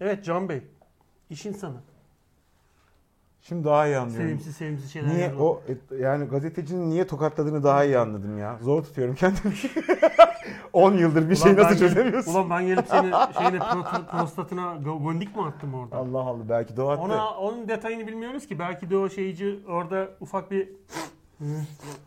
Evet Can Bey. İş insanı. Şimdi daha iyi anlıyorum. Sevimsiz sevimsiz şeyler Niye yazıyor. o e, yani gazetecinin niye tokatladığını daha iyi anladım ya. Zor tutuyorum kendimi. 10 yıldır bir şeyi Ulan nasıl ben gelip- çözemiyorsun? Ulan ben gelip senin şeyine pro- prostatına go- gondik mi attım orada? Allah Allah belki de o attı. Ona onun detayını bilmiyoruz ki. Belki de o şeyci orada ufak bir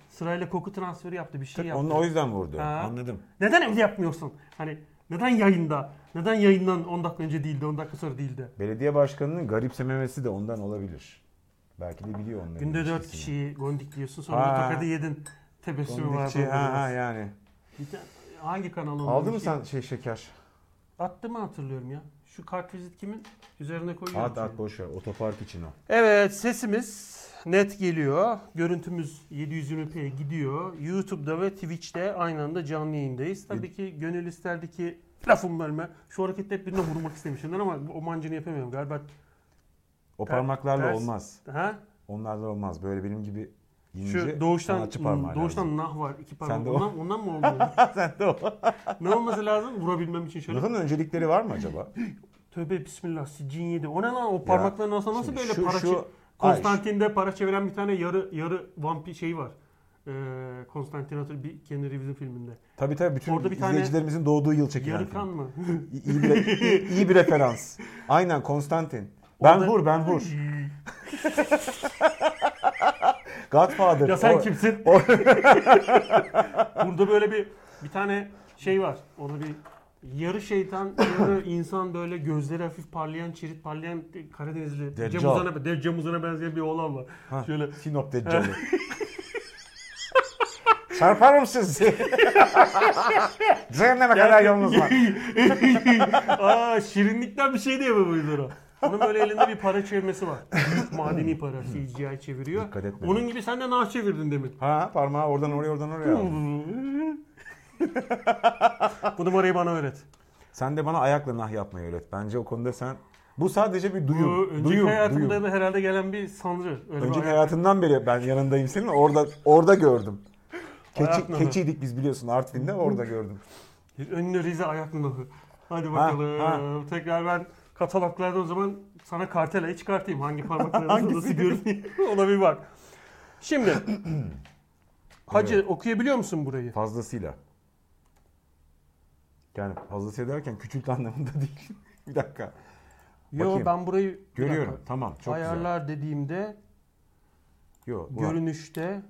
sırayla koku transferi yaptı bir şey yaptı. Onu o yüzden vurdu. Ha. Anladım. Neden evde yapmıyorsun? Hani neden yayında? Neden yayından 10 dakika önce değildi, 10 dakika sonra değildi? Belediye başkanının garipsememesi de ondan olabilir. Belki de biliyor onların. Günde 4 ilişkisini. kişiyi gondikliyorsun sonra şey Ha. bir tokadı yedin. Tebessümü var. Kondikçi, ha ha Ha, yani. Hangi kanal oldu? Aldın mı sen şey şeker? Attı mı hatırlıyorum ya. Şu kartvizit kimin? Üzerine koyuyorum. At şeyi. at boş ver. Otopark için o. Evet sesimiz net geliyor. Görüntümüz 720p'ye gidiyor. YouTube'da ve Twitch'te aynı anda canlı yayındayız. Tabii ki gönül isterdi ki lafım bölme. Şu harekette hep birine vurmak istemişimdir ama o mancını yapamıyorum galiba. O Ter- parmaklarla ters. olmaz. Ha? Onlarla olmaz. Böyle benim gibi ince Şu doğuştan sanatçı parmağı doğuştan lazım. nah var iki parmak. Sende o. ondan, ondan mı oldu? Sen de o. ne olması lazım? Vurabilmem için şöyle. Lafın öncelikleri var mı acaba? Tövbe bismillah cin yedi. O ne lan o parmakların olsa nasıl şimdi böyle şu- para şu- çe- Ay, Konstantin'de para çeviren bir tane yarı yarı vampir şey var. Ee, Konstantin hatır bir Keanu Reeves'in filminde. Tabii tabii bütün Orada bir tane- izleyicilerimizin doğduğu yıl çekilen Yarı film. kan mı? İyi- İyi bir, iyi, iyi bir referans. Aynen Konstantin. Ben Orada- Hur, ben Hur. Godfather. ya sen O- kimsin? Burada böyle bir bir tane şey var. Orada bir yarı şeytan, yarı insan böyle gözleri hafif parlayan, çirit parlayan Karadenizli Deccal. Cem Uzan'a, De- Cem Uzan'a benzeyen bir oğlan var. Ha, Şöyle Sinop Deccali. Çarparım sizi. Cehenneme kadar yolunuz var. Aa şirinlikten bir şey diyemeyiz ona. Onun böyle elinde bir para çevirmesi var. Büyük madeni para CGI çeviriyor. Dikkat etmedim. Onun gibi sen de nah çevirdin demin. Ha parmağı oradan oraya oradan oraya aldım. Bu numarayı bana öğret. Sen de bana ayakla nah yapmayı öğret. Bence o konuda sen... Bu sadece bir duyum. Bu önceki duyum, hayatımda duyum. da herhalde gelen bir sanrı. Öyle Önceki bir hayatından beri ben yanındayım senin. Orada orada gördüm. Keçi, Ayak nahı. keçiydik biz biliyorsun Artvin'de orada gördüm. Önüne Rize ayak nahı. Hadi Ha, bakalım. ha. Tekrar ben kataloglarda o zaman sana kartelayı çıkartayım. Hangi parmaklarınızı nasıl Hangisi? görünüyor ona bir bak. Şimdi Hacı okuyabiliyor musun burayı? Fazlasıyla. Yani fazlasıyla derken küçült anlamında değil. bir dakika. Yo Bakayım. ben burayı bir Görüyorum. dakika. Tamam. Çok güzel. Ayarlar dediğimde Yo, bu- görünüşte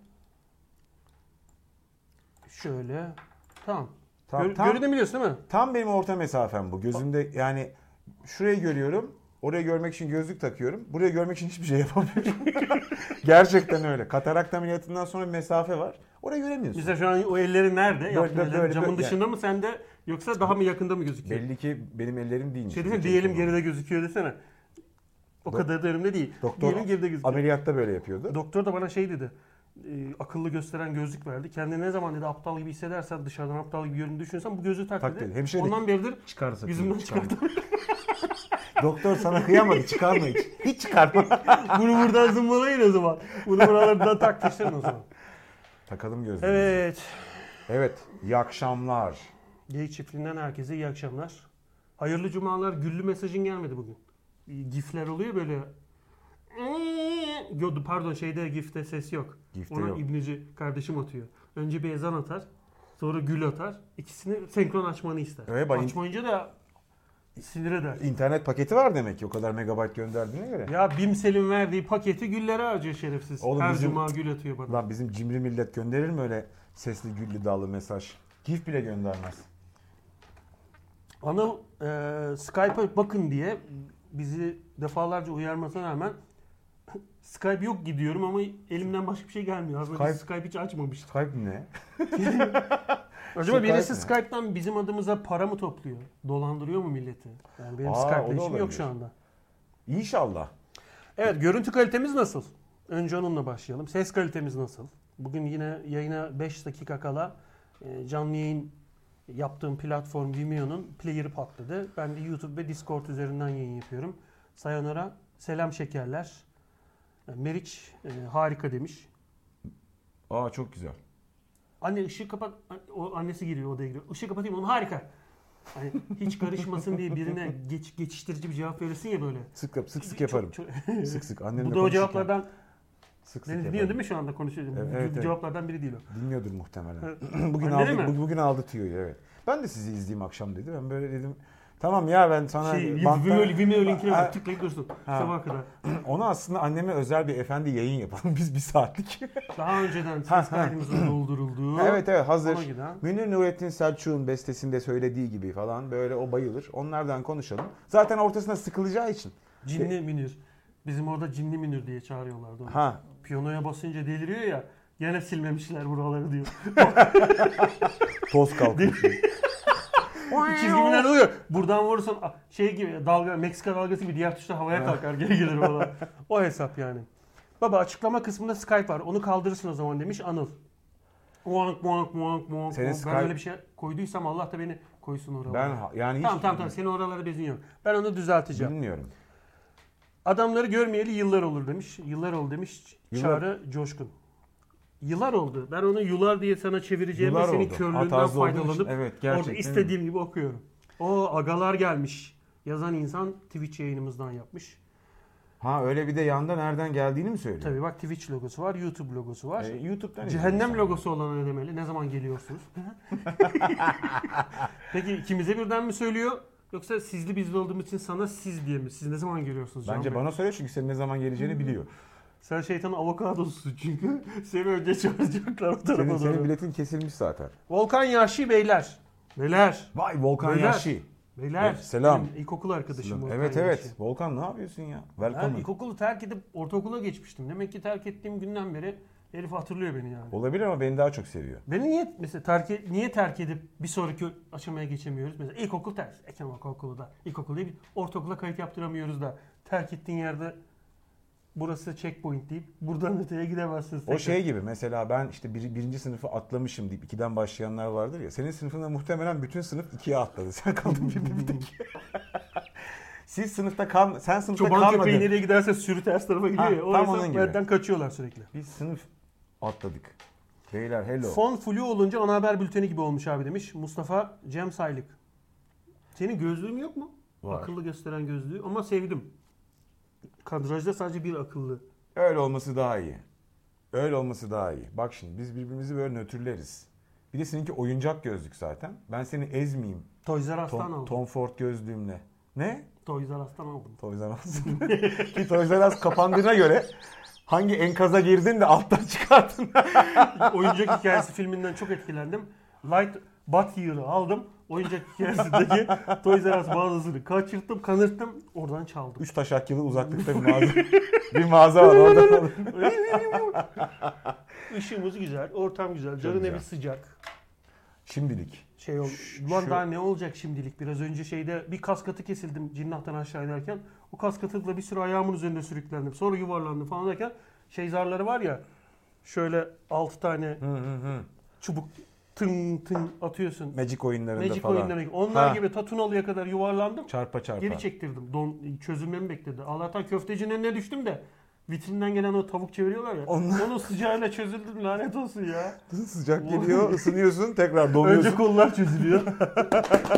şöyle tamam. Tam- Gör, tam- Görünebiliyorsun değil mi? Tam benim orta mesafem bu. Gözümde yani şurayı görüyorum. Orayı görmek için gözlük takıyorum. Buraya görmek için hiçbir şey yapamıyorum. Gerçekten öyle. Katarakt ameliyatından sonra bir mesafe var. Orayı göremiyorsun. Mesela şu an o elleri nerede? Yaptığın böyle- ellerin böyle- camın böyle- dışında mı sende yoksa daha mı yakında mı gözüküyor? Belli ki benim ellerim değilmiş. Şey desene diyelim geride gözüküyor desene. O kadar da önümde değil. Doktor diyelim geride gözüküyor. ameliyatta böyle yapıyordu. Doktor da bana şey dedi. e, akıllı gösteren gözlük verdi. Kendini ne zaman dedi aptal gibi hissedersen dışarıdan aptal gibi göründüğünü düşünürsen bu gözlüğü tak, Tak dedi. dedi. Hemşire de- Ondan beridir Çıkarsa yüzümden çıkarttı. Doktor sana kıyamadı. Çıkarma hiç. Hiç çıkarma. Bunu buradan zımbalayın o zaman. Bunu buralardan takmıştın o zaman. Takalım gözlüğü. Evet. Evet. İyi akşamlar. Geyik çiftliğinden herkese iyi akşamlar. Hayırlı cumalar. Güllü mesajın gelmedi bugün. Gifler oluyor böyle. Yo, pardon şeyde gifte ses yok. Gifte Ona yok. İbnici kardeşim atıyor. Önce bir ezan atar. Sonra gül atar. İkisini senkron açmanı ister. Evet, ben- Açmayınca da sinir eder. İnternet paketi var demek ki o kadar megabayt gönderdiğine göre. Ya Bimsel'in verdiği paketi güllere harcıyor şerefsiz. Oğlum Her bizim- cuma gül atıyor bana. Lan bizim cimri millet gönderir mi öyle sesli güllü dallı mesaj? GIF bile göndermez. Anıl e, Skype'a bakın diye bizi defalarca uyarmasına rağmen Skype yok gidiyorum ama elimden başka bir şey gelmiyor. Az önce Skype- Skype hiç açmamıştım. Skype ne? Acaba Skype birisi mi? Skype'tan bizim adımıza para mı topluyor? Dolandırıyor mu milleti? Yani benim Aa, o da Skype'la işim olabilir. yok şu anda. İnşallah. Evet görüntü kalitemiz nasıl? Önce onunla başlayalım. Ses kalitemiz nasıl? Bugün yine yayına 5 dakika kala e, canlı yayın yaptığım platform Vimeo'nun player'ı patladı. Ben de YouTube ve Discord üzerinden yayın yapıyorum. Sayonara selam şekerler. E, Meriç e, harika demiş. Aa çok güzel. Anne ışığı kapat. O annesi giriyor odaya giriyor. Işığı kapatayım onu harika. Hani hiç karışmasın diye birine geç, geçiştirici bir cevap verirsin ya böyle. Sık yap- sık sık Çok- yaparım. çok- Sık sık annemle Bu da o konuşurken cevaplardan sık sık Deniz yaparım. biliyor değil mi şu anda konuşuyoruz? Evet, Bu evet, evet. Cevaplardan biri değil o. Dinliyordur muhtemelen. Evet. bugün Anneni aldı mi? bu- bugün aldı tüyoyu evet. Ben de sizi izleyeyim akşam dedi. Ben böyle dedim tamam ya ben sana Şey, banttan- Vimeo, Vimeo linkine hani Ha. bak, tıklayıp dursun. Ha. Sabaha kadar. Ona aslında anneme özel bir efendi yayın yapalım. Biz bir saatlik. Daha önceden ses Ha, ha. kaydımızın doldurulduğu. evet evet hazır. Ona giden. Münir Nurettin Selçuk'un bestesinde söylediği gibi falan böyle o bayılır. Onlardan konuşalım. Zaten ortasına sıkılacağı için. Cinli Münir. Bizim orada Cinli Münir diye çağırıyorlardı onu. Ha Piyanoya basınca deliriyor ya. Gene silmemişler buraları diyor. toz kalkmış. Çizgimler oluyor. Buradan vurursan a- şey gibi dalga Meksika dalgası gibi diğer tuşta havaya kalkar geri gelir falan. o hesap yani. Baba açıklama kısmında Skype var. Onu kaldırırsın o zaman demiş Anıl. Muank muank muank muank. Senin muank. Skype- Ben öyle bir şey koyduysam Allah da beni koysun oralara. ben ha- yani hiç Tamam tamam tamam senin oralara bezin yok. Ben onu düzelteceğim. bilmiyorum. Adamları görmeyeli yıllar olur demiş. Yıllar oldu demiş Yıllar- Çağrı Coşkun. Yıllar oldu. Ben onu yular diye sana çevireceğim ve Yıllar senin oldu. körlüğünden Atazlı olduğu için- faydalanıp evet, orada gerçekten. istediğim gibi okuyorum. O agalar gelmiş. Yazan insan Twitch yayınımızdan yapmış. Ha öyle bir de yanda nereden geldiğini mi söylüyor? Tabii bak Twitch logosu var, YouTube logosu var. Ee, YouTube'dan izliyor Cehennem insan. logosu olana ne demeli? Ne zaman geliyorsunuz? Peki ikimize birden mi söylüyor? Yoksa sizli bizli olduğum için sana siz diye mi? Siz ne zaman geliyorsunuz? Can Bence Bey? bana söylüyor çünkü senin ne zaman geleceğini biliyor. Sen şeytanın avokadosusun çünkü. Seni önce çağıracaklar o tarafa Senin, doğru. senin biletin kesilmiş zaten. Volkan Yaşi beyler. Beyler. Vay Volkan Beyler. Yaşi. Beyler. Evet, selam. Benim ilkokul arkadaşım Volkan Evet evet. Yaşi. Volkan ne yapıyorsun ya? Ben Welcome. ilkokulu terk edip ortaokula geçmiştim. Demek ki terk ettiğim günden beri herif hatırlıyor beni yani. Olabilir ama beni daha çok seviyor. Beni niye mesela terk e- niye terk edip bir sonraki aşamaya geçemiyoruz? Mesela ilkokul terk. Ekrem ortaokulu da. İlkokul değil, ortaokula kayıt yaptıramıyoruz da. Terk ettiğin yerde burası checkpoint deyip buradan öteye gidemezsiniz. O tekrar. şey gibi mesela ben işte bir, birinci sınıfı atlamışım deyip ikiden başlayanlar vardır ya. Senin sınıfında muhtemelen bütün sınıf ikiye atladı. Sen kaldın bir, bir tek. Siz sınıfta kal, sen sınıfta Çoban köpeği kalmadın. nereye giderse sürü ters tarafa gidiyor Ha, ya. O tam yüzden onun gibi. benden kaçıyorlar sürekli. Biz sınıf atladık. Beyler hello. Fon flu olunca ana haber bülteni gibi olmuş abi demiş. Mustafa Cem Saylık. Senin gözlüğün yok mu? Var. Akıllı gösteren gözlüğü ama sevdim. Kadrajda sadece bir akıllı. Öyle olması daha iyi. Öyle olması daha iyi. Bak şimdi biz birbirimizi böyle nötrleriz. Bir de seninki oyuncak gözlük zaten. Ben seni ezmeyeyim. Toys R Us'tan Tom, aldım. Tom Ford gözlüğümle. Ne? Toys R Us'tan aldım. Toys R Us. Ki Toys R Us kapandığına göre hangi enkaza girdin de alttan çıkarttın. Oyuncak hikayesi filminden çok etkilendim. Light Bat Year'ı aldım. Oyuncak hikayesindeki Toys R Us mağazasını kaçırttım, kanırttım. Oradan çaldım. Üç taşak yılı uzaklıkta bir mağaza. bir mağaza var orada. Işığımız güzel, ortam güzel, canın güzel. evi sıcak. Şimdilik. Şey ol, Ş- ulan şu- daha ne olacak şimdilik? Biraz önce şeyde bir kaskatı kesildim cinnahtan aşağı inerken. O kaskatıyla bir süre ayağımın üzerinde sürüklendim. Sonra yuvarlandım falan derken şey zarları var ya şöyle 6 tane Hı hı hı. çubuk tın tın atıyorsun. Magic oyunlarında Magic falan. oyunları. Onlar Ha. gibi Tatunalı'ya kadar yuvarlandım. Çarpa çarpa. Geri çektirdim. Don çözülmemi bekledi. Allah'tan köftecinin önüne düştüm de vitrinden gelen o tavuk çeviriyorlar ya. Onlar- Onun sıcağıyla çözüldüm lanet olsun ya. Sıcak geliyor, ısınıyorsun, tekrar donuyorsun. Önce kollar çözülüyor.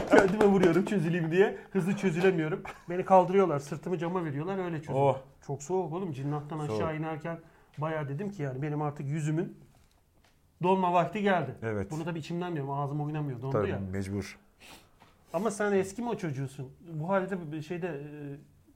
Kendime vuruyorum çözüleyim diye. Hızlı çözülemiyorum. Beni kaldırıyorlar. Sırtımı cama veriyorlar. Öyle çözüyorum. Oh. Çok soğuk oğlum. Cinnattan aşağı Soğuk. inerken bayağı dedim ki yani benim artık yüzümün donma vakti geldi. Evet. Bunu tabii içimden diyorum. Ağzım oynamıyor. Dondu Tabii ya. mecbur. Ama sen eski mi o çocuğusun? Bu halde bir şeyde e,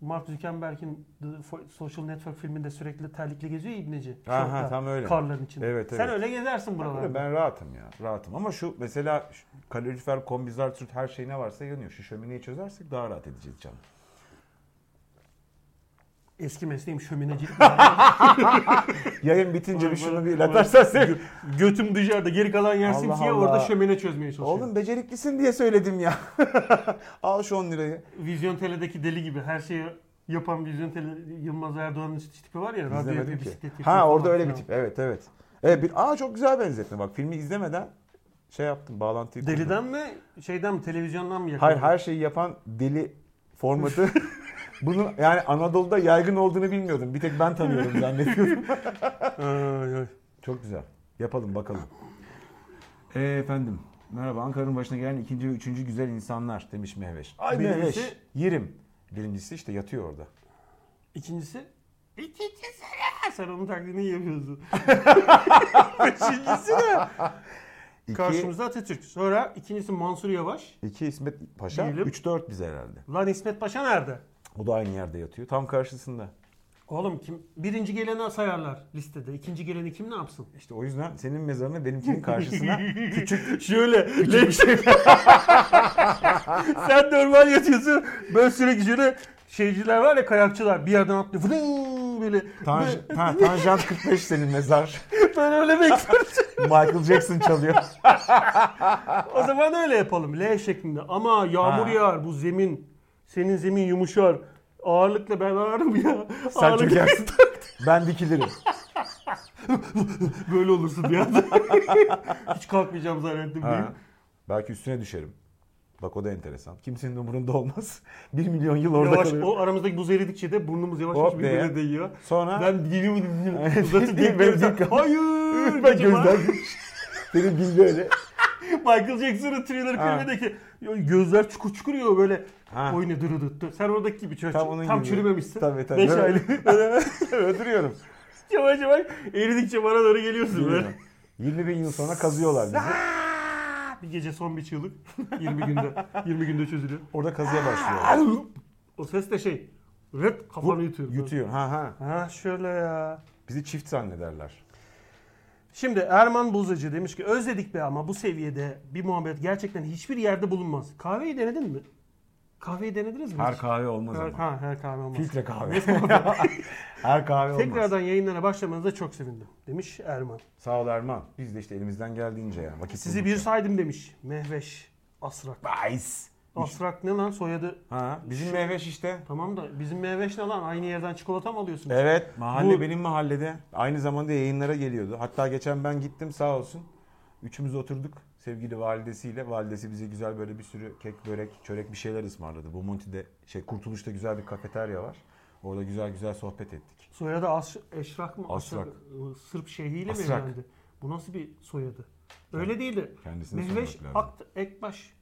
Mark Zuckerberg'in The Fo- Social Network filminde sürekli terlikli geziyor ya ibneci. Aha, Şortla, tam öyle. Karların içinde. Evet, Sen evet. öyle gezersin Tabii buralarda. ben rahatım ya. Rahatım ama şu mesela şu kalorifer, kombizar, süt her şey ne varsa yanıyor. Şu şömineyi çözersek daha rahat edeceğiz canım. Eski mesleğim şöminecilik. Yayın bitince Vay, bir şunu bana- bir bana- ilatersen sevinirim. Götüm dışarıda geri kalan yer Allah simsiye Allah. orada şömine çözmeye çalışıyor. Oğlum beceriklisin diye söyledim ya. Al şu 10 lirayı. Vizyon Tele'deki deli gibi her şeyi yapan Vizyon Tele Yılmaz Erdoğan'ın tipi var ya. Radyo İzlemedim yapıyor ki. bisiklet yapıyor Ha falan orada öyle bir filan. tip. Evet evet. Evet bir aa çok güzel benzetme bak filmi izlemeden şey yaptım bağlantıyı. kurdum. Deliden mi şeyden mi televizyondan mı Hayır yakaladın? her şeyi yapan deli formatı. Bunun yani Anadolu'da yaygın olduğunu bilmiyordum. Bir tek ben tanıyorum zannediyordum. Ay, ay. çok güzel. Yapalım bakalım. Ee, efendim. Merhaba Ankara'nın başına gelen ikinci ve üçüncü güzel insanlar demiş Mehveş. Ay Birincisi- Mehveş. Yerim. Birincisi işte yatıyor orada. İkincisi? İkincisi ne? Sen onun taklidini yapıyorsun. Üçüncüsü ne? İki, Karşımızda Atatürk. Sonra ikincisi Mansur Yavaş. iki İsmet Paşa. Değilim. 3-4 bize herhalde. Lan İsmet Paşa nerede? O da aynı yerde yatıyor. Tam karşısında. Oğlum kim? Birinci geleni sayarlar listede. İkinci geleni kim ne yapsın? İşte o yüzden senin mezarına benimkinin karşısına küçük şey. Şöyle. leş- Sen normal yatıyorsun. Böyle sürekli şöyle şeyciler var ya kayakçılar. Bir yerden atlıyor. Vıdıng böyle. tanj, ta- tanjant 45 senin mezar. Ben öyle bekliyorum. Michael Jackson çalıyor. o zaman öyle yapalım. L şeklinde. Ama yağmur Ha. yağar bu zemin. Senin zemin yumuşar. Ağırlıkla ben ağırım ya. Sen Ağırlık- çökersin. ben dikilirim. Böyle olursun bir anda. Hiç kalkmayacağım zannettim değil. Ha. Belki üstüne düşerim. Bak o da enteresan. Kimsenin umurunda olmaz. 1 milyon yıl orada Yavaş, kalırım. o aramızdaki buz eridikçe de burnumuz yavaş Hop yavaş birbirine be. değiyor. Sonra Ben geliyorum Değil, uzatıp ben bekliyorum. dik- Hayır! ben diyeceğim gözler ha. Benim biz böyle. Michael Jackson'ın Thriller Ha. filmindeki gözler çukur çukuruyor böyle. Ha. Oyunu dırı dırttı. Sen oradaki gibi çocuk. Tam onun Tam, gibi. çürümemişsin. Tabii, tabii. 5 Böyle- aylık. Öldürüyorum. yavaş yavaş eridikçe bana doğru geliyorsun böyle. 20 bin yıl sonra kazıyorlar bizi. Bir gece son bir çığlık. 20 günde. 20 günde çözülüyor. Orada kazıya başlıyorlar. O ses de şey. Rıt kafanı yutuyor. Yutuyor. Ha ha. Ha şöyle ya. Bizi çift zannederler. Şimdi Erman Buzacı demiş ki özledik be ama bu seviyede bir muhabbet gerçekten hiçbir yerde bulunmaz. Kahveyi denedin mi? Kahveyi denediniz mi? Her hiç? kahve olmaz Her- ama. ha, her kahve olmaz. Filtre kahve. Her kahve olmaz. Tekrardan yayınlara başlamanıza çok sevindim demiş Erman. Sağ ol Erman. Biz de işte elimizden geldiğince yani. Vakit Sizi bir saydım demiş Mehveş Asrak. Bayis. Asrak ne lan soyadı? Ha, bizim Mehveş işte. Tamam da bizim Mehveş ne lan? Aynı yerden çikolata mı alıyorsunuz? Evet. Mahalle Bu- benim mahallede. Aynı zamanda yayınlara geliyordu. Hatta geçen ben gittim sağ olsun. Üçümüz oturduk sevgili validesiyle. Validesi bize güzel böyle bir sürü kek, börek, çörek bir şeyler ısmarladı. Bu Monti'de şey Kurtuluş'ta güzel bir kafeterya var. Orada güzel güzel sohbet ettik. Soyadı As Eşrak mı? Asrak. Asrak. Sırp şeyhiyle mi Asrak. evlendi? Bu nasıl bir soyadı? Öyle değildi. Kendisine Mehveş sormak lazım. Akt Ekbaş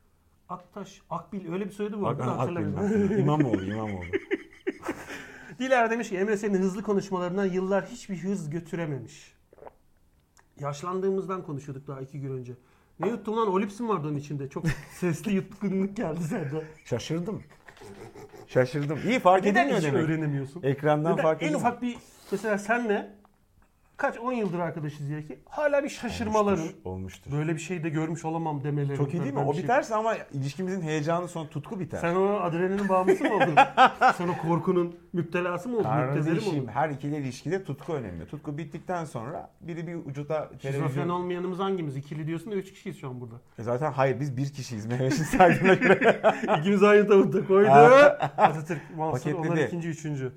Aktaş Akbil öyle bir soyadı bu. Ak, arada ha, ak, hatırlamıyorum. bilmem. İmamoğlu, İmamoğlu. Dilara demiş ki Emre senin hızlı konuşmalarından yıllar hiçbir hız götürememiş. Yaşlandığımızdan konuşuyorduk daha iki gün önce. Ne yuttum lan? Olipsin vardı onun içinde. Çok sesli yutkunluk geldi sende. Şaşırdım. Şaşırdım. İyi fark Neden edilmiyor hiç demek. E, öğrenemiyorsun? Ekrandan Neden? fark en edilmiyor. ufak bir mesela senle kaç 10 yıldır arkadaşız diye ki hala bir şaşırmaların Olmuştur, Olmuştur. böyle bir şey de görmüş olamam demeleri. Çok iyi değil mi? Ben O bir şey- biterse ama ilişkimizin heyecanı son tutku biter. Sen o adrenalin bağımlısı mı oldun? Sen o korkunun müptelası mı oldun? Karnınızı Müptezeli mi işeyim. oldun? Her ikili ilişkide tutku önemli. Tutku bittikten sonra biri bir ucuda Şizofren televizyon... olmayanımız hangimiz? İkili diyorsun da 3 kişiyiz şu an burada. E Zaten hayır biz bir kişiyiz Mehmet'in saydığına göre. İkimiz aynı tavutta koydu. Atatürk Mansur Paketledi. onlar ikinci üçüncü.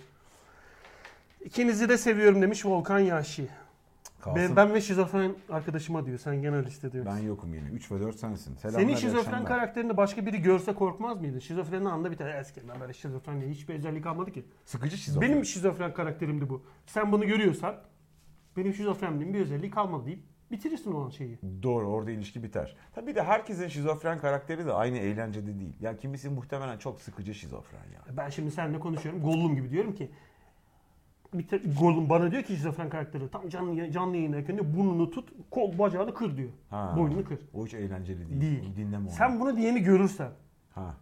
İkinizi de seviyorum demiş Volkan Yaşı. Ben, Kalsın. Ben, ben ve şizofren arkadaşıma diyor. Sen genel liste diyorsun. yokum yine. 3 ve 4 sensin. Selamlar Senin iyi şizofren akşamlar. karakterini başka biri görse korkmaz mıydı? Şizofrenin anında bir tane eski. Ben böyle şizofren diye hiçbir özellik almadı ki. Sıkıcı şizofren. Benim şizofren karakterimdi bu. Sen bunu görüyorsan benim şizofrenliğim bir özelliği kalmadı deyip bitirirsin olan şeyi. Doğru orada ilişki biter. Tabii bir de herkesin şizofren karakteri de aynı eğlencede değil. Ya kimisi muhtemelen çok sıkıcı şizofren ya. Ben şimdi seninle konuşuyorum. Gollum gibi diyorum ki bir te- Gollum bana diyor ki şizofren karakteri tam canlı, canlı yayındayken diyor burnunu tut, kol bacağını kır diyor. Ha. Boynunu kır. O hiç eğlenceli değil. Değil. Dinleme onu. Sen bunu diyeni görürsen Ha.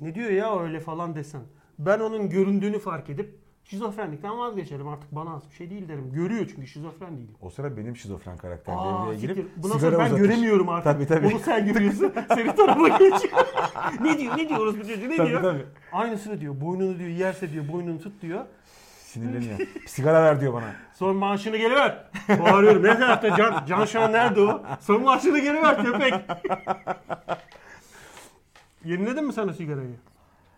ne diyor ya öyle falan desen. Ben onun göründüğünü fark edip şizofrenlikten vazgeçerim artık bana az bir şey değil derim. Görüyor çünkü şizofren değilim. O sıra benim şizofren karakterim Aa, devreye girip siktir. Bundan sigara sonra ben uzatır. göremiyorum artık. Tabii, tabii. Onu sen görüyorsun. Senin tarafa geçiyor. ne diyor? Ne diyor orospu çocuğu? Ne Tabii, diyor? tabii. Aynısını diyor. Boynunu diyor yerse diyor boynunu tut diyor. Sinirleniyor. Bir sigara ver diyor bana. Son maaşını geri ver. Bağırıyorum. Ne tarafta Can? Can şu an nerede o? Son maaşını geri ver köpek. Yeniledin mi sen o sigarayı?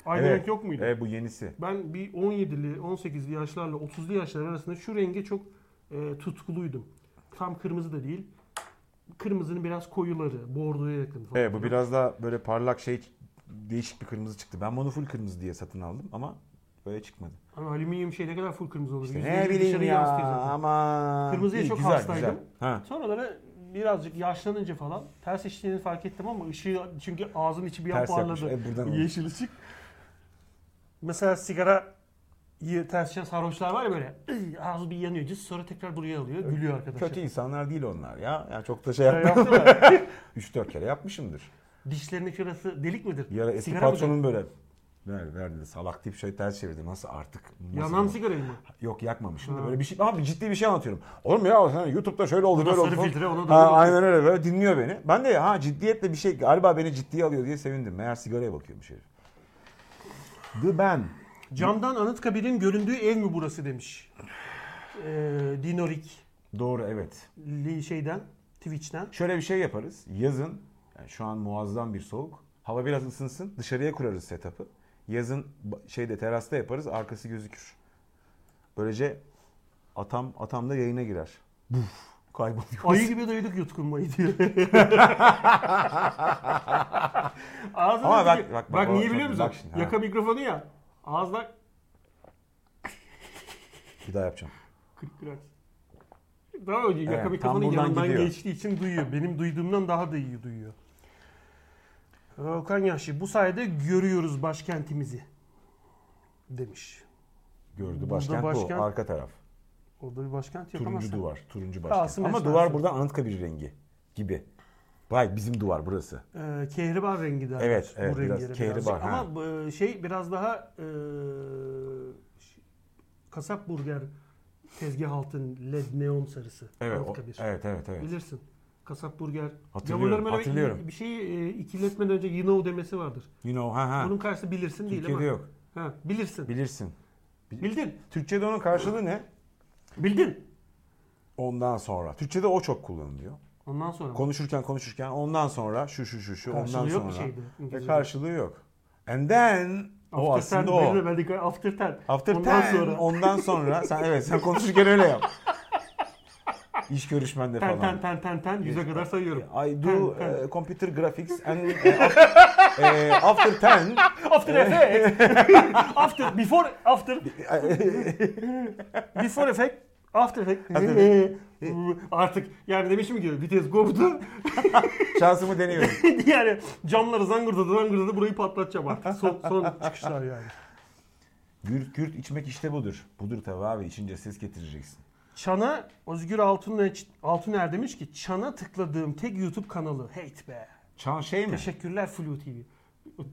Aynı renk yok muydu? Evet bu yenisi. Ben bir 17'li, 18'li yaşlarla 30'lu yaşlar arasında şu renge çok e, tutkuluydum. Tam kırmızı da değil. Kırmızının biraz koyuları, bordoya yakın falan. Evet bu biraz daha böyle parlak şey değişik bir kırmızı çıktı. Ben bunu full kırmızı diye satın aldım ama böyle çıkmadı. Ama alüminyum şey ne kadar full kırmızı olur. İşte Yüzde elli ne bileyim dışarı ya yansıtıyor zaten. ama. Kırmızıya çok hastaydım. Ha. Sonraları birazcık yaşlanınca falan ters işlediğini fark ettim ama ışığı çünkü ağzın içi bir yan Ters yapmış. parladı. E, buradan oldu. Yeşil ışık. Mesela sigara ters içen sarhoşlar var ya böyle "Iy, ağzı bir yanıyor cız sonra tekrar buraya alıyor gülüyor arkadaşlar. Kötü insanlar değil onlar ya. Yani çok da şey Şey yapmıyorum. yaptı da, 3-4 kere yapmışımdır. Dişlerinin şurası delik midir? Yara eski Sigara mı patronum böyle ver ver dedi. Salak deyip şöyle ters çevirdi. Nasıl artık? dedi? Nasıl Yanan bu? sigarayı mı? Yok yakmamışım da Ha. böyle bir şey. Abi ciddi bir şey anlatıyorum. Oğlum ya sen YouTube'da şöyle oldu Ona böyle oldu. sarı falan. filtre, ona da ha, böyle aynen öyle böyle dinliyor beni. Ben de ha ciddiyetle bir şey galiba beni ciddiye alıyor diye sevindim. Meğer sigaraya bakıyormuş herif. The Ben. Camdan Anıtkabir'in göründüğü ev mi burası demiş. Ee, Dinorik Doğru evet. li- şeyden Twitch'ten. Şöyle bir şey yaparız. Yazın yani şu an muazzam bir soğuk. Hava biraz ısınsın. Dışarıya kurarız setup'ı. Yazın ba- şeyde terasta yaparız. Arkası gözükür. Böylece atam atam da yayına girer. Buf kayboluyor. Ayı gibi duyduk yutkunmayı diyor. Ağzına Ama bak- bak, bak- bak, bak, niye bak- biliyor musun? bak şimdi, ha. Yaka mikrofonu ya. Ağızda Bir daha yapacağım. 40 lira. Daha önce yaka Evet, tam mikrofonun buradan yanından gidiyor. geçtiği için duyuyor. Benim duyduğumdan daha da iyi duyuyor. Okan Yaşlı bu sayede görüyoruz başkentimizi demiş. Gördü Burada başkent, başkent- bu arka taraf. Orada bir başkent yok ama Turuncu sen- duvar, turuncu başkent. Kasım Ama Esmer duvar Sözü. buradan Anıtkabir rengi gibi. Vay bizim duvar burası. Ee, kehribar rengi derler. Evet, evet, biraz rengere kehribar, birazcık. ha. Ama bu, e, şey biraz daha e, ş- kasap burger tezgah altın led neon sarısı. Evet, o- Anıtkabir. evet, evet, evet. Bilirsin. Kasap burger. Hatırlıyorum, Gavurların böyle hatırlıyorum. Bir şeyi e, ikiletmeden önce you know demesi vardır. You know, ha ha. Bunun karşısı bilirsin değil Türkiye'de ama. yok. Ha, bilirsin. Bilirsin. Bildin. Türkçe'de onun karşılığı ne? Bildin. Ondan sonra. Türkçe'de o çok kullanılıyor. Ondan sonra. Konuşurken konuşurken ondan sonra şu şu şu şu Karşılığı ondan yok sonra. mu şeyde, Ve İngilizce'de? karşılığı yok. And then o After aslında ten, o. benim verdiğim- After ten. After Ondan ten, sonra. ondan sonra sen evet sen konuşurken öyle yap. İş görüşmende Ten falan. ten ten ten ten. Yüze kadar sayıyorum. I do Ten, ten. uh, computer graphics and uh, af- uh, after 10 After effect. after, before, after. Before effect, after effect. Artık yani demişim gibi vites koptu. şansımı deniyorum. yani camları zangırdadı zangırdadı burayı patlatacağım artık. Son, son çıkışlar yani. Gürt gürt içmek işte budur. Budur tabi abi içince ses getireceksin. Çana, Özgür Altuner, Altuner demiş ki Çana tıkladığım tek YouTube kanalı. Hate be. Çan şey mi? Teşekkürler Flu TV.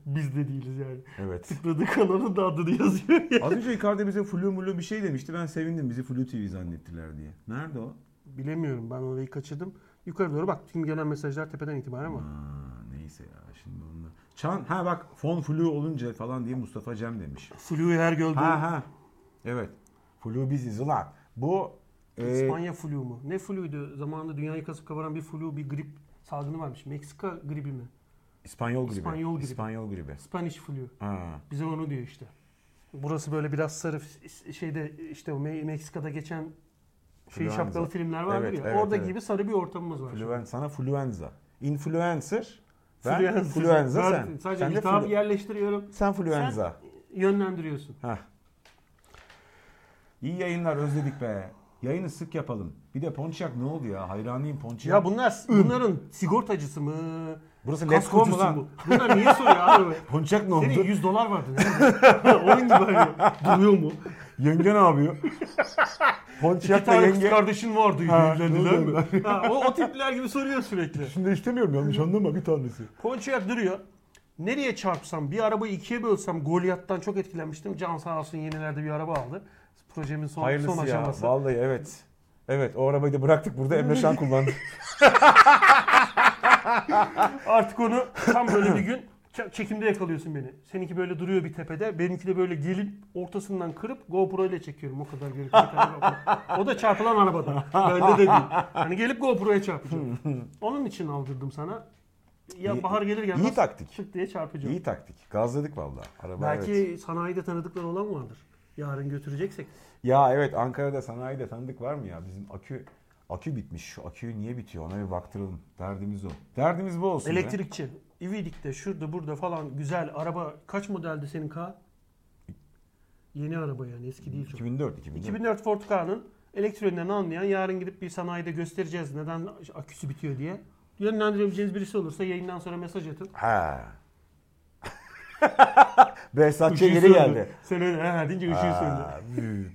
Biz de değiliz yani. Evet. Tıkladığı kanalın da adını yazıyor ya. Az önce Icardi bize flu mulu bir şey demişti. Ben sevindim bizi flu TV zannettiler diye. Nerede o? Bilemiyorum ben orayı kaçırdım. Yukarı doğru bak tüm gelen mesajlar tepeden itibaren var. Aa, neyse ya şimdi onlar. Çan ha bak fon flu olunca falan diye Mustafa Cem demiş. Flu'yu her gördüğüm Ha ha. Evet. Flu biziz ulan. Bu e, İspanya flu mu? Ne fluydu? Zamanında dünyayı kasıp kavuran bir flu, bir grip salgını varmış. Meksika gribi mi? İspanyol gribi. İspanyol gribi. İspanyol gribi. Spanish flu. Ha. Bize onu diyor işte. Burası böyle biraz sarı şeyde işte o Me- Meksika'da geçen şey Fluenza. şapkalı filmler vardır Evet, ya. evet, orada evet. gibi sarı bir ortamımız var. Fluen, sana fluenza. Influencer. Ben Fluenza. fluenza Ben sen. Sadece sen de hitabı flu- yerleştiriyorum. sen fluenza. Yönlendiriyorsun. Hah. İyi yayınlar özledik be. Yayını sık yapalım. Bir de Ponçak ne oldu ya? Hayranıyım Ponçak. Ya bunlar bunların sigortacısı mı? Burası Kasko Lesko mu mu lan? bu? Bunlar niye soruyor abi? Ponçak ne Senin oldu? 100 dolar vardı. ne? Onun gibi hani duruyor mu? Yenge ne yapıyor? İki Ponçak da tane kız yenge. kardeşin vardı Ha, evlendiler doğru, mi? Ha, o, o tipler gibi soruyor sürekli. Şimdi istemiyorum yanlış anlama bir tanesi. Ponçayak duruyor. Nereye çarpsam, bir arabayı ikiye bölsem Goliath'tan çok etkilenmiştim. Can sağ olsun yenilerde bir araba aldı. Projemin son, Hayırlısı son ya. aşaması. Vallahi evet. Evet o arabayı da bıraktık burada Emre Şan kullandı. Artık onu tam böyle bir gün ç- çekimde yakalıyorsun beni. Seninki böyle duruyor bir tepede. Benimki de böyle gelip ortasından kırıp GoPro ile çekiyorum. O kadar görüntü. o da çarpılan arabadan. Bende de değil. Hani gelip GoPro'ya çarpacağım. Onun için aldırdım sana. İyi- Ya bahar gelir gelmez. iyi taktik. Çık diye çarpacağım. İyi taktik. Gazladık vallahi. Araba Belki evet. sanayide tanıdıklar olan vardır. Yarın götüreceksek. Ya evet Ankara'da sanayide tanıdık var mı ya? Bizim akü akü bitmiş. Şu akü niye bitiyor ona bir baktıralım. Derdimiz o. Derdimiz bu olsun. be. Elektrikçi. İvidik'te şurada burada falan güzel araba kaç modeldi senin K? Yeni araba yani eski değil çok. 2004 2004. 2004 Ford K'nın elektroniğini anlayan yarın gidip bir sanayide göstereceğiz neden aküsü bitiyor diye. Yönlendirebileceğiniz birisi olursa yayından sonra mesaj atın. Ha. Behzat Ç. Işığı geri söndü. geldi. Sen öyle ha deyince ışığı söndü. Ha,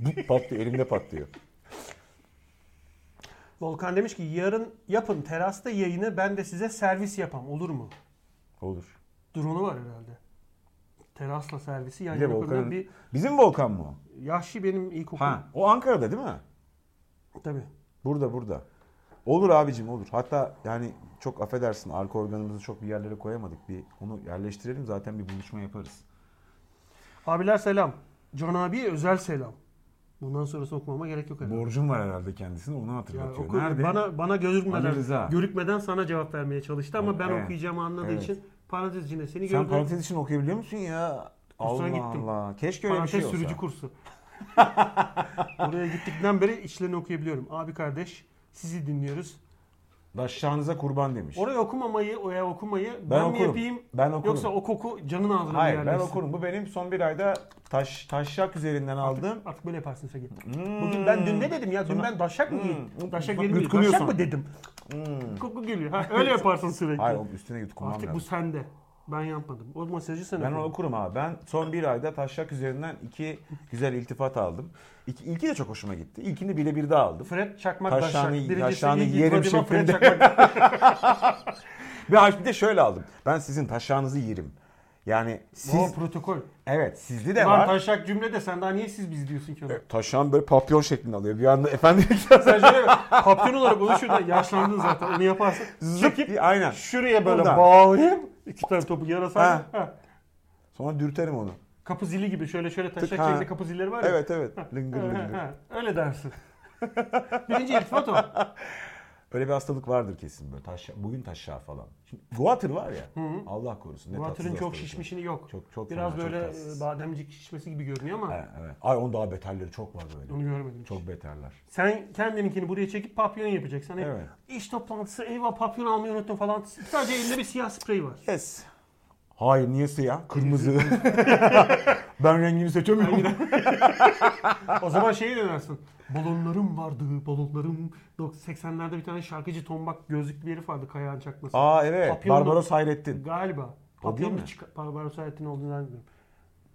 bu patlıyor, elimde patlıyor. Volkan demiş ki yarın yapın terasta yayını ben de size servis yapam olur mu? Olur. Drone'u var herhalde. Terasla servisi yan Bir de yana koyulan Volkan'ın... bir Bizim Volkan mı o? yaşlı benim ilkokul. Ha. O Ankara'da değil mi? Tabii. Burada burada. Olur abicim olur. Hatta yani çok affedersin arka organımızı çok bir yerlere koyamadık. Bir onu yerleştirelim zaten bir buluşma yaparız. Abiler selam. Can abiye özel selam. Bundan sonra sokmama gerek yok herhalde. Borcum var herhalde kendisine onu Ya hatırlatıyor. oku- Nerede? Bana bana Ali Rıza. gözükmeden, görükmeden sana cevap vermeye çalıştı ama ben Evet. okuyacağımı anladığı Evet. için parantez içinde seni Sen gördüm. parantez için okuyabiliyor musun ya? Allah Kursuna gittim. Allah. Keşke öyle bir Parantez şey olsa. sürücü kursu. Buraya gittikten beri içlerini okuyabiliyorum. Abi kardeş sizi dinliyoruz. Daşşağınıza kurban demiş. Oraya okumamayı, oraya okumayı ben, mi okurum. yapayım? Ben okurum. Yoksa o koku canın ağzına mı Hayır ben yerleşsin? okurum. Bu benim son bir ayda taş taşşak üzerinden aldığım Artık böyle yaparsın Sagi. Bugün ben dün ne dedim ya? Dün ben daşak mı giydim? Daşak Hmm. Bak, yedim mi? yutkunuyorsun. Daşak mı dedim? Koku geliyor. Ha, öyle yaparsın sürekli. Hayır oğlum üstüne yutkunmam Artık lazım. bu sende. Ben yapmadım. O masajı sen Ben onu yapıyorsun. okurum abi. Ben son bir ayda taşşak üzerinden iki güzel iltifat aldım. İki, ilki de çok hoşuma gitti. İlkini bile bir daha aldım. Fred çakmak daşak. Taşlarını- Birincisi taşlarını iyi yerim gitmedi ama Fred şeklinde. çakmak. Ve ha- bir de şöyle aldım. Ben sizin taşşağınızı yerim. Yani siz... O protokol. Evet sizde de Lan var. taşak cümle de sen daha niye siz biz diyorsun ki ona? Taşan böyle papyon şeklinde alıyor. Bir anda efendim Sen şöyle bak, kaptan olarak onu şurada yaşlandın zaten onu yaparsın. zıp diye- aynen. Şuraya böyle Buradan. bağlayayım. İki tane topu yarasaydı. Ha. Ha. Sonra dürterim onu. Kapı zili gibi şöyle şöyle taşak ha. şeklinde kapı zilleri var ya. Evet evet. Lıngır Ha, lıngır. ha, Öyle dersin. Birinci iltifat o. Öyle bir hastalık vardır kesin böyle. Taş, bugün taşşağı falan. Şimdi guatr var ya. Allah korusun. Ne tatsız Water'ın çok hastalık o. şişmişini yok. Çok- çok Biraz fena, çok böyle tatsız. e, bademcik şişmesi gibi görünüyor ama Evet, evet. Ay onun daha beterleri çok var böyle. onu görmedim. hiç. Çok beterler. Sen kendininkini buraya çekip papyon yapacaksın. Hani Evet. iş toplantısı eyvah papyon almayı unuttum falan. Sadece elinde bir siyah sprey var. Yes. Hayır niye siyah? Kırmızı. ben rengini seçemiyorum. O zaman şeye dönersin. Balonlarım vardı, balonlarım. Dok- 80'lerde bir tane şarkıcı tombak gözlüklü bir herif vardı kayağın çakması. Aa evet. Papyonlu- Barbaros Hayrettin. Galiba. O değil Papyonlu mi? çık- Barbaros Hayrettin olduğunu zannediyorum.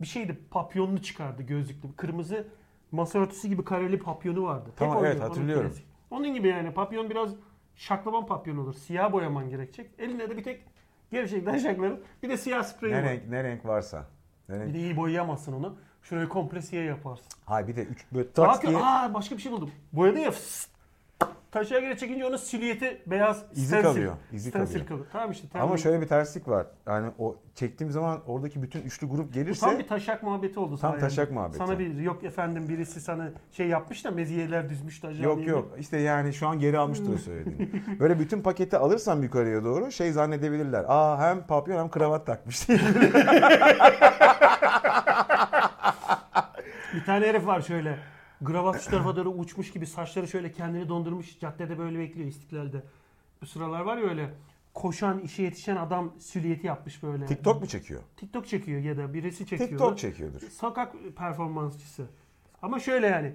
Bir şeydi papyonlu çıkardı gözlüklü. Kırmızı masa örtüsü gibi kareli papyonu vardı. Hep Tamam, oydu, evet, onun hatırlıyorum. klasik. Onun gibi yani papyon biraz şaklaban papyon olur. Siyah boyaman gerekecek. Eline de bir tek gevşekten şaklarım. Bir de siyah sprey Ne var. renk, ne renk varsa. Ne Bir renk? de iyi boyayamazsın onu. Şurayı komple siyah yaparsın. Hayır bir de üç böyle Bak tak diye aa başka bir şey buldum. Boyadın ya fıs. Taşıya göre çekince onun silüeti beyaz İzi stencil. kalıyor, izi Stencil kalıyor. Tamam işte. Tam ama şöyle bir terslik var. Yani o çektiğim zaman oradaki bütün üçlü grup gelirse Tam bir taşak muhabbeti oldu sayende. taşak muhabbeti. Sana bir yok efendim birisi sana şey yapmış da meziyeler düzmüş de acaba Yok neydi? yok işte yani şu an geri almıştır o Hmm. söylediğini. Böyle bütün paketi alırsam yukarıya doğru şey zannedebilirler. Aa hem papyon hem kravat takmış diye. Bir tane herif var şöyle. Gravat şu tarafa doğru uçmuş gibi saçları şöyle kendini dondurmuş. Caddede böyle bekliyor istiklalde. Bu sıralar var ya öyle koşan işe yetişen adam silüeti yapmış böyle. TikTok mu çekiyor? TikTok çekiyor ya da birisi çekiyor. TikTok çekiyordur. Sokak performansçısı. Ama şöyle yani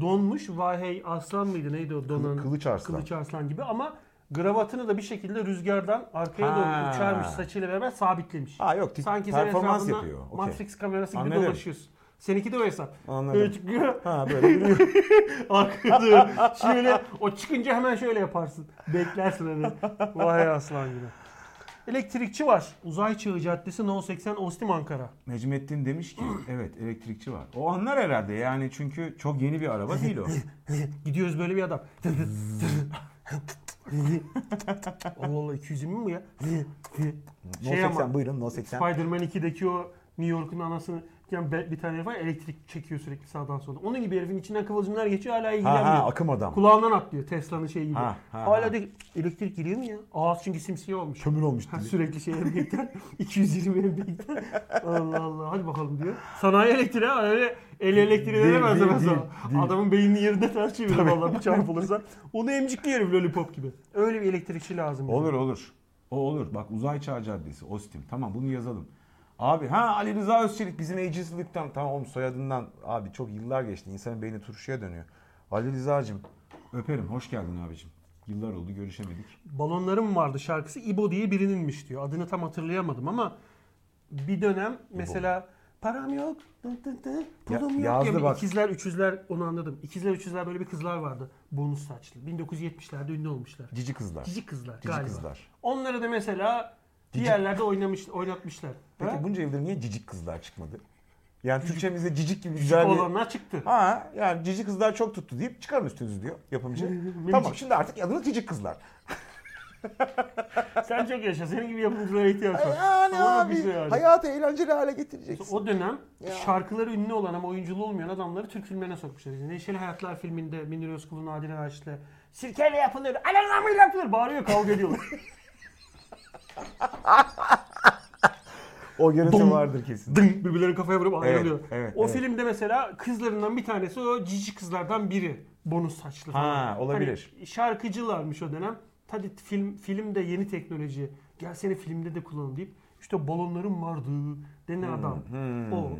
donmuş vahey aslan mıydı neydi o donan? Kılıç Arslan. Kılıç Arslan gibi ama gravatını da bir şekilde rüzgardan arkaya Ha. doğru uçarmış saçıyla beraber sabitlemiş. Ha yok tik- Sanki sen performans etrafında yapıyor. Okey. Matrix kamerası gibi Anladım. dolaşıyorsun. Seninki de o hesap. Anladım. Böyle çıkıyor Ha böyle yürüyor. arkaya doğru. Şöyle o çıkınca hemen şöyle yaparsın. Beklersin hani. Vay aslan gibi. Elektrikçi var. Uzay Çağı Caddesi No 80 Ostim Ankara. Necmettin demiş ki evet elektrikçi var. O anlar herhalde yani çünkü çok yeni bir araba değil o. Gidiyoruz böyle bir adam. Allah Allah 220 mi bu ya? No Şey 80 ama- buyurun No 80. Spider-Man 2'deki o New York'un anasını yani be- bir tane herif var ya, elektrik çekiyor sürekli sağdan sola. Onun gibi herifin içinden kıvılcımlar geçiyor hala ilgilenmiyor. Ha ha akım adam. Kulağından atlıyor Tesla'nın şeyi gibi. Ha, ha, hala ha. diyor ki, elektrik giriyor mu ya? Ağız çünkü simsiyah olmuş. Kömür olmuş Ha, dili. sürekli şey emekten 220 emekten Allah Allah hadi bakalım diyor. Sanayi elektriği ha öyle el elektriği Değil, veremez değil, ama değil, sana. değil. Adamın beynini yerinde ters çevirir valla bir çarpılırsan. Onu emcikliyor herif lollipop gibi. Öyle bir elektrikçi lazım. bize. Olur olur. O olur. Bak Uzay Çağı Caddesi, Ostim. Tamam bunu yazalım. Abi ha Ali Rıza Özçelik bizim ageistlikten tamam oğlum soyadından abi çok yıllar geçti. İnsanın beyni turşuya dönüyor. Ali Rıza'cığım öperim. Hoş geldin abicim. Yıllar oldu görüşemedik. Balonlarım vardı şarkısı İbo diye birininmiş diyor. Adını tam hatırlayamadım ama bir dönem mesela param yok, tı tı tı, pulum Ya- yok yazdı ya bir bak. ikizler, üçüzler onu anladım. İkizler, üçüzler böyle bir kızlar vardı. Bonus saçlı. 1970'lerde ünlü olmuşlar. Cici kızlar. Cici kızlar Cici galiba. kızlar. Onları da mesela bir yerlerde oynamış, oynatmışlar. Peki Ha? bunca yıldır niye cicik kızlar çıkmadı? Yani Türkçemizde cicik gibi güzel bir... olanlar çıktı. Ha yani cici kızlar çok tuttu deyip çıkarın üstünüzü diyor yapımcı. tamam şimdi artık adınız cici kızlar. Sen çok yaşa. Senin gibi yapımcılara ihtiyaç var. Yani Ama abi bize şey yani. hayatı eğlenceli hale getireceksin. O dönem şarkıları ünlü olan ama oyunculuğu olmayan adamları Türk filmlerine sokmuşlar. Yani Neşeli Hayatlar filminde Münir Özkul'un Adile Naşit'le sirkeyle yapılır, alarmıyla yapılır bağırıyor kavga ediyorlar. O görüntü Dum. vardır kesin. Dın birbirlerine kafaya vurup ayrılıyor. Evet, evet, o evet. filmde mesela kızlarından bir tanesi o cici kızlardan biri. Bonus saçlı. Ha, olabilir. Hani şarkıcılarmış o dönem. Hadi film, filmde yeni teknoloji. Gel seni filmde de kullan deyip işte balonların vardı Hmm, denen adam. O.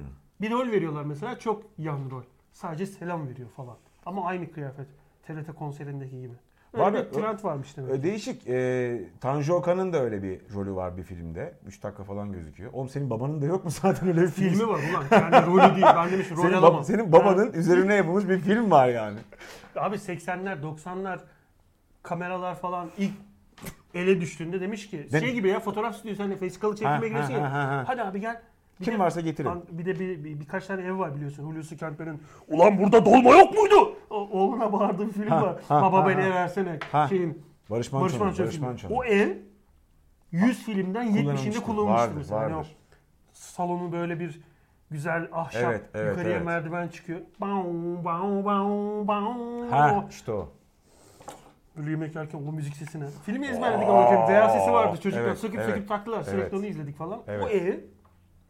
Bir rol veriyorlar mesela çok yan rol. Sadece selam veriyor falan. Ama aynı kıyafet. TRT konserindeki gibi. Öyle Var bir mı? trend varmış demek. Ee, Değişik. Ee, Tanju Okan'ın da öyle bir rolü var bir filmde. 3 dakika falan gözüküyor. Oğlum senin babanın da yok mu zaten öyle bir film? Filmi var ulan. Yani rolü değil. Ben demiş rol Senin, bab- alamam. senin babanın üzerine yapılmış bir film var yani. Abi 80'ler 90'lar kameralar falan ilk ele düştüğünde demiş ki Değil şey mi? gibi ya fotoğraf stüdyosu hani vesikalı Ha, ha, çekime giriyorsun ha, ya. ha, ha. Hadi abi gel. Bir Kim de- varsa getirin. An- Bir de bir, bir- birkaç tane ev var biliyorsun Hulusi Kemper'in. Ulan burada dolma yok muydu? O- oğluna bağırdığı bir film Ha, var. ha, Baba ha, beni ha. versene. Ha. Şeyin. Barış Barış Manço'nun. Manço Barış filmi. Manço'nun. O ev 100 filmden 70'inde Kullanılmıştır. kullanılmıştı Vardır, mesela. Hani o vardır. salonu böyle bir güzel ahşap Evet, evet, yukarıya evet. merdiven çıkıyor. Bau, bau, bau, bau. Ha işte o. Böyle yemek yerken o müzik sesine. Filmi ezberledik ama bakın VHS sesi vardı çocuklar. Evet, söküp evet, söküp taktılar. Sürekli evet. onu izledik falan. O Evet. ev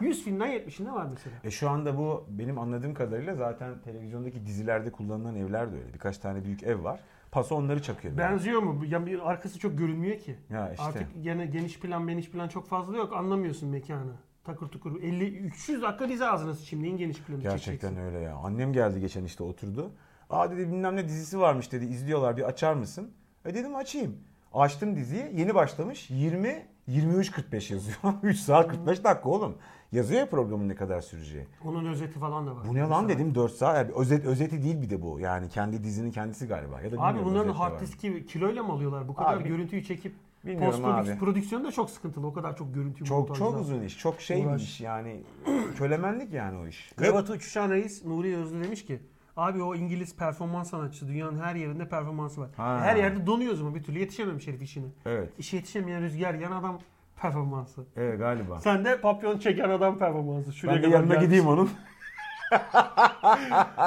100 filmden 70'inde var mesela. E şu anda bu benim anladığım kadarıyla zaten televizyondaki dizilerde kullanılan evler de öyle. Birkaç tane büyük ev var. Paso onları çakıyor. böyle. Benziyor mu? Yani bir arkası çok görünmüyor ki. Ya işte. Artık gene geniş plan meniş plan çok fazla yok. Anlamıyorsun mekanı. Takır tukur. 50 300 dakika dizi ağzına sıçayım. geniş planı Gerçekten çekeceksin. öyle ya. Annem geldi geçen işte oturdu. Aa dedi bilmem ne dizisi varmış dedi. İzliyorlar bir açar mısın? E dedim açayım. Açtım diziyi. Yeni başlamış. 20 23.45 yazıyor. 3 saat 45 dakika oğlum. Yazıyor ya programın ne kadar süreceği. Onun özeti falan da var. Bu ne lan dedim 4 saat. Yani özet, özeti değil bir de bu. Yani kendi dizinin kendisi galiba. Ya da Abi bilmiyorum, bunların özet de var hard mı? diski kiloyla mı alıyorlar? Bu kadar Abi, görüntüyü çekip bilmiyorum post abi. prodüksiyon da çok sıkıntılı. O kadar çok görüntü Çok montajlar. çok uzun iş. Çok şey bir Uğraş. iş yani. Kölemenlik yani o iş. Kravatı uçuşan reis Nuri Özlü demiş ki Abi o İngiliz performans sanatçısı dünyanın her yerinde performansı var. Ha. Her yerde donuyoruz ama bir türlü yetişememiş herif işine. Evet. İşe yetişemeyen rüzgar yan adam performansı. Evet galiba. Sen de papyon çeken adam performansı. Şuraya Ben de kadar yanına gelmiş. gideyim onun.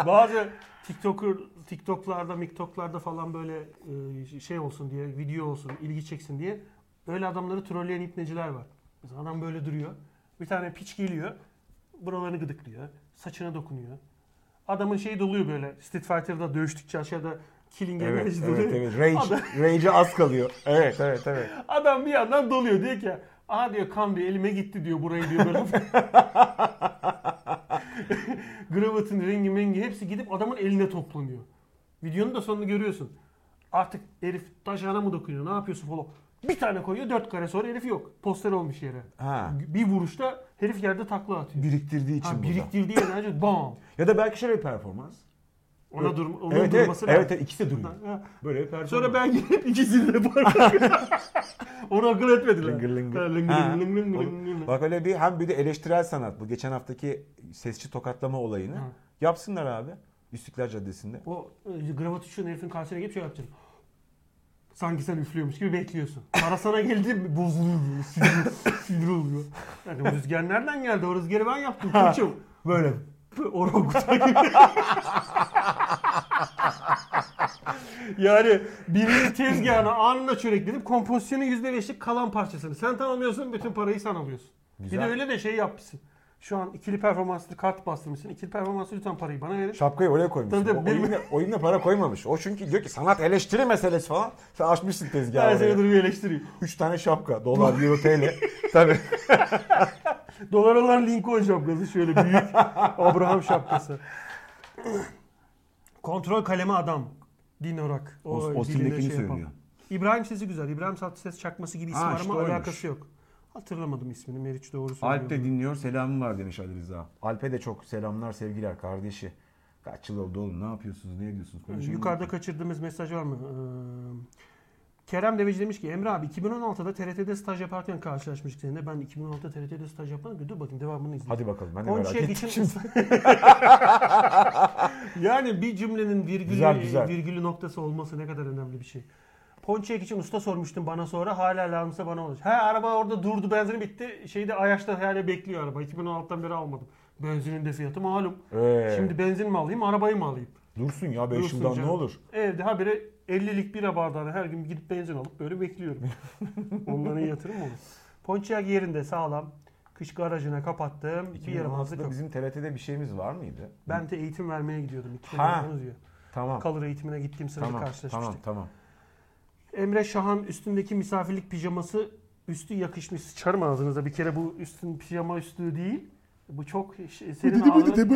Bazı TikToker, TikTok'larda, MikTok'larda falan böyle e, şey olsun diye, video olsun, ilgi çeksin diye öyle adamları trolleyen ipneciler var. Mesela adam böyle duruyor. Bir tane piç geliyor. Buralarını gıdıklıyor. Saçına dokunuyor. Adamın şeyi doluyor böyle. Street Fighter'da dövüştükçe aşağıda killing Evet, energy doluyor. evet, evet. Rage, rage'e az kalıyor. Evet, evet, evet. Adam bir yandan doluyor diyor ki Aa diyor kan diyor elime gitti diyor burayı diyor böyle. Gravatın rengi mengi hepsi gidip adamın eline toplanıyor. Videonun da sonunu görüyorsun. Artık herif taşana mı dokunuyor ne yapıyorsun falan. Bir tane koyuyor dört kare sonra herif yok. Poster olmuş yere. Ha. Bir vuruşta herif yerde takla atıyor. Biriktirdiği için Ha, burada. biriktirdiği enerji bam. Ya da belki şöyle bir performans. Ona durma, onun evet, evet, durması lazım. evet, evet, ikisi de duruyor. Ha. Böyle bir performans. Sonra ben gelip ikisini de parmak. Onu akıl etmediler. Lıngır lıngır. Ha, lıngır Ha. lıngır lıngır Oğlum, lıngır. Bak öyle bir hem bir de eleştirel sanat bu. Geçen haftaki sesçi tokatlama olayını. Ha. Yapsınlar abi. İstiklal Caddesi'nde. O e, gravat uçuşun herifin karşısına gelip şey yapacaksın. Sanki sen üflüyormuş gibi bekliyorsun. Para sana geldi bozuluyor. Sinir, sinir oluyor. Yani o rüzgar nereden geldi? O rüzgarı ben yaptım. Koçum. Böyle. P- Orangutan gibi. yani birinin tezgahına anında çöreklenip kompozisyonun yüzde beşlik kalan parçasını. Sen tamamlıyorsun bütün parayı sen alıyorsun. Bir Güzel. de öyle de şey yapmışsın. Şu an ikili performanslı kart bastırmışsın. İkili performanslı lütfen parayı bana verin. Şapkayı oraya koymuş. Tabii, tabii, O bir- oyunda, oyunda para koymamış. O çünkü diyor ki sanat eleştiri meselesi falan. Sen açmışsın tezgahı Ben oraya. seni durumu eleştireyim. Üç tane şapka. Dolar, euro, TL. Tabii. Dolar olan Lincoln şapkası şöyle büyük Abraham şapkası. Kontrol kalemi adam. Dinorak. O, dilinde Austin'dekini şey yapan. söylüyor. İbrahim sesi güzel. İbrahim Tatlıses çakması gibi ismi Ha, var işte ama oymuş. alakası yok. Hatırlamadım ismini. Meriç doğru söylüyor. Alp de dinliyor selamı var demiş Ali Rıza. Alp'e de çok selamlar sevgiler kardeşi. Kaç yıl oldu oğlum ne yapıyorsunuz ne ediyorsunuz? Konuşalım. Ee, Yukarıda kaçırdığımız mesaj var mı? Ee, Kerem Deveci demiş ki Emre abi 2016'da TRT'de staj yaparken karşılaşmıştık seninle. Ben 2016'da TRT'de staj yapmadım. Dur bakayım devamını izle. Hadi bakalım ben de Hani merak Ponçiye ettim. geçin. yani bir cümlenin virgülü, Güzel, güzel. virgülü noktası olması ne kadar önemli bir şey. Ponçiyek için usta sormuştum bana sonra hala lazımsa bana olur. He araba orada durdu benzini bitti. Şeyde Ayaş'ta hala bekliyor araba. 2016'dan beri almadım. Benzinin de fiyatı malum. Ee, Şimdi benzin mi alayım arabayı mı alayım? dursun ya 5 Dursun yıldan canım. ne olur? Evde habire 50'lik bira bardağını her gün gidip benzin alıp böyle bekliyorum. Onların yatırım mı olur? Ponçiyek yerinde sağlam. Kış garajına kapattım. Bir yaramazlık yok. 2016'da bizim TRT'de bir şeyimiz var mıydı? Ben de eğitim vermeye gidiyordum. İki Ha. tane yalnız ya. Tamam. Kalır eğitimine gittiğim sırada Tamam, karşılaşmıştık. tamam, tamam. Emre Şahan üstündeki misafirlik pijaması üstü yakışmış. Sıçarım ağzınıza bir kere bu üstün pijama üstü değil. Bu çok şey, senin ağzına...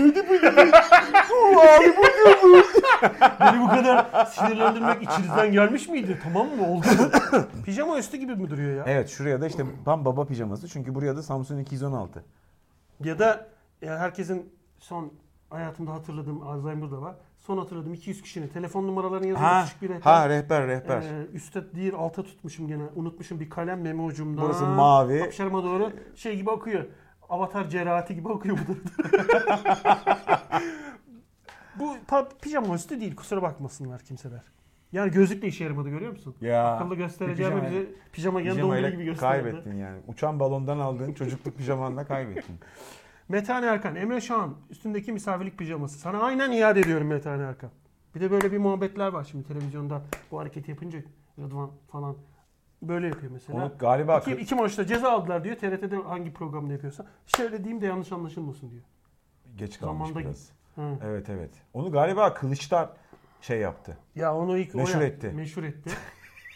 Beni bu kadar sinirlendirmek içinizden gelmiş miydi? Tamam mı? Oldu mu? pijama üstü gibi mi duruyor ya? Evet şuraya da işte tam baba pijaması çünkü buraya da Samsung 216. Ya da e, herkesin son hayatımda hatırladığım Alzheimer'da var. Son hatırladığım 200 kişinin telefon numaralarını yazıyorum. Ha, küçük bir rehber. ha rehber rehber. Ee, üstte değil alta tutmuşum gene. Unutmuşum bir kalem memo ucumda. Burası mavi. Hapşarıma doğru şey gibi akıyor. Avatar cerahati gibi akıyor bu durumda. bu pa- pijama üstü değil kusura bakmasınlar kimseler. Yani gözlükle işe yaramadı görüyor musun? ya. Akıllı bir göstereceğime pijama- bize pijama gene pijamayla dondurma gibi gösterdi. kaybettin yani. Uçan balondan aldığın çocukluk pijamanla kaybettin. Metane Erkan, Emre Şahan üstündeki misafirlik pijaması. Sana aynen iade ediyorum Metane Erkan. Bir de böyle bir muhabbetler var şimdi televizyonda bu hareketi yapınca Rıdvan falan böyle yapıyor mesela. Onu galiba İki, iki maçta ceza aldılar diyor. TRT'de hangi programda yapıyorsa. Şöyle diyeyim de yanlış anlaşılmasın diyor. geç kalmış Zamanda- biraz. Ha. Evet evet. Onu galiba Kılıçlar şey yaptı. Ya onu ilk o Meşhur yaptı. etti. Meşhur etti.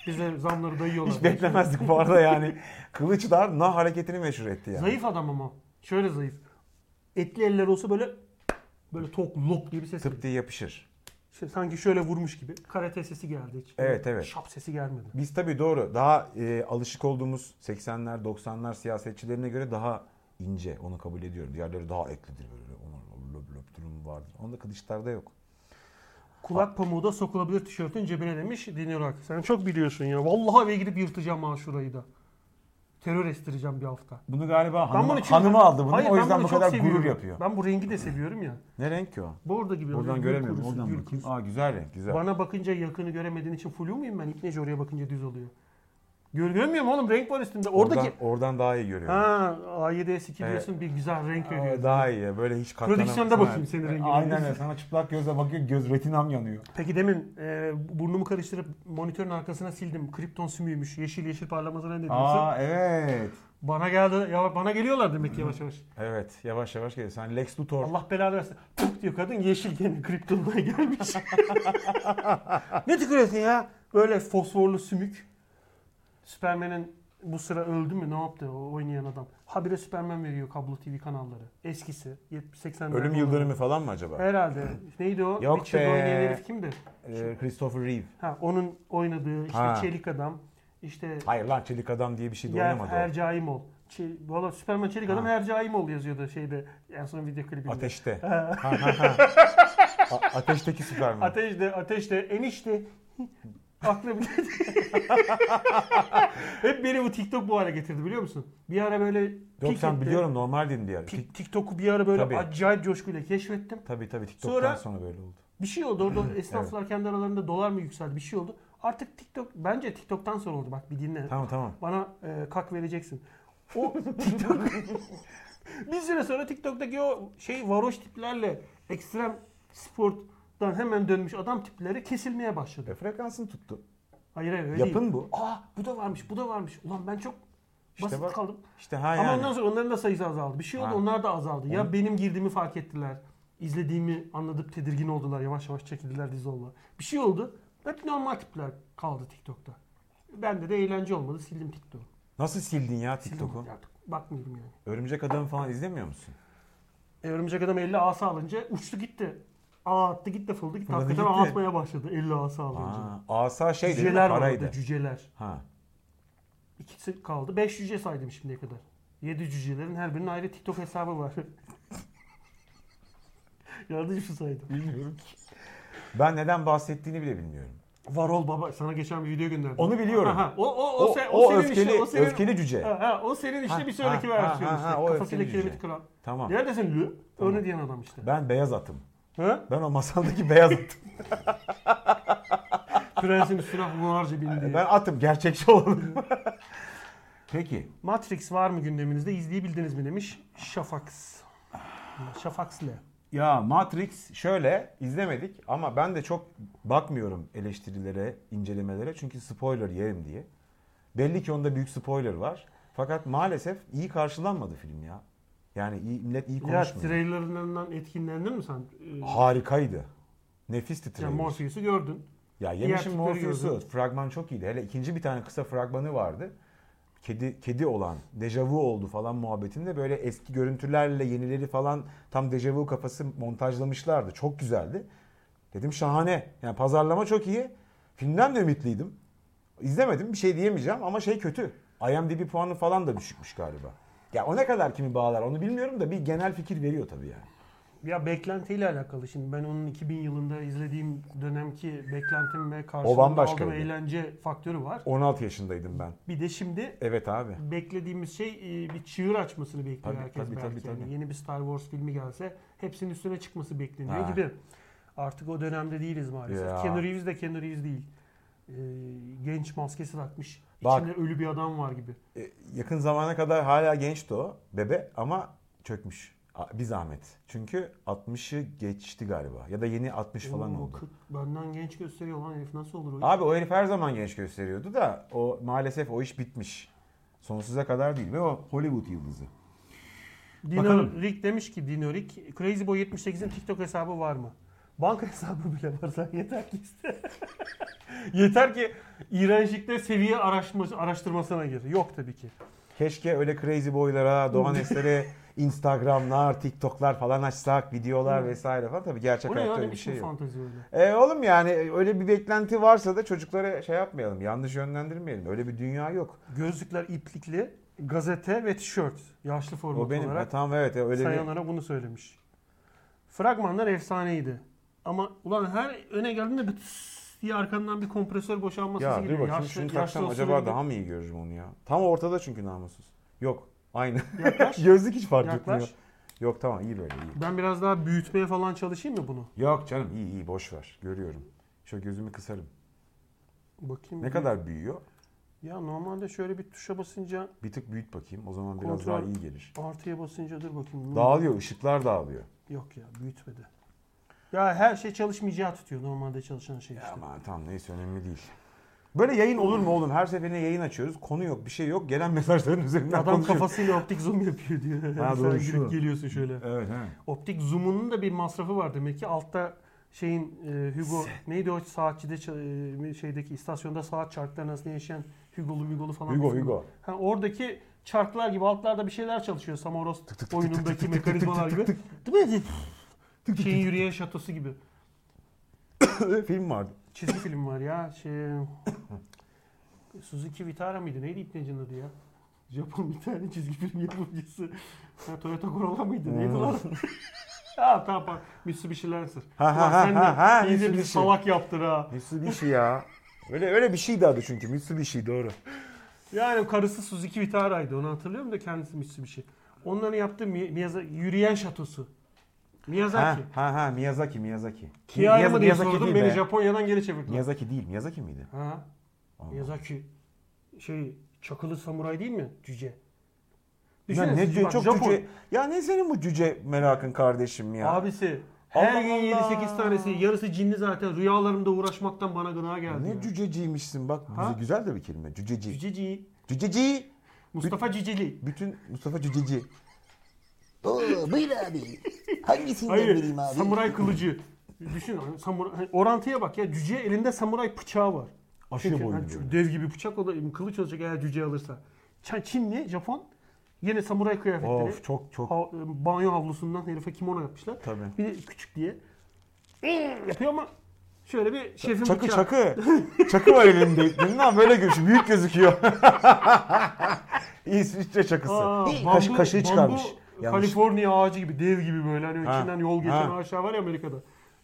Bize zamları dayıyorlar. Hiç beklemezdik bu arada yani. Kılıçlar na hareketini meşhur etti yani. Zayıf adam ama. Şöyle zayıf. Etli eller olsa böyle böyle tok lop diye bir ses Tıp geliyor. diye yapışır. Şey, sanki şöyle vurmuş gibi. Karate sesi geldi. Hiç. Evet, evet. Şap sesi gelmedi. Biz tabii doğru daha e, alışık olduğumuz 80'ler 90'lar siyasetçilerine göre daha ince onu kabul ediyorum. Diğerleri daha etlidir böyle. Onun löp löp durumu vardır. Onda Kılıçlar'da yok. Kulak pamuğu da sokulabilir tişörtün cebine demiş Dinorak. Sen çok biliyorsun ya. Vallahi eve gidip yırtacağım ha şurayı da. Terör estireceğim bir hafta. Bunu galiba Ben hanım, bunu çünkü- hanımı aldı bunu. Hayır, o ben yüzden bunu bu çok kadar seviyorum. gurur yapıyor. Ben bu rengi de seviyorum ya. Ne renk ki o? Bordo gibi. oluyor, Buradan gül göremiyorum. kurusu, Oradan gül bakayım. kurusu. Aa güzel renk güzel. Bana bakınca yakını göremediğin için flu muyum ben? İpneci oraya bakınca düz oluyor. Gör, görmüyorum oğlum renk var üstünde. Oradaki... Oradan, oradan daha iyi görüyorum. Ha A7S2 Evet. diyorsun bir güzel renk veriyor. Aa, daha iyi. ya, Böyle hiç katlanamam. Prodüksiyonda Sana- bakayım senin rengine. Aynen öyle. Sana çıplak gözle bakıyor. Göz retinam yanıyor. Peki demin e, burnumu karıştırıp monitörün arkasına sildim. Kripton sümüğümüş. Yeşil yeşil parlamasına ne diyorsun? Aa evet. Bana geldi. Ya bana geliyorlar demek ki yavaş yavaş. Evet. Yavaş yavaş geliyor. Sen Lex Luthor. Allah belanı versin. Puf diyor kadın yeşil gene kriptondan gelmiş. ne tükürüyorsun ya? Böyle fosforlu sümük. Superman'in bu sıra öldü mü ne yaptı o oynayan adam? Habire Superman veriyor kablo TV kanalları. Eskisi. 80 Ölüm yıldönümü falan mı acaba? Herhalde. Neydi o? Yok Witcher'da be. oynayan herif kimdi? Ee, Christopher Reeve. Ha, onun oynadığı işte Ha. Çelik Adam. işte Hayır lan Çelik Adam diye bir şey de Yer oynamadı. o. Hercaimoğlu. Çe- Valla Superman Çelik Adam Ha. Hercaimoğlu yazıyordu şeyde. En son video klibinde. Ateşte. Ha, ha, ha. A- ateşteki Superman. Ateş de, ateş de, enişte. Aklım geldi. Hep beni bu TikTok bu hale getirdi biliyor musun? Bir ara böyle Yok sen etti. biliyorum normaldin diye. Tik- TikTok'u bir ara böyle Tabii. acayip coşkuyla keşfettim. Tabii tabii TikTok'tan Sonra- sonra, böyle oldu. Bir şey oldu orada esnaflar kendi aralarında dolar mı yükseldi bir şey oldu. Artık TikTok bence TikTok'tan sonra oldu bak bir dinle. Tamam tamam. Bana e, kak vereceksin. O TikTok bir süre sonra TikTok'taki o şey varoş tiplerle ekstrem sporttan hemen dönmüş adam tipleri kesilmeye başladı. E, frekansını tuttu. Hayır hayır öyle değil. Yapın bu. Aa bu da varmış, bu da varmış. Ulan ben çok basit bak. kaldım. İşte ha Ama yani. ondan sonra onların da sayısı azaldı. Bir şey oldu, Ha. onlar da azaldı. Ya benim girdiğimi fark ettiler. İzlediğimi anladıp tedirgin oldular. Yavaş yavaş çekildiler Dizol'la. Bir şey oldu. Hep normal tipler kaldı TikTok'ta. Bende de eğlence olmadı. Sildim TikTok'u. Nasıl sildin ya Sildim TikTok'u? artık. Bakmıyorum yani. Örümcek Adam'ı falan izlemiyor musun? E, örümcek adam 50 asa alınca uçtu gitti. Aa attı gitti fıldı gitti. Fırladı Hakikaten gitti. atmaya başladı 50 asa alınca. Aa, asa şey değil mi? Cüceler vardı Paraydı. cüceler. Ha. İkisi kaldı. 5 cüce saydım şimdiye kadar. 7 cücelerin her birinin ayrı TikTok hesabı var. Yanlış mı saydım? Bilmiyorum ki. Ben neden bahsettiğini bile bilmiyorum. Varol baba sana geçen bir video gönderdim. Onu biliyorum. Aha, o, o, o, O, se- o senin öfkeli, işte, o senin, öfkeli cüce. Ha, ha, o senin işte Ha, bir sonraki ha, versiyonu ha, işte. ha, o Kafasıyla öfkeli kiremit cüce. kıran. Tamam. Neredesin Lü? Öyle diyen adam işte. Ben beyaz atım. Ha? Ben o masamdaki beyaz atım. Prensin üstüne hunharca bindi. ben atım. Gerçekçi olalım. Peki. Matrix var mı gündeminizde? İzleyebildiniz mi demiş. Şafaks. Şafaks'le. Ya Matrix şöyle izlemedik ama ben de çok bakmıyorum eleştirilere, incelemelere çünkü spoiler yerim diye. Belli ki onda büyük spoiler var. Fakat maalesef iyi karşılanmadı film ya. Yani iyi, millet iyi Ya konuşmuyor. trailerından etkilendin mi sen? Ee, Harikaydı. Nefisti Yani trailer. Morpheus'u gördün. ya yemişim tipleri Morpheus'u. gördüm. Fragman çok iyiydi. Hele ikinci bir tane kısa fragmanı vardı. Kedi kedi olan, dejavu oldu falan muhabbetinde böyle eski görüntülerle yenileri falan tam dejavu kafası montajlamışlardı. Çok güzeldi. Dedim şahane. Yani pazarlama çok iyi. Filmden de ümitliydim. İzlemedim bir şey diyemeyeceğim ama şey kötü. IMDb puanı falan da düşükmüş galiba. Ya o ne kadar kimi bağlar onu bilmiyorum da bir genel fikir veriyor tabii yani. Ya beklentiyle alakalı şimdi ben onun 2000 yılında izlediğim dönemki beklentim ve O karşılığında bambaşka aldığım bir- eğlence faktörü var. 16 yaşındaydım ben. Bir de şimdi Evet abi. beklediğimiz şey e, bir çığır açmasını bekliyor Tabii, herkes tabii, belki. tabii, Yani tabii. yeni bir Star Wars filmi gelse hepsinin üstüne çıkması bekleniyor Ha. gibi. Artık o dönemde değiliz maalesef. Ya. Keanu Reeves de Keanu Reeves değil. Ee, genç maskesi takmış. Bak. İçinde ölü bir adam var gibi. E, yakın zamana kadar hala gençti o bebe ama çökmüş. A- Bir zahmet. Çünkü 60'ı geçti galiba. Ya da yeni 60 falan Oo, oldu. 40 benden genç gösteriyor lan herif nasıl olur o? Abi o herif her zaman genç gösteriyordu da o maalesef o iş bitmiş. Sonsuza kadar değil ve o Hollywood yıldızı. Bakalım. Dino Rick demiş ki Dino Rick Crazy Boy 78'in TikTok hesabı var mı? Banka hesabı bile var sen yeter ki iste. yeter ki iğrençlikte seviye araştırması, araştırmasına gir. Yok tabii ki. Keşke öyle crazy boylara, Doğan Eser'e Instagram'lar, TikTok'lar falan açsak, videolar vesaire falan. Tabii gerçek O ne ya hayatta ne öyle bir biçim şey yok. fantezi öyle. E oğlum yani öyle bir beklenti varsa da çocuklara şey yapmayalım, yanlış yönlendirmeyelim. Öyle bir dünya yok. Gözlükler iplikli, gazete ve tişört. Yaşlı format O benim olarak hatam evet öyle bir sayanlara bunu söylemiş. Fragmanlar efsaneydi. Ama ulan her öne geldiğinde bir tıs diye arkandan bir kompresör boşalması Ya dur geliyor. bakayım Yaşlı- şunu yaşlı taksam olsa acaba öyle bir- daha mı iyi görürüm onu ya? Tam ortada çünkü namussuz. Yok aynı. Yaklaş. Gözlük hiç fark etmiyor. Yaklaş. Yok tamam iyi böyle iyi. Ben biraz daha büyütmeye falan çalışayım mı bunu? Yok canım iyi iyi boş ver. Görüyorum. Şöyle gözümü kısarım. Bakayım. Ne bir- kadar büyüyor? Ya normalde şöyle bir tuşa basınca Bir tık büyüt bakayım. O zaman biraz Kontrol. daha iyi gelir. artıya basınca dur bakayım. Bunu- Dağılıyor, ışıklar dağılıyor. Yok ya büyütmedi. Ya her şey çalışmayacağı tutuyor normalde çalışan şey işte. Aman tamam neyse önemli değil. Böyle yayın olur mu oğlum? Her seferinde yayın açıyoruz. Konu yok, bir şey yok. Gelen mesajların üzerinden Adam konuşuyoruz. kafasıyla optik zoom yapıyor diyor. Ha, Sen doğru, girip şu. geliyorsun şöyle. Evet, he. Optik zoom'unun da bir masrafı var demek ki. Altta şeyin e, Hugo neydi o saatçide ça- e, şeydeki istasyonda saat çarkları arasında yaşayan Hugo'lu Hugo'lu falan. Hugo, bir- Hugo. Ha, oradaki çarklar gibi altlarda bir şeyler çalışıyor Samaros tık, tık, tık, oyunundaki tık, tık, tık, mekanizmalar tık, gibi. Değil mi? Şeyin yürüyen şatosu gibi. Film vardı. Çizgi film var ya. Şey... Suzuki Vitara mıydı? Neydi İpneci'nin adı ya? Japon bir tane çizgi film yapımcısı. Ha, Toyota Corolla mıydı? Neydi lan? ha tamam bak. Mitsubishi Lancer. Ha, ha, Ulan ha, sen de ha, ha, iyice bir Mitsubishi. salak yaptır ha. Mitsubishi ya. Öyle öyle bir şeydi adı çünkü. Mitsubishi doğru. Yani karısı Suzuki Vitara'ydı. Onu hatırlıyorum da kendisi Mitsubishi. Onların yaptığı Mi- Miyazaki, yürüyen şatosu. Miyazaki. Ha ha ha Miyazaki Miyazaki. Kiara Miyaza- mı diye Miyazaki sordum değil beni be. Japonya'dan geri çevirdiler. Miyazaki değil. Miyazaki miydi? Ha. Miyazaki şey çakılı samuray değil mi? Cüce. Ya Düşünün ne siz, cüce, bak, çok Japon. cüce. Ya ne senin bu cüce merakın kardeşim ya. Abisi her Allah gün Allah. 7-8 tanesi yarısı cinli zaten rüyalarımda uğraşmaktan bana gına geldi. ne ya. cüceciymişsin bak. Ha? Güzel, güzel de bir kelime. Cüceci. Cüceci. Cüceci. Mustafa Ciceli. Bütün Mustafa Cüceci. Oo buyur abi. Hangisini Hayır vereyim abi? samuray kılıcı. Düşün hani samuray, hani orantıya bak ya cüce elinde samuray bıçağı var. Aşırı Çünkü boylu hani böyle. dev gibi bıçak o da kılıç olacak eğer cüce alırsa. Ç- Çinli, Japon yine samuray kıyafetleri. e, Of çok çok. Ha- banyo havlusundan herife kimono yapmışlar. Tabii. Bir de küçük diye. Ee, yapıyor ama şöyle bir şefin Çakı bıçağı. çakı. Çakı var elimde. Dedim lan böyle gözü büyük gözüküyor. İsviçre çakısı. Aa, Kaş- bambu- kaşığı çıkarmış. Bambu, Yanlış. Kaliforniya ağacı gibi dev gibi böyle hani Ha, içinden yol geçen ha. ağaçlar var ya Amerika'da.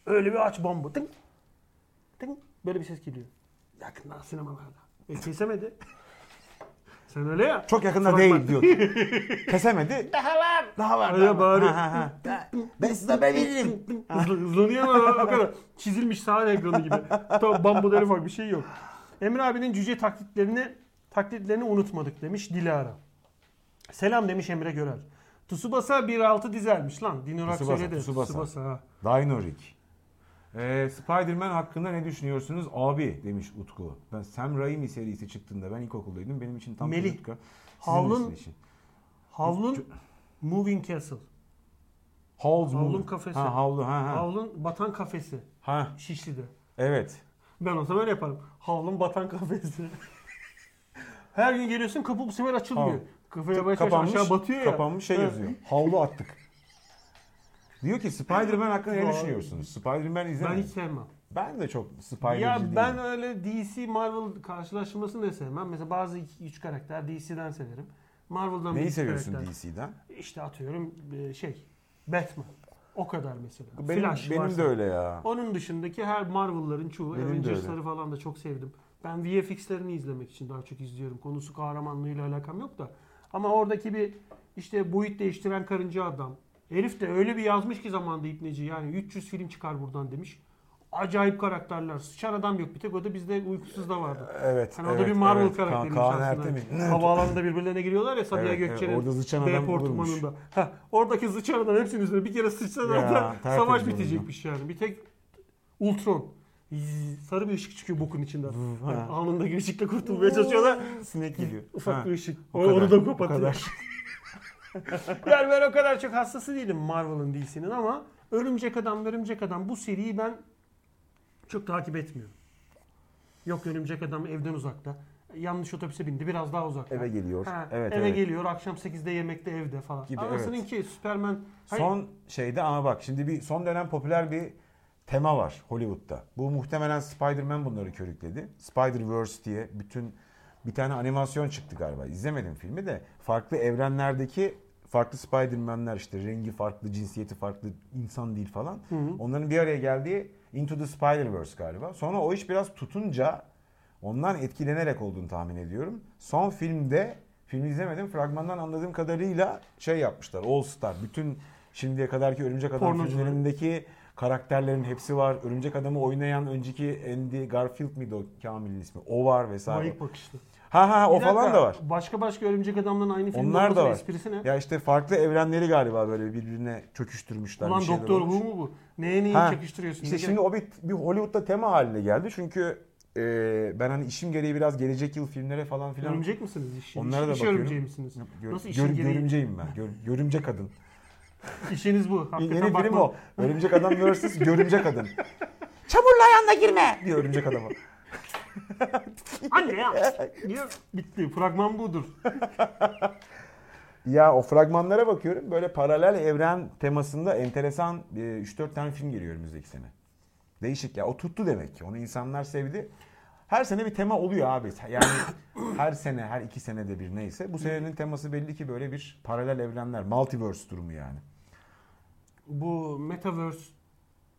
Öyle bir ağaç bambu. Tın, tın, böyle bir ses geliyor. Yakından sinemalarda. E kesemedi. Sen öyle ya. Çok yakında Fragman. değil diyor. Kesemedi. Daha var. Daha var. Öyle daha var. bağırıyor. Ha, ha, ha. Daha- Ben size haber veririm. Hızlı, hızlanıyor ama o kadar. Çizilmiş sahne ekranı gibi. Tam bambuda en ufak bir şey yok. Emre abinin cüce taklitlerini taklitlerini unutmadık demiş Dilara. Selam demiş Emre Görel. Tsubasa 1.6 dizelmiş lan. Dinorak Tsubasa, söyledi. Tsubasa. ha. Dinorik. Ee, Spider-Man hakkında ne düşünüyorsunuz abi demiş Utku. Ben Sam Raimi serisi çıktığında ben ilkokuldaydım. Benim için tam Melih. Utku. Havlun- için. Havlun Moving Castle. Havlun, Havlun kafesi. Ha, havlu, ha, ha. Havlun Batan Kafesi. ha. Şişli'de. Evet. Ben olsam öyle yaparım. Havlun Batan Kafesi. Her gün geliyorsun kapı bu sefer açılmıyor. Hav- Kafaya yavaş yavaş aşağı batıyor ya. Kapanmış şey Evet. yazıyor. Havlu attık. Diyor ki Spider-Man hakkında ne Vay. düşünüyorsunuz? Spider-Man Ben izlemedim. hiç sevmem. Ben de çok Spider-Man Ya değilim. ben öyle DC Marvel karşılaşmasını da sevmem. Mesela bazı 3 karakter DC'den severim. Marvel'dan bir Neyi iki seviyorsun karakter. DC'den? İşte atıyorum e, şey Batman. O kadar mesela. Benim, Flash benim varsa. de öyle ya. Onun dışındaki her Marvel'ların çoğu Benim de Avengers'ları öyle. falan da çok sevdim. Ben VFX'lerini izlemek için daha çok izliyorum. Konusu kahramanlığıyla alakam yok da. Ama oradaki bir işte boyut değiştiren karınca adam. Herif de öyle bir yazmış ki zamanda İbneci yani 300 film çıkar buradan demiş. Acayip karakterler. Sıçan adam yok bir tek o da bizde uykusuz da vardı. Evet. Hani evet, o da bir Marvel evet. Ka- karakteriymiş Kaan aslında. Ertem'in- Havaalanında birbirlerine giriyorlar ya Sabiha Evet, evet. Gökçen'in Orada sıçan B adam portmanında. Heh, oradaki sıçan adam hepsinin üzerine bir kere sıçsan Ya, orada tertemiz savaş olurdu. bitecekmiş yani. Bir tek Ultron. Zzz, Sarı bir ışık çıkıyor bokun içinden. Yani anında bir ışıkla kurtulmaya çalışıyorlar. Sinek geliyor. Ufak Ha. bir ışık. o O- onu kadar, da o kapatıyor. yani ben o kadar çok hastası değilim Marvel'ın DC'nin ama Örümcek Adam, Örümcek Adam bu seriyi ben çok takip etmiyorum. Yok Örümcek Adam evden uzakta. Yanlış otobüse bindi biraz daha uzakta. Eve geliyor. Ha, evet, eve evet. geliyor akşam 8'de yemekte evde falan. Gibi, Anasının evet. ki Superman Hayır, Son şeyde ama bak şimdi bir son dönem popüler bir tema var Hollywood'da. Bu muhtemelen Spider-Man bunları körükledi. Spider-Verse diye bütün bir tane animasyon çıktı galiba. İzlemedim filmi de farklı evrenlerdeki farklı Spider-Man'ler işte rengi farklı, cinsiyeti farklı, insan değil falan. Onların bir araya geldiği Into the Spider-Verse galiba. Sonra o iş biraz tutunca ondan etkilenerek olduğunu tahmin ediyorum. Son filmde filmi izlemedim. Fragmandan anladığım kadarıyla şey yapmışlar. All Star. Bütün şimdiye kadarki Örümcek Adam Pornocuları. filmlerindeki karakterlerin hepsi var. Örümcek Adam'ı oynayan önceki Andy Garfield miydi o Kamil'in ismi? O var vesaire. bayık bakışlı. Ha ha Bir o dakika, falan da var. Başka başka örümcek adamların aynı filmde Onlar da olmasının var. Esprisi ne? Ya işte farklı evrenleri galiba böyle birbirine çöküştürmüşler. Ulan bir şeyler Doktor Who olmuş. mu bu? Neye neyi Ha, çakıştırıyorsun? İşte Ne şimdi o bir, bir Hollywood'da tema haline geldi. Çünkü e, ben hani işim gereği biraz gelecek yıl filmlere falan gerek? filan Örümcek misiniz? İş, Onlara iş, da iş bakıyorum. örümceği misiniz? Gör, Nasıl işin gör- gereği? görümceğim ben. Gör, görümce kadın. İşiniz bu. Hakikaten Yeni film bakma. o. Örümcek adam vs. görümce kadın. Çamurlu ayağına girme. Diyor örümcek adama. Anne ya. Niye? Bitti. Fragman budur. Ya o fragmanlara bakıyorum. Böyle paralel evren temasında enteresan e, 3-4 tane film geliyor önümüzdeki sene. Değişik ya. O tuttu demek ki. Onu insanlar sevdi. Her sene bir tema oluyor abi. Yani her sene, her iki senede bir neyse. Bu senenin teması belli ki böyle bir paralel evrenler. Multiverse durumu yani. Bu Metaverse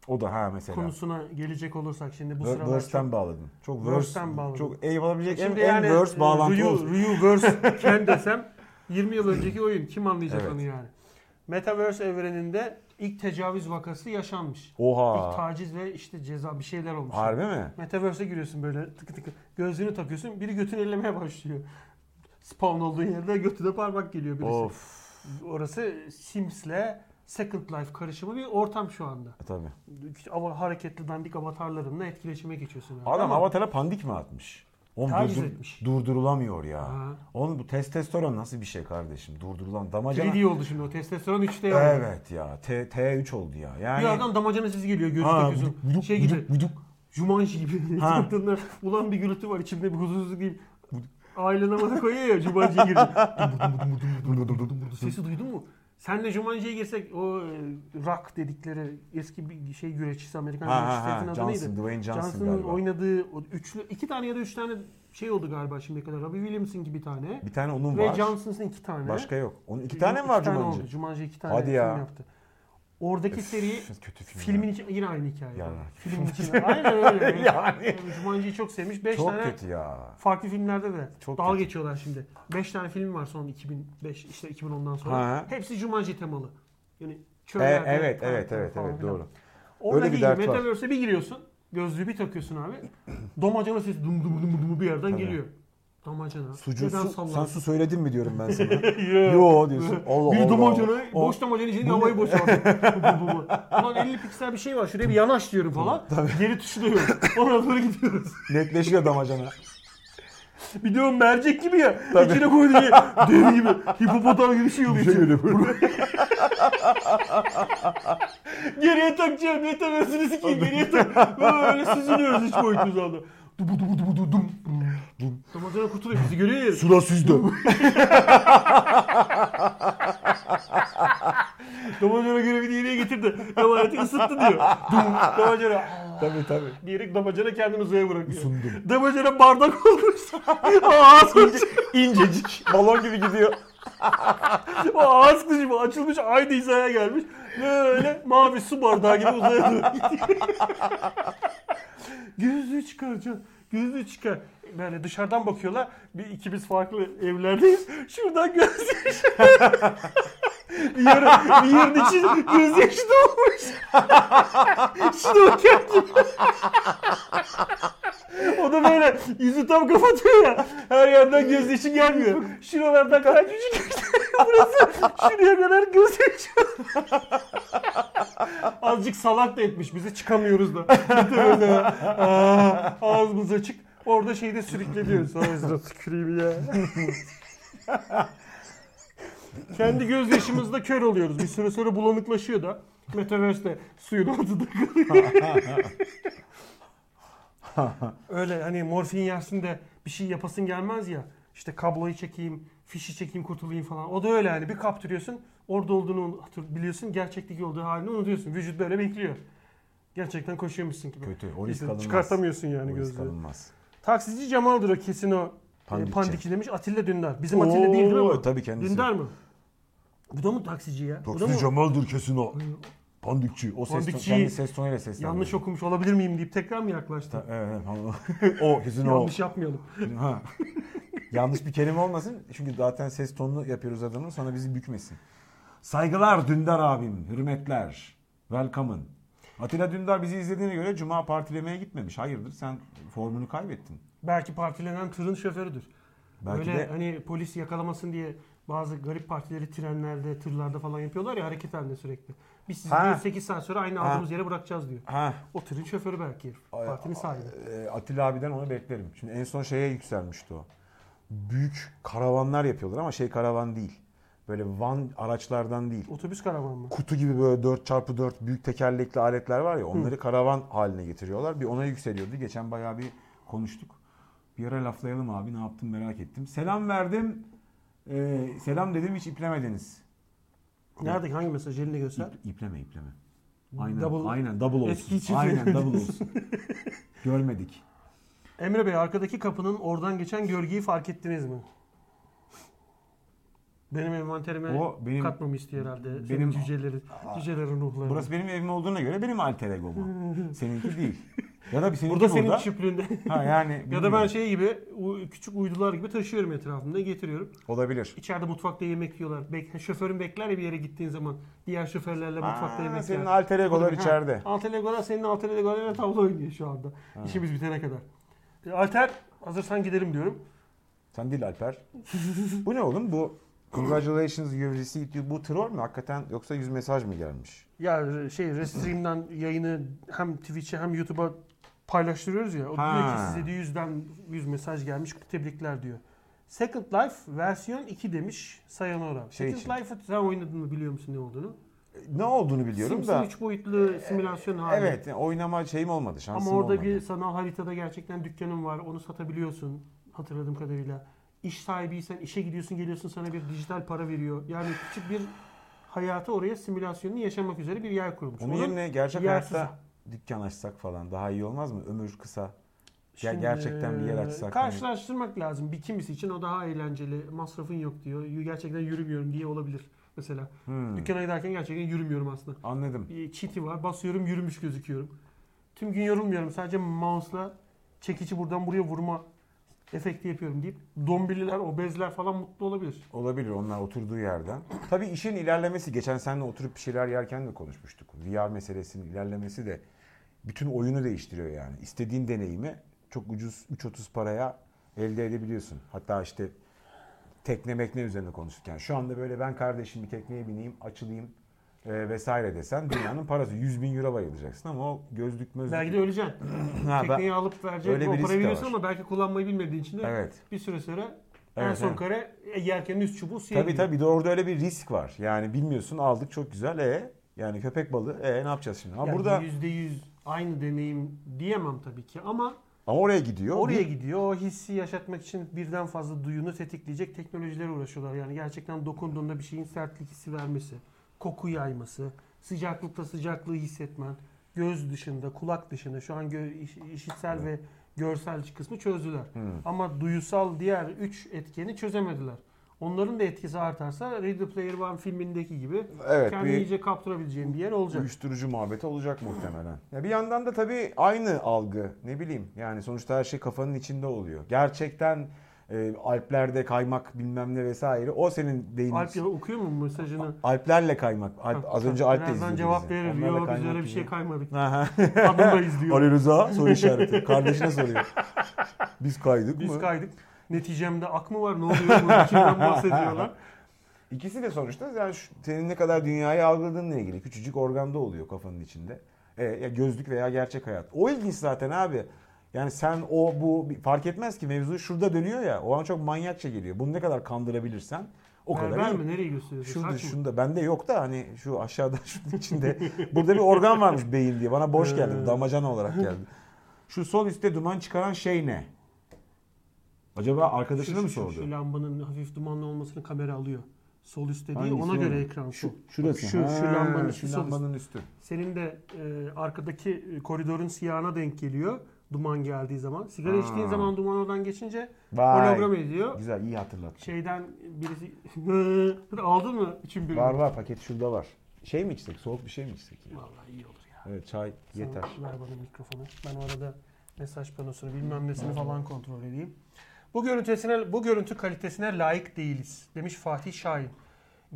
O da ha mesela. konusuna gelecek olursak şimdi bu Ver- sıralar Verse'den çok... bağladım. Çok Verse'den verse, bağladım. çok eyvalabilecek en, Şimdi en yani verse e, bağlantı Ryu, olsun. Ryu verse Ken desem 20 yıl önceki oyun. Kim anlayacak Evet. onu yani? Metaverse evreninde ilk tecavüz vakası yaşanmış. İlk Oha. taciz ve işte ceza bir şeyler olmuş. Harbi mi? Metaverse'e giriyorsun böyle tıkı tıkı. Gözlüğünü takıyorsun. Biri götünü ellemeye başlıyor. Spawn olduğu yerde götüne parmak geliyor birisi. Of. Orası Sims'le Second Life karışımı bir ortam şu anda. E, Tabii. Ava, hareketli dandik avatarlarınla etkileşime geçiyorsun. yani. Adam Ama- avatara pandik mi atmış? Oğlum Taciz durdur- etmiş. durdurulamıyor ya. Ha. Oğlum bu testosteron nasıl bir şey kardeşim? Durdurulan damacana. 3D oldu şimdi o testosteron 3D oldu. Evet ya. T, T3 oldu ya. Yani Bir adam damacana sesi geliyor gözü Ha, takıyorsun. vuduk, vuduk, şey gibi. vuduk, vuduk. Jumanji gibi. Ha. Çıktığında ulan bir gürültü var içimde bir huzursuzluk değil. Ailen havada koyuyor ya Jumanji'ye girdi. Sesi duydun mu? Senle Jumanji'ye girsek o e, Rock dedikleri eski bir şey güreşçisi Amerikan Ha, ha, güreşçisi ha. herifin adı Johnson, neydi? Dwayne Johnson Johnson'ın galiba. oynadığı o üçlü, iki tane ya da üç tane şey oldu galiba şimdiye kadar. Robbie Williams'ın gibi bir tane. Bir tane onun Ve var. Johnson'sın iki tane. Başka yok. Onun iki tane mi var İki tane Jumanji? oldu. Jumanji iki tane Hadi film ya. yaptı. Oradaki seri Üf, kötü film. filmin ya. için yine aynı hikaye. Ya. Filmin için aynen öyle. Yani. Jumanji'yi çok sevmiş. Beş Çok tane kötü ya. Farklı filmlerde de Çok dalga kötü. geçiyorlar şimdi. 5 tane film var son 2005 işte 2010'dan sonra. Ha. Hepsi Jumanji temalı. Yani E, çöllerde evet kayalıklar evet evet falan evet filan. doğru. Oradaki Öyle bir gibi dert var. Metaverse'e bir giriyorsun. Gözlüğü bir takıyorsun abi. Damacana sesi dum dum dum dum bir yerden Tabii. geliyor. Damacana. Sucu Neden su, sen sallansın? su söyledin mi diyorum ben sana. Yo. Yo diyorsun. Allah Bir Allah. damacana, O- boş damacana içinde havayı boşaltın. Bu, bu, bu. Ulan 50 piksel bir şey var şuraya bir yanaş diyorum falan. Geri tuşluyorum. Ona doğru gidiyoruz. Netleşiyor damacana. Bir de o mercek gibi ya. Tabii. İçine koydu diye deri gibi. Hipopotam gibi şey oluyor. içi. Geriye takacağım. Ne tabiasını sikeyim geriye tak. Böyle süzülüyoruz üç boyutlu zanda. Dubu dubu dubu du dum. Damacana kurtuluyor bizi görüyor ya. Sıra sizde. Damacana görevi yere getirdi. Emaneti ısıttı diyor. Dum. Damacana. "Aa!" tabii tabii. Diyerek damacana kendini uzaya bırakıyor. Isındım. Damacana bardak olmuş. Ağız İncecik. Balon gibi gidiyor. O ağız kısmı açılmış aynı hizaya gelmiş. Böyle mavi su bardağı gibi uzaya doğru gidiyor. Gözlüğü çıkaracağım. Gözlüğü çıkar. Böyle dışarıdan bakıyorlar. Bir ikimiz farklı evlerdeyiz. Şuradan gözlüğü çıkar. bir yarın, bir yarın için gözyaşı dolmuş. Şimdi o kendi. o da böyle yüzü tam kapatıyor ya. Her yerden gözyaşı gelmiyor. Şuralardan kaçmış. Burası şuraya kadar gözyaşı. Azıcık salak da etmiş bizi çıkamıyoruz da. Gidiyoruz da. Aa, Ağzımız açık. Orada şeyde sürükleniyoruz. Ağzına tüküreyim ya. Kendi gözyaşımızda kör oluyoruz. Bir süre sonra bulanıklaşıyor da. Metaverse'de suyun altında kalıyor. Öyle hani morfin yersin de bir şey yapasın gelmez ya. İşte kabloyu çekeyim, fişi çekeyim kurtulayım falan. O da öyle hani bir kaptırıyorsun. Orada olduğunu hatır, biliyorsun. Gerçekteki olduğu halini unutuyorsun. Vücut böyle bekliyor. Gerçekten koşuyormuşsun gibi. Kötü, o risk İşte alınmaz. Çıkartamıyorsun yani O risk gözlüğü. alınmaz. Taksici Cemal'dır o kesin o. Pandikçi. Pandikçi. Pandikçi demiş. Atilla Dündar. Bizim Atilla değil değil mi? Oo, bu? Tabii kendisi. Dündar mı? Bu da mı taksici ya? Bu da mı? Taksici Cemal'dir kesin o. Pandikçi. O ses, Pandikçi. kendi ses tonuyla sesleniyor. Yanlış okumuş olabilir miyim deyip tekrar mı yaklaştı? Evet, evet. o kesin o. Yanlış yapmayalım. Ha. Yanlış bir kelime olmasın. Çünkü zaten ses tonunu yapıyoruz adamın. Sonra bizi bükmesin. Saygılar Dündar abim. Hürmetler. Welcome'ın. Atilla Dündar bizi izlediğine göre Cuma partilemeye gitmemiş. Hayırdır sen formunu kaybettin. Belki partilenen tırın şoförüdür. Belki Böyle de hani polis yakalamasın diye bazı garip partileri trenlerde, tırlarda falan yapıyorlar ya hareket halinde sürekli. Biz sizi Ha. diyor 8 saat sonra aynı aldığımız yere bırakacağız diyor. ha, O tırın şoförü belki. Partinin sahibi. e, Atilla abiden onu beklerim. Şimdi en son şeye yükselmişti o. Büyük karavanlar yapıyorlar ama şey karavan değil. Böyle van araçlardan değil. Otobüs karavan mı? kutu gibi böyle 4x4 büyük tekerlekli aletler var ya onları karavan haline getiriyorlar. Bir ona yükseliyordu. Geçen bayağı bir konuştuk. Bir ara laflayalım abi ne yaptım merak ettim. Selam verdim. Ee, selam dedim hiç iplemediniz. Nerede? Hangi mesaj? Elini göster. İp, ipleme ipleme. Aynen Double- aynen double olsun. Eski için aynen söyledim. double olsun. Görmedik. Emre Bey arkadaki kapının oradan geçen gölgeyi fark ettiniz mi? Benim envanterime O benim- katmamıştı herhalde. Benim benim- cüceleri, cücelerin ruhları. Burası benim evim olduğuna göre benim alter ego'm. Seninki değil. Ya da bir seninki burada senin burada. çöplüğünde. Ha yani ya da ben bilmiyorum. şey gibi u- küçük uydular gibi taşıyorum etrafımda getiriyorum. olabilir. İçeride mutfakta yemek yiyorlar. Bek şoförün bekler ya bir yere gittiğin zaman. Diğer şoförlerle mutfakta Aa, yemek senin yer. alter egolar Ha, içeride. Alter egolar senin alter egolarla tavla oynuyor şu anda. İşimiz bitene kadar. E, Alter hazırsan gidelim diyorum. Sen değil Alper. bu ne oğlum bu? Congratulations you received you. Bu troll mü hakikaten yoksa yüz mesaj mı gelmiş? Ya re- şey Restream'den yayını hem Twitch'e hem YouTube'a paylaştırıyoruz ya. O Ha. diyor ki size diyor yüzden 100 mesaj gelmiş. Tebrikler diyor. Second Life versiyon 2 demiş Sayonara. Şey Second için. Life'ı sen oynadın mı biliyor musun ne olduğunu? E, Ne olduğunu biliyorum Sims'in da. E, 3 boyutlu simülasyon hali. Evet yani oynama şeyim olmadı şansım Ama orada olmadı. bir sanal haritada gerçekten dükkanın var. Onu satabiliyorsun hatırladığım kadarıyla. İş sahibiysen işe gidiyorsun geliyorsun sana bir dijital para veriyor. Yani küçük bir hayatı oraya simülasyonunu yaşamak üzere bir yer kurmuş. Onun Onun yerine gerçek yersiz- hayatta dükkan açsak falan daha iyi olmaz mı? Ömür kısa. Ger- Şimdi, gerçekten bir yer açsak. hani. Karşılaştırmak lazım. Bir kimisi için o daha eğlenceli. Masrafın yok diyor. Y- Gerçekten yürümüyorum diye olabilir mesela. Hmm, Dükkana giderken gerçekten yürümüyorum aslında. Anladım. Bir Çiti var. Basıyorum yürümüş gözüküyorum. Tüm gün yorulmuyorum. Sadece mouse'la çekici buradan buraya vurma efekti yapıyorum deyip dombililer, obezler falan mutlu olabilir. Olabilir onlar oturduğu yerden. Tabii işin ilerlemesi. Geçen seninle oturup bir şeyler yerken de konuşmuştuk. VR meselesinin ilerlemesi de bütün oyunu değiştiriyor yani. İstediğin deneyimi çok ucuz 3.30 paraya elde edebiliyorsun. Hatta işte tekne mekne üzerine konuşurken. Şu anda böyle ben kardeşim bir tekneye bineyim, açılayım e, vesaire desen dünyanın parası 100 bin euro bayılacaksın ama o gözlük mözlük. Belki de öleceksin. Ha, ben- Tekneyi alıp verecek Öyle o bir risk parayı de biliyorsun var. ama belki kullanmayı bilmediğin için de Evet. bir süre sonra en Evet, son evet. kare e, yelkenin üst çubuğu suya Tabii gidiyor. tabii de orada öyle bir risk var. Yani bilmiyorsun aldık çok güzel e yani köpek balığı e ne yapacağız şimdi? Ama Yani burada %100 aynı deneyim diyemem tabii ki ama ama oraya gidiyor. oraya Bir- gidiyor. O hissi yaşatmak için birden fazla duyunu tetikleyecek teknolojilere uğraşıyorlar. Yani gerçekten dokunduğunda bir şeyin sertlik hissi vermesi, koku yayması, sıcaklıkta sıcaklığı hissetmen, göz dışında, kulak dışında şu an gö- iş- işitsel ve görsel kısmı çözdüler. Hmm. Ama duyusal diğer üç etkeni çözemediler. Onların da etkisi artarsa Ready Player One filmindeki gibi Evet, kendini bir- iyice kaptırabileceğin bir yer olacak. uyuşturucu muhabbeti olacak muhtemelen. Ya bir yandan da tabii aynı algı ne bileyim yani sonuçta her şey kafanın içinde oluyor. Gerçekten e, Alplerde kaymak bilmem ne vesaire o senin deyimin. Alp ya okuyor mu mesajını? Alplerle kaymak. Alp, az önce Alp de Birazdan izledi cevap bizi. verir. Onlarla Yok biz kaymak öyle bir gibi. şey kaymadık. Aha. Kadın da izliyor. Ali Rıza soru işareti. Kardeşine soruyor. Biz kaydık mı? Biz kaydık. Neticemde ak mı var? Ne oluyor? Bu Kimden bahsediyorlar? İkisi de sonuçta yani şu- senin ne kadar dünyayı algıladığınla ilgili. Küçücük organda oluyor kafanın içinde. E, ya gözlük veya gerçek hayat. O ilginç zaten abi. Yani sen o bu bir- fark etmez ki mevzu şurada dönüyor ya. O an çok manyakça geliyor. Bunu ne kadar kandırabilirsen o kadar Berber iyi. Ee, mi? Nereye gösteriyorsun? Şurada Saç mı? şunda bende yok da hani şu aşağıda şunun içinde burada bir organ varmış beyin diye bana boş geldi Ee. bu damacana olarak geldi. Şu sol üstte duman çıkaran şey ne? Acaba Şu- arkadaşına mı şu- sordu? Şu lambanın hafif dumanlı olmasını kamera alıyor. Sol üstte değil Hangisi ona göre o? ekran sol. Şu, şurası. Şu, şu Ha, lambanın, şu şu sol üstü. lambanın üstü. Senin de e, arkadaki e, koridorun siyahına denk geliyor duman geldiği zaman. Sigara Ha. içtiğin zaman duman oradan geçince Vay. hologram ediyor. Güzel iyi hatırlattın. Şeyden birisi aldın mı? Üçün birini. var var paket şurada var. Şey mi içsek? Soğuk bir şey mi içsek? ya? Vallahi iyi olur ya. Evet çay Sen yeter. Ver bana mikrofonu. Ben o arada mesaj panosunu bilmem nesini falan kontrol edeyim. Bu görüntüsüne, bu görüntü kalitesine layık değiliz demiş Fatih Şahin.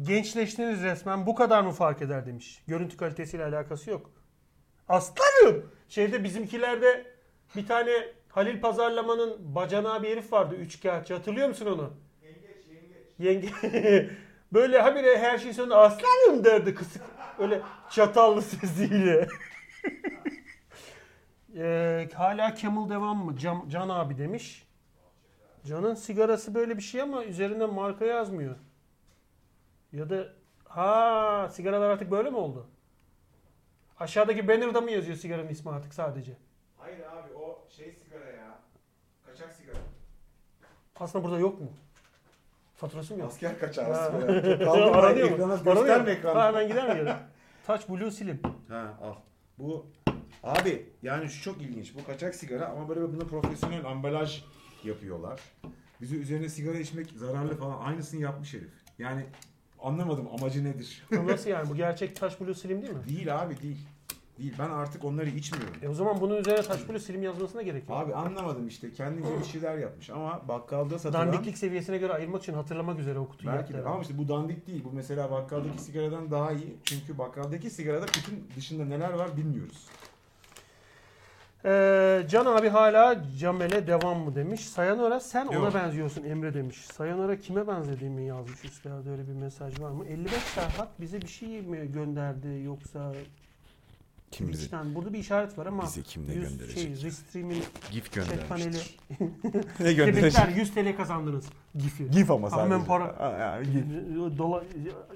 Gençleştiniz resmen bu kadar mı fark eder demiş. Görüntü kalitesiyle alakası yok. Aslanım! Şeyde bizimkilerde bir tane Halil Pazarlama'nın bacanağı bir herif vardı. Üçkağıtçı. Hatırlıyor musun onu? Yengeç, yengeç. Yenge... Böyle habire her şeyin sonunda aslanım derdi kısık. Öyle çatallı sesiyle. Ee, hala Camel devam mı? Can, Can abi demiş. Can'ın sigarası böyle bir şey ama üzerinde marka yazmıyor. Ya da ha sigaralar artık böyle mi oldu? Aşağıdaki banner'da mı yazıyor sigaranın ismi artık sadece? Hayır abi o şey sigara ya. Kaçak sigara. Aslında burada yok mu? Faturası mı yok? Asker Ha. kaçağı sigara. Aranıyor mu? ekrana Aranıyor mu? gösterme ekranı. Ha, hemen gider mi yere? Touch Blue Slim. Ha al. Bu abi yani şu çok ilginç. Bu kaçak sigara ama böyle bunda profesyonel ambalaj yapıyorlar. Bizi üzerine sigara içmek zararlı falan aynısını yapmış herif. Yani anlamadım amacı nedir? Bu Nasıl yani? Bu gerçek Touch Blue Slim değil mi? değil abi değil. Değil ben artık onları içmiyorum. E o zaman bunun üzerine Touch Blue Slim yazmasına gerek yok. Abi anlamadım işte kendince bir şeyler yapmış ama bakkalda satılan Dandiklik seviyesine göre ayırmak için hatırlamak üzere o kutuyu Belki de. yaptılar. Ama işte bu dandik değil. Bu mesela bakkaldaki sigaradan daha iyi. Çünkü bakkaldaki sigarada bütün dışında neler var bilmiyoruz. Ee, Can abi hala Camel'e devam mı demiş. Sayanora sen ona Yok. benziyorsun Emre demiş. Sayanora kime benzediğimi yazmış üstlerde öyle bir mesaj var mı? 55 Serhat bize bir şey mi gönderdi yoksa Kim içten burada bir işaret var ama Bize kim ne yüz- gönderecek? Şey, Restream'in Gif chat paneli. ne Tebrikler 100 TL kazandınız. Gif'i. Gif ama sadece. Hemen para. Ha, ha, gif. Dola...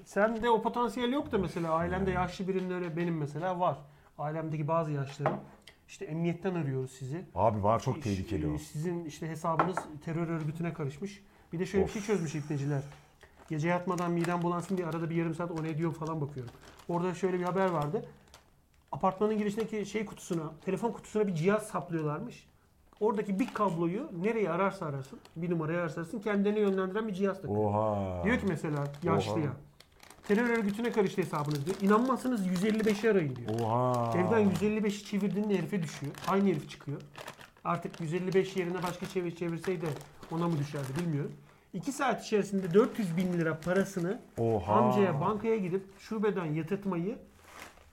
Sen de o potansiyel yok da mesela ailemde yaşlı birinin öyle benim mesela var. Ailemdeki bazı yaşlarım işte emniyetten arıyoruz sizi. Abi var İş- e, çok tehlikeli o. Sizin işte hesabınız terör örgütüne karışmış. Bir de şöyle bir şey çözmüş ipneciler. Gece yatmadan midem bulansın diye arada bir yarım saat o ne diyor falan bakıyorum. Orada şöyle bir haber vardı. Apartmanın girişindeki şey kutusuna, telefon kutusuna bir cihaz saplıyorlarmış. Oradaki bir kabloyu nereye ararsa arasın, bir numaraya ararsa arasın kendilerini yönlendiren bir cihaz takıyor. Oha. Diyor ki mesela yaşlıya. Terör örgütüne karıştı hesabınız diyor. İnanmazsanız 155'i arayın diyor. Oha. Evden 155'i çevirdiğinde herife düşüyor. Aynı herif çıkıyor. Artık 155 yerine başka çevir çevirseydi ona mı düşerdi bilmiyorum. 2 saat içerisinde 400 bin lira parasını Oha. amcaya bankaya gidip şubeden yatırtmayı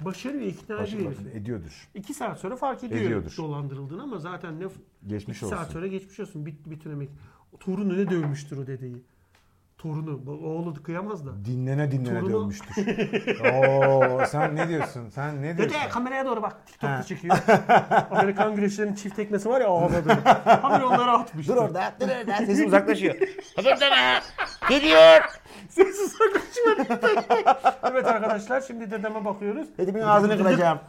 başarıyor ikna Başka ediyor. bakın, ediyordur. 2 saat sonra fark ediyor Ediyordur. dolandırıldığını ama zaten ne Geçmiş iki olsun. saat sonra geçmiş olsun bit bütün emek. Torunu ne dövmüştür o dedeyi. Torunu bu- oğlu kıyamaz da. Dinlene dinlene Torunu- dönmüştür. Oo, sen ne diyorsun? Sen ne diyorsun? Dede kameraya doğru bak. Ha. TikTok'ta çekiyor. Amerikan güreşlerinin çift tekmesi var ya o havada. Habire onlara atmış. Dur orada, dur orada. Sesim uzaklaşıyor. Sessiz konuşma. evet arkadaşlar şimdi dedeme bakıyoruz. Dedemin ağzını kıracağım.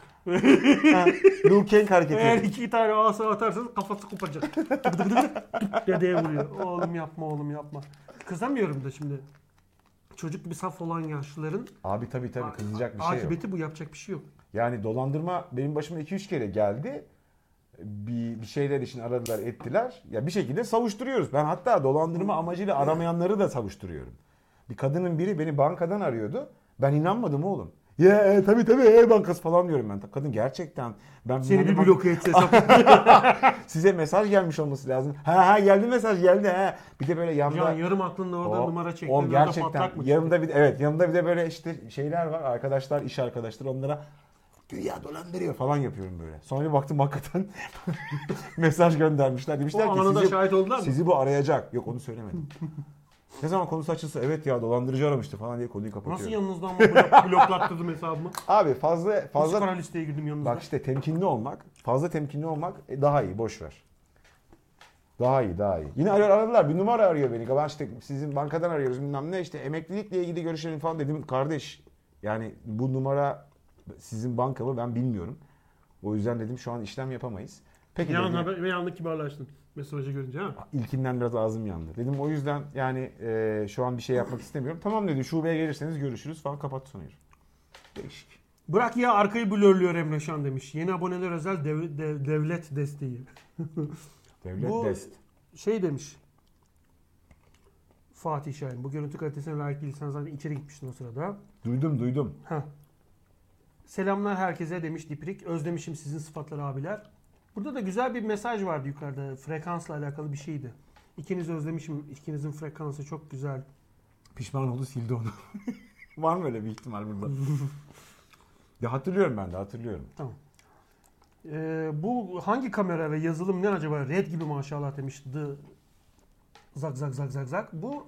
Ha, Liu Kang Eğer hareketi. iki tane asa atarsanız kafası kopacak. Dedeye vuruyor. Oğlum yapma oğlum yapma. Kızamıyorum da şimdi. Çocuk gibi saf olan yaşlıların Abi tabii tabii kızacak bir şey yok. akıbeti bu yapacak bir şey yok. Yani dolandırma benim başıma 2-3 kere geldi. Bir, bir şeyler için aradılar ettiler. Ya bir şekilde savuşturuyoruz. Ben hatta dolandırma amacıyla aramayanları da savuşturuyorum. Bir kadının biri beni bankadan arıyordu. Ben inanmadım oğlum. Ya e, tabii tabii e, bankası falan diyorum ben. Kadın gerçekten ben Seni bunları bir bak- bloke etse hesap. size mesaj gelmiş olması lazım. Ha ha geldi mesaj geldi ha. Bir de böyle yanda Can yarım aklınla orada o- numara çektin. Oğlum Orada gerçekten patlak mı çıktı? yanımda bir evet yanımda bir de böyle işte şeyler var arkadaşlar iş arkadaşları onlara dünya dolandırıyor falan yapıyorum böyle. Sonra bir baktım hakikaten mesaj göndermişler demişler O ki anına da sizi, şahit oldular mı? sizi bu arayacak. Yok onu söylemedim. ne zaman konusu açılsa evet ya dolandırıcı aramıştı falan diye konuyu kapatıyorum. Nasıl yanınızdan mı blok, bloklattırdım hesabımı? Abi fazla Fazla... fazla listeye girdim yanınızdan. Bak işte temkinli olmak, fazla temkinli olmak e, daha iyi, boş ver. Daha iyi, daha iyi. Yine arıyor, aradılar, bir numara arıyor beni. Ben işte sizin bankadan arıyoruz bilmem ne işte emeklilikle ilgili görüşelim falan dedim. Kardeş yani bu numara sizin banka mı ben bilmiyorum. O yüzden dedim şu an işlem yapamayız. Peki Bir an dedim, haber, bir anlık kibarlaştın. Mesajı görünce ha. ilkinden biraz ağzım yandı. Dedim o yüzden yani e, şu an bir şey yapmak istemiyorum. Tamam dedi şubeye gelirseniz görüşürüz falan kapat sanıyorum. Değişik. Bırak ya arkayı blörlüyor Emre Şan demiş. Yeni aboneler özel dev- dev- devlet desteği. Devlet Bu- dest. Şey demiş. Fatih Şahin. Bu görüntü kalitesine layık değil. Sen zaten içeri gitmiştin o sırada. Duydum duydum. Heh. Selamlar herkese demiş Diprik. Özlemişim sizin sıfatları abiler. Burada da güzel bir mesaj vardı yukarıda. Frekansla alakalı bir şeydi. İkinizi özlemişim. İkinizin frekansı çok güzel. Pişman oldu sildi onu. Var mı öyle bir ihtimal burada? ya hatırlıyorum ben de hatırlıyorum. Tamam. Ee, bu hangi kamera ve yazılım ne acaba? Red gibi maşallah demiş. The zak zak zak zak zak. Bu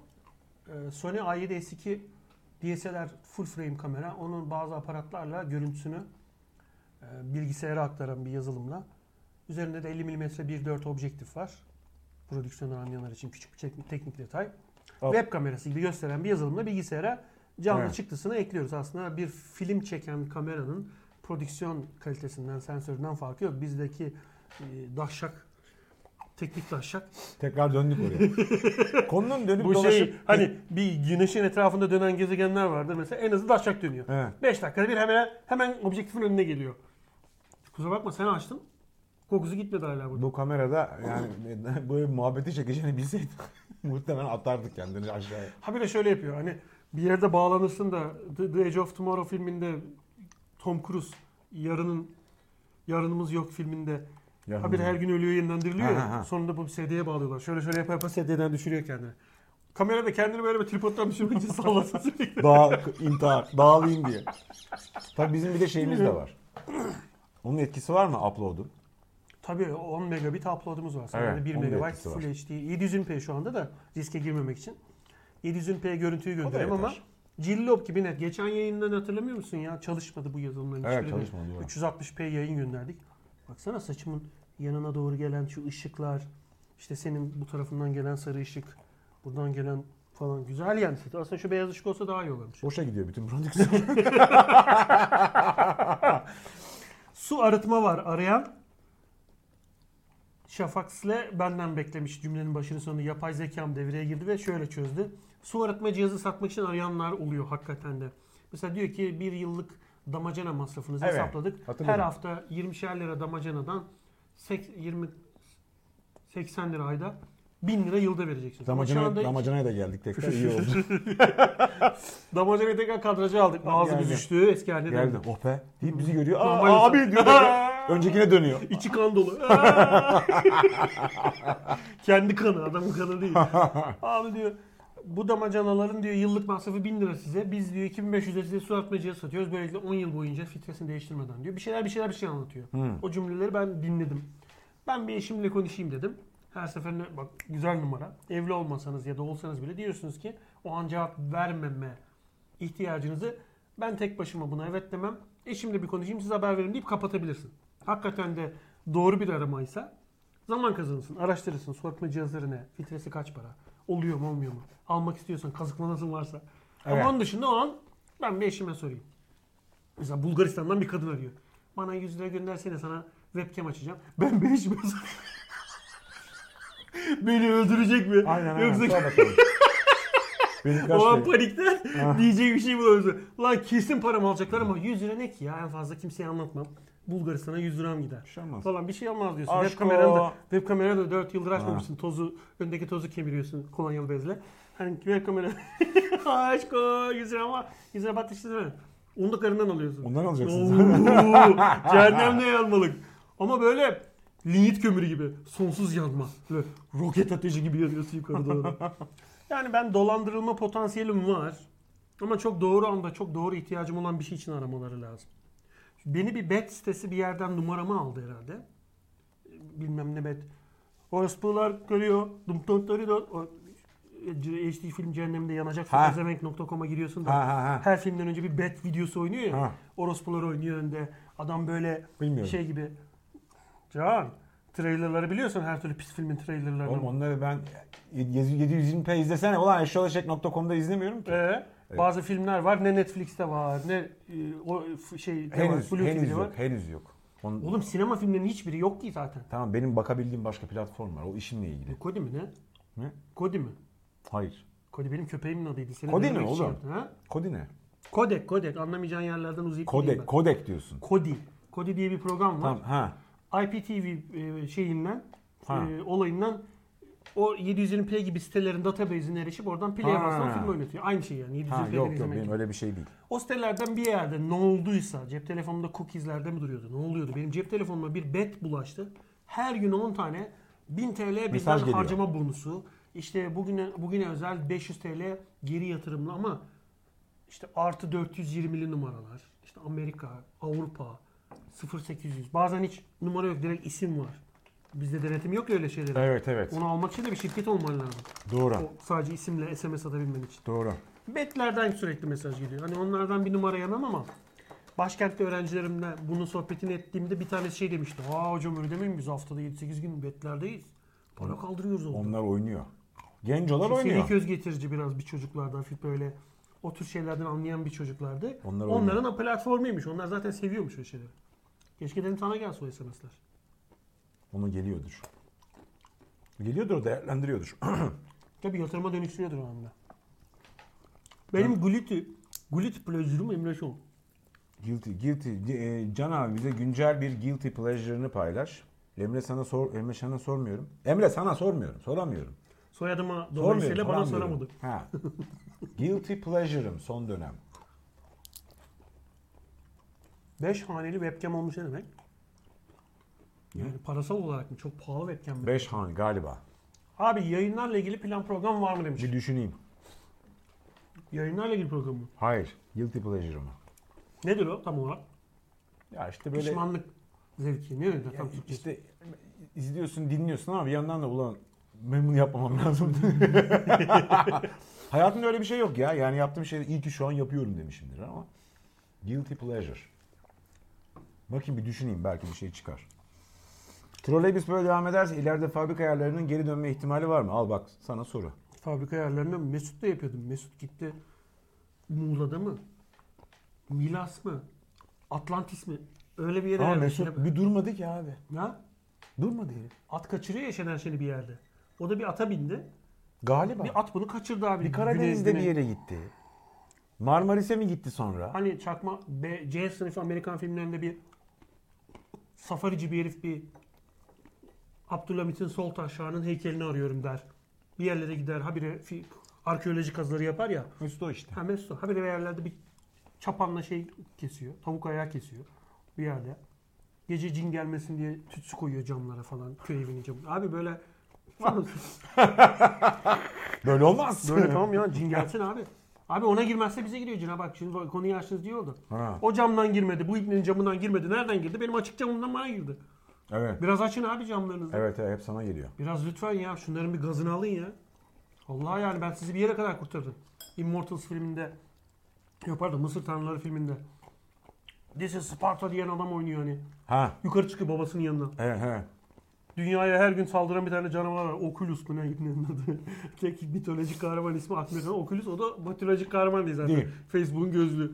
e, Sony A7S2 DSLR full frame kamera. Onun bazı aparatlarla görüntüsünü e, bilgisayara aktaran bir yazılımla. Üzerinde de 50 mm 1.4 objektif var. Prodüksiyonu anlayanlar için küçük bir teknik, teknik detay. Al. Web kamerası gibi gösteren bir yazılımla bilgisayara canlı Evet. çıktısını ekliyoruz. Aslında bir film çeken kameranın prodüksiyon kalitesinden, sensöründen farkı yok. Bizdeki e, daşşak, teknik daşşak Tekrar döndük oraya. Konunun dönüp bu dolaşıp... şey hani bir güneşin etrafında dönen gezegenler vardır mesela en hızlı da aşağı dönüyor. He. 5 dakikada bir hemen hemen objektifin önüne geliyor. Kusura bakma sen açtın. Kokusu gitmedi hala burada. Bu kamerada yani böyle bir muhabbeti çekeceğini bilseydim muhtemelen atardık kendini aşağıya. Ha bir de şöyle yapıyor hani bir yerde bağlanırsın da The, The Edge of Tomorrow filminde Tom Cruise yarının Yarınımız Yok filminde ha bir her gün ölüyor yeniden diriliyor ya. Ha, ha, ha. Sonunda bu CD'ye bağlıyorlar. Şöyle şöyle yapa yapa CD'den düşürüyor kendini. Kamerada kendini böyle bir tripoddan düşürmek için sallasın sürekli. Dağ, intihar, dağılayım diye. Tabii bizim bir de şeyimiz de var. Onun etkisi var mı upload'un? Tabii 10 megabit upload'umuz var. Sonra Evet, da 1 onun da megabayt etkisi Full var. HD. 720p şu anda da riske girmemek için. 720p görüntüyü gönderiyorum ama yeter. cillop gibi net. Geçen yayından hatırlamıyor musun ya? Çalışmadı bu yazılımların Evet, hiçbiri de. çalışmadı, doğru. 360p yayın gönderdik. Baksana saçımın yanına doğru gelen şu ışıklar. işte senin bu tarafından gelen sarı ışık. Buradan gelen falan. Güzel yani. Aslında şu beyaz ışık olsa daha iyi olurmuş. Boşa gidiyor bütün prodüksiyon. Su arıtma var arayan. Şafaks'le benden beklemiş cümlenin başını sonunda yapay zekam devreye girdi ve şöyle çözdü. Su arıtma cihazı satmak için arayanlar oluyor hakikaten de. Mesela diyor ki bir yıllık damacana masrafınızı Evet, hesapladık. hatırladım. Her hafta 20'şer lira damacanadan sek- 20 80 lira ayda 1000 lira yılda vereceksiniz. Ama şu anda Damacana, damacanaya da geldik tekrar iyi oldu. damacanayı tekrar kadraja aldık. Ağzımız Geldi. düştü eski haline Geldi. döndü. Oh be. Deyip bizi görüyor. Normal Aa, abi insan. diyor. tekrar. Öncekine dönüyor. İçi kan dolu. Kendi kanı adamın kanı değil. Abi diyor bu damacanaların diyor yıllık masrafı 1000 lira size. Biz diyor 2500 lira size su arıtmacıya satıyoruz. Böylelikle 10 yıl boyunca filtresini değiştirmeden diyor. Bir şeyler bir şeyler bir şey anlatıyor. O cümleleri ben dinledim. Ben bir eşimle konuşayım dedim. Her seferinde bak güzel numara. Evli olmasanız ya da olsanız bile diyorsunuz ki o an cevap vermeme ihtiyacınızı ben tek başıma buna evet demem. Eşimle bir konuşayım size haber veririm deyip kapatabilirsin. Hakikaten de doğru bir aramaysa zaman kazanırsın. Araştırırsın. Sortma cihazları ne? Filtresi kaç para? Oluyor mu olmuyor mu? Almak istiyorsan kazıklanasın varsa. Evet. Ama onun dışında o an ben bir eşime sorayım. Mesela Bulgaristan'dan bir kadın arıyor. Bana 100 lira göndersene sana webcam açacağım. Ben bir eşime Beni öldürecek mi? Aynen aynen. Yoksa Sor bakalım. Benim kaç o an lira? panikten diyecek bir şey bulamıyorsun. Lan kesin param alacaklar ama 100 lira ne ki ya en fazla kimseye anlatmam. Bulgaristan'a 100 liram gider. şey olmaz. Falan bir şey olmaz diyorsun. Aşk Web kameranı o. da, web kameranı da 4 yıldır açmamışsın. Tozu, öndeki tozu kemiriyorsun kolonyalı bezle. Hani web kamera aşk o 100 lira ama 100 lira batıştı değil mi? Onu da karından alıyorsun. Ondan alacaksın. Oo, cehennemde yanmalık. Ama böyle linyit kömürü gibi sonsuz yanma. Böyle roket ateşi gibi yanıyorsun yukarı doğru. yani ben dolandırılma potansiyelim var. Ama çok doğru anda çok doğru ihtiyacım olan bir şey için aramaları lazım. Beni bir bet sitesi bir yerden numaramı aldı herhalde. Bilmem ne bet. Orospular görüyor. Dum dum dum dum. O, e, HD film cehennemde yanacaksın. Ha. Ezemek.com'a giriyorsun da. Ha, ha, ha. Her filmden önce bir bet videosu oynuyor ya. Ha. Orospular oynuyor önde. Adam böyle Bilmiyorum. şey gibi. Can, trailerları biliyorsun her türlü pis filmin trailerlarını. Oğlum onları ben 720p izlesene. Ulan eşyalaşek.com'da izlemiyorum ki. Ee, Bazı filmler var ne Netflix'te var ne e, o f- şey ne Henüz, var, Blue henüz TV'de yok. var. Henüz yok. Onun- Oğlum sinema filmlerinin hiçbiri yok ki zaten. Tamam benim bakabildiğim başka platform var. O işimle ilgili. Kodi mi ne? Ne? Kodi mi? Hayır. Kodi benim köpeğimin adıydı. Seni Kodi denemek ne için oğlum? yaptım, ha? Kodi ne? Kodek, kodek. Anlamayacağın yerlerden uzayıp gideyim Kodek, ben. kodek diyorsun. Kodi. Kodi diye bir program var. Tamam ha. IPTV e, şeyinden, Ha. e, olayından o 720p gibi sitelerin database'ine erişip oradan play'e Ha. basılan film oynatıyor. Aynı şey yani Ha 720p'den yok yok izlemek. benim öyle bir şey değil. O sitelerden bir yerde ne olduysa cep telefonumda cookieslerde mi duruyordu? Ne oluyordu? Benim cep telefonuma bir bet bulaştı. Her gün 10 tane 1000 TL Mesaj bizden geliyor. harcama bonusu. İşte bugüne bugüne özel 500 TL geri yatırımlı ama işte artı 420'li numaralar. İşte Amerika, Avrupa 0800. Bazen hiç numara yok direkt isim var. Bizde denetim yok ya öyle şeyler. Evet evet. Onu almak için de bir şirket olman lazım. Doğru. O sadece isimle SMS atabilmen için. Doğru. Betlerden sürekli mesaj geliyor. Hani onlardan bir numara yemem ama başkentte öğrencilerimle bunun sohbetini ettiğimde bir tanesi şey demişti. Aa hocam öyle demeyin biz haftada 7-8 gün betlerdeyiz. Para kaldırıyoruz orada. Onlar oynuyor. Gencolar Seri oynuyor. köz getirici biraz bir çocuklardan hafif böyle o tür şeylerden anlayan bir çocuklardı. Onlar oynuyor. Onların o platformuymuş. Onlar zaten seviyormuş o şeyleri. Keşke dedim sana gelsin o SMS'ler. Ona geliyordur. Geliyordur o değerlendiriyordur. Tabii yatırıma dönüştürüyordur o anda. Benim glütü, glüt pleasure'ım Emre Şol. guilty, guilty. E, Can abi bize güncel bir guilty pleasure'ını paylaş. Emre sana sor, Emre sana sormuyorum. Emre sana sormuyorum, soramıyorum. Soyadıma Sormuyorum, dolayısıyla bana soramadı. soramıyorum. Ha. guilty pleasure'ım son dönem. 5 haneli webcam olmuş ne demek? Yani parasal olarak mı? Çok pahalı webcam mi? 5 han galiba. Abi yayınlarla ilgili plan program var mı demiş. Bir düşüneyim. Yayınlarla ilgili program mı? Hayır, guilty pleasure'ım. Nedir o tam olarak? Ya işte böyle Pişmanlık zevki. Ne öyle tam Türkçesi? işte izliyorsun, dinliyorsun ama bir yandan da ulan ben bunu yapmamam lazım. Hayatımda öyle bir şey yok ya. Yani yaptığım şey iyi ki şu an yapıyorum demişimdir ama guilty pleasure. Bakayım bir düşüneyim belki bir şey çıkar. Troleybüs böyle devam ederse ileride fabrika ayarlarının geri dönme ihtimali var mı? Al bak sana soru. Fabrika ayarlarını Mesut da yapıyordum. Mesut gitti. Muğla'da mı? Milas mı? Atlantis mi? Öyle bir yere Ama yerleşti. Mesut bir durmadı ki abi. Ha? Durmadı herif. At kaçırıyor ya Şener Şen'i bir yerde. O da bir ata bindi. Galiba. Bir at bunu kaçırdı abi. Bir Karadeniz'de Günezdine. bir yere gitti. Marmaris'e mi gitti sonra? Hani çakma B, C sınıfı Amerikan filmlerinde bir safarici bir herif bir Abdülhamit'in sol taşağının heykelini arıyorum der. Bir yerlere gider habire fi- arkeoloji kazıları yapar ya. Üstü o işte. Ha Mesut habire bir yerlerde bir çapanla şey kesiyor. Tavuk ayağı kesiyor bir yerde. Gece cin gelmesin diye tütsü koyuyor camlara falan köy evinin camına. Abi böyle Böyle olmaz. Böyle tamam ya cin gelsin abi. Abi ona girmezse bize giriyor Cenab-ı Hak. Şimdi konuyu açtınız diye oldu. Ha. O camdan girmedi. Bu ibnenin camından girmedi. Nereden girdi? Benim açık camımdan bana girdi. Evet. Biraz açın abi camlarınızı. Evet evet, hep sana geliyor. Biraz lütfen ya şunların bir gazını alın ya. Allah yani ben sizi bir yere kadar kurtardım. Immortals filminde yok pardon Mısır Tanrıları filminde This is Sparta diyen adam oynuyor hani. Ha. Yukarı çıkıyor babasının yanına. Evet evet. Dünyaya her gün saldıran bir tane canavar var. Oculus bu ne ne adı? Tek mitolojik kahraman ismi aklımda. Oculus o da mitolojik kahraman değil zaten. Değil. Facebook'un gözlü.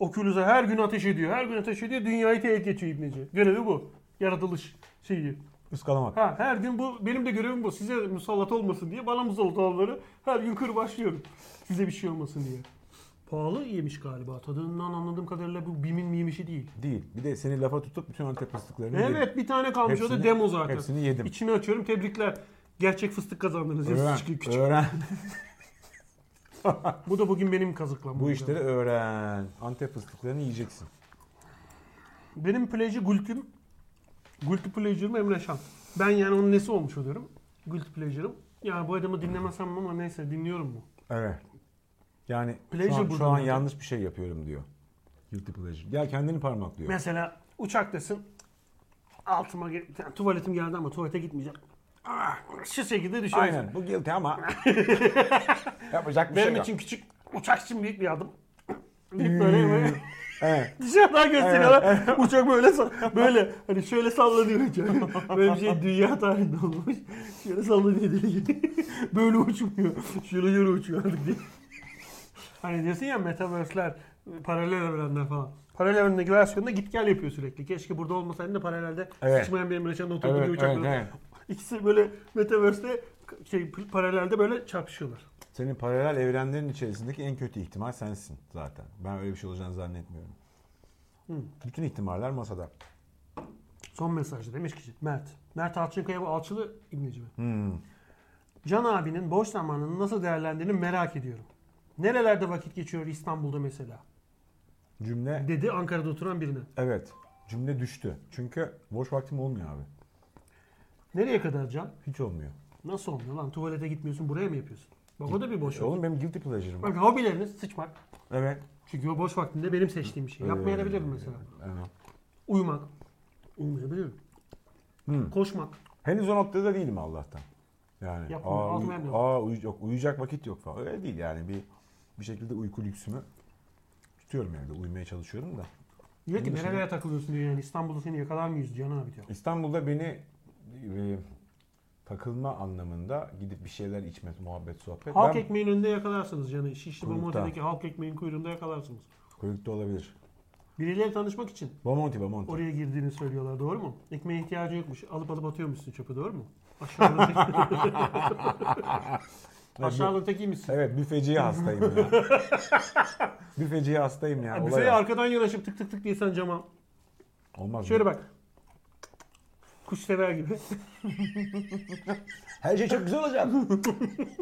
Oculus'a her gün ateş ediyor. Her gün ateş ediyor. Dünyayı tehdit geçiyor İbneci. Görevi bu. Yaratılış şeyi. Iskalamak. Ha her gün bu benim de görevim bu. Size musallat olmasın diye bana musallat olanları her gün kırbaçlıyorum. Size bir şey olmasın diye. Pahalı yemiş galiba. Tadından anladığım kadarıyla bu BİM'in miymişi değil. Değil. Bir de seni lafa tutup bütün Antep fıstıklarını Evet bir tane kalmış o da Hepsini- demo zaten. hepsini yedim. İçini açıyorum tebrikler. Gerçek fıstık kazandınız. yedim. Ya, Öğren. küçük, küçük. Öğren. Bu da bugün benim kazıklam. Bu işleri öğren. Antep fıstıklarını yiyeceksin. Benim pleji gultüm. Gulti pleasure'ım Emre Şan. Ben yani onun nesi olmuş oluyorum. Gulti pleasure'ım. Ya bu adamı dinlemesem ama neyse dinliyorum bu. Evet. Yani Pleasure şu an, şu buradan an zaten. yanlış bir şey yapıyorum diyor. Guilty pleasure. Ya kendini parmaklıyor. Mesela uçaktasın. Altıma gel- yani tuvaletim geldi ama tuvalete gitmeyeceğim. Ah, Şu şekilde düşüyorsun. Aynen. Bu guilty ama yapacak bir Benim şey için yok. küçük, uçak için büyük bir adım. Deyip böyle Hmm. böyle Evet. dışarıdan gösteriyorlar. Uçak böyle sa- böyle hani şöyle sallanıyor uçak. Böyle bir şey dünya tarihinde olmuş. Şöyle sallanıyor deli gibi. böyle uçmuyor. Şöyle şöyle uçuyor artık diye. Hani diyorsun ya metaverse'ler, paralel evrenler falan. Paralel evrendeki versiyonda git gel yapıyor sürekli. Keşke burada olmasaydı da paralelde Evet. sıçmayan bir Emre Can'ın oturduğu bir Evet, evet, uçakla- evet. İkisi böyle metaverse'te şey paralelde böyle çarpışıyorlar. Senin paralel evrenlerin içerisindeki en kötü ihtimal sensin zaten. Ben öyle bir şey olacağını zannetmiyorum. Bütün ihtimaller masada. Son mesajı demiş ki Mert. Mert Alçınkaya bu alçılı imleci mi? Can abinin boş zamanını nasıl değerlendirdiğini merak ediyorum. Nerelerde vakit geçiyor İstanbul'da mesela? Cümle Dedi Ankara'da oturan birine. evet. Cümle düştü. Çünkü boş vaktim olmuyor abi. Nereye kadar Can? Hiç olmuyor. Nasıl olmuyor lan? Tuvalete gitmiyorsun buraya mı yapıyorsun? Bak o da bir boş E vakit. oğlum benim guilty pleasure'ım. Bak hobileriniz sıçmak. Evet. Çünkü o boş vaktinde benim seçtiğim bir şey. Yapmayabilirim mesela. Evet. Uyumak. Uyumayabilirim. Koşmak. Henüz o noktada değilim Allah'tan. Yani Yapma, aa, altıma uy- yapma. aa, uyu- yok, uyuyacak vakit yok falan. Öyle değil yani bir bir şekilde uyku lüksümü tutuyorum evde. Uyumaya çalışıyorum da. Diyor ki Bunun dışında- nerelere takılıyorsun diyor yani İstanbul'da seni yakalar mıyız Can abi diyor. İstanbul'da beni e, takılma anlamında gidip bir şeyler içme, muhabbet, sohbet. Halk Ben- ekmeğin önünde yakalarsınız yani. Şişli Kuyrukta. Bomonti'deki halk ekmeğin kuyruğunda yakalarsınız. Kuyrukta olabilir. Biriyle tanışmak için Bomonti, Bomonti. oraya girdiğini söylüyorlar doğru mu? Ekmeğe ihtiyacı yokmuş. Alıp alıp atıyormuşsun çöpe doğru mu? Aşağılıktaki, aşağılıktakiymişsin. Evet, büfeciye hastayım ya. büfeciye hastayım ya. Yani olay büfeye o. arkadan yanaşıp tık tık tık diye sen cama. Olmaz Şöyle mı? bak. Kuş sever gibi. Her şey çok güzel olacak.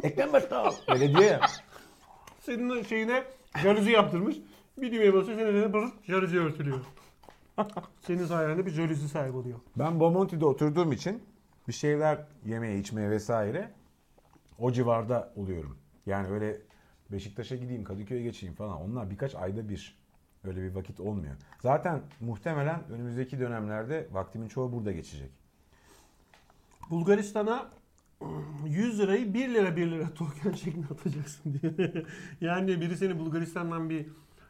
Ekrem Başkan. Öyle diye. Senin o şeyine jaluzi yaptırmış. Bir düğmeye basıyor senin üzerine basıp jaluzi örtülüyor. Senin sayende bir jaluzi sahibi oluyor. Ben Bomonti'de oturduğum için bir şeyler yemeye, içmeye vesaire o civarda oluyorum. Yani öyle Beşiktaş'a gideyim, Kadıköy'e geçeyim falan. Onlar birkaç ayda bir. Öyle bir vakit olmuyor. Zaten muhtemelen önümüzdeki dönemlerde vaktimin çoğu burada geçecek. Bulgaristan'a 100 lirayı 1 lira 1 lira token şeklinde atacaksın diye. yani biri seni Bulgaristan'dan bir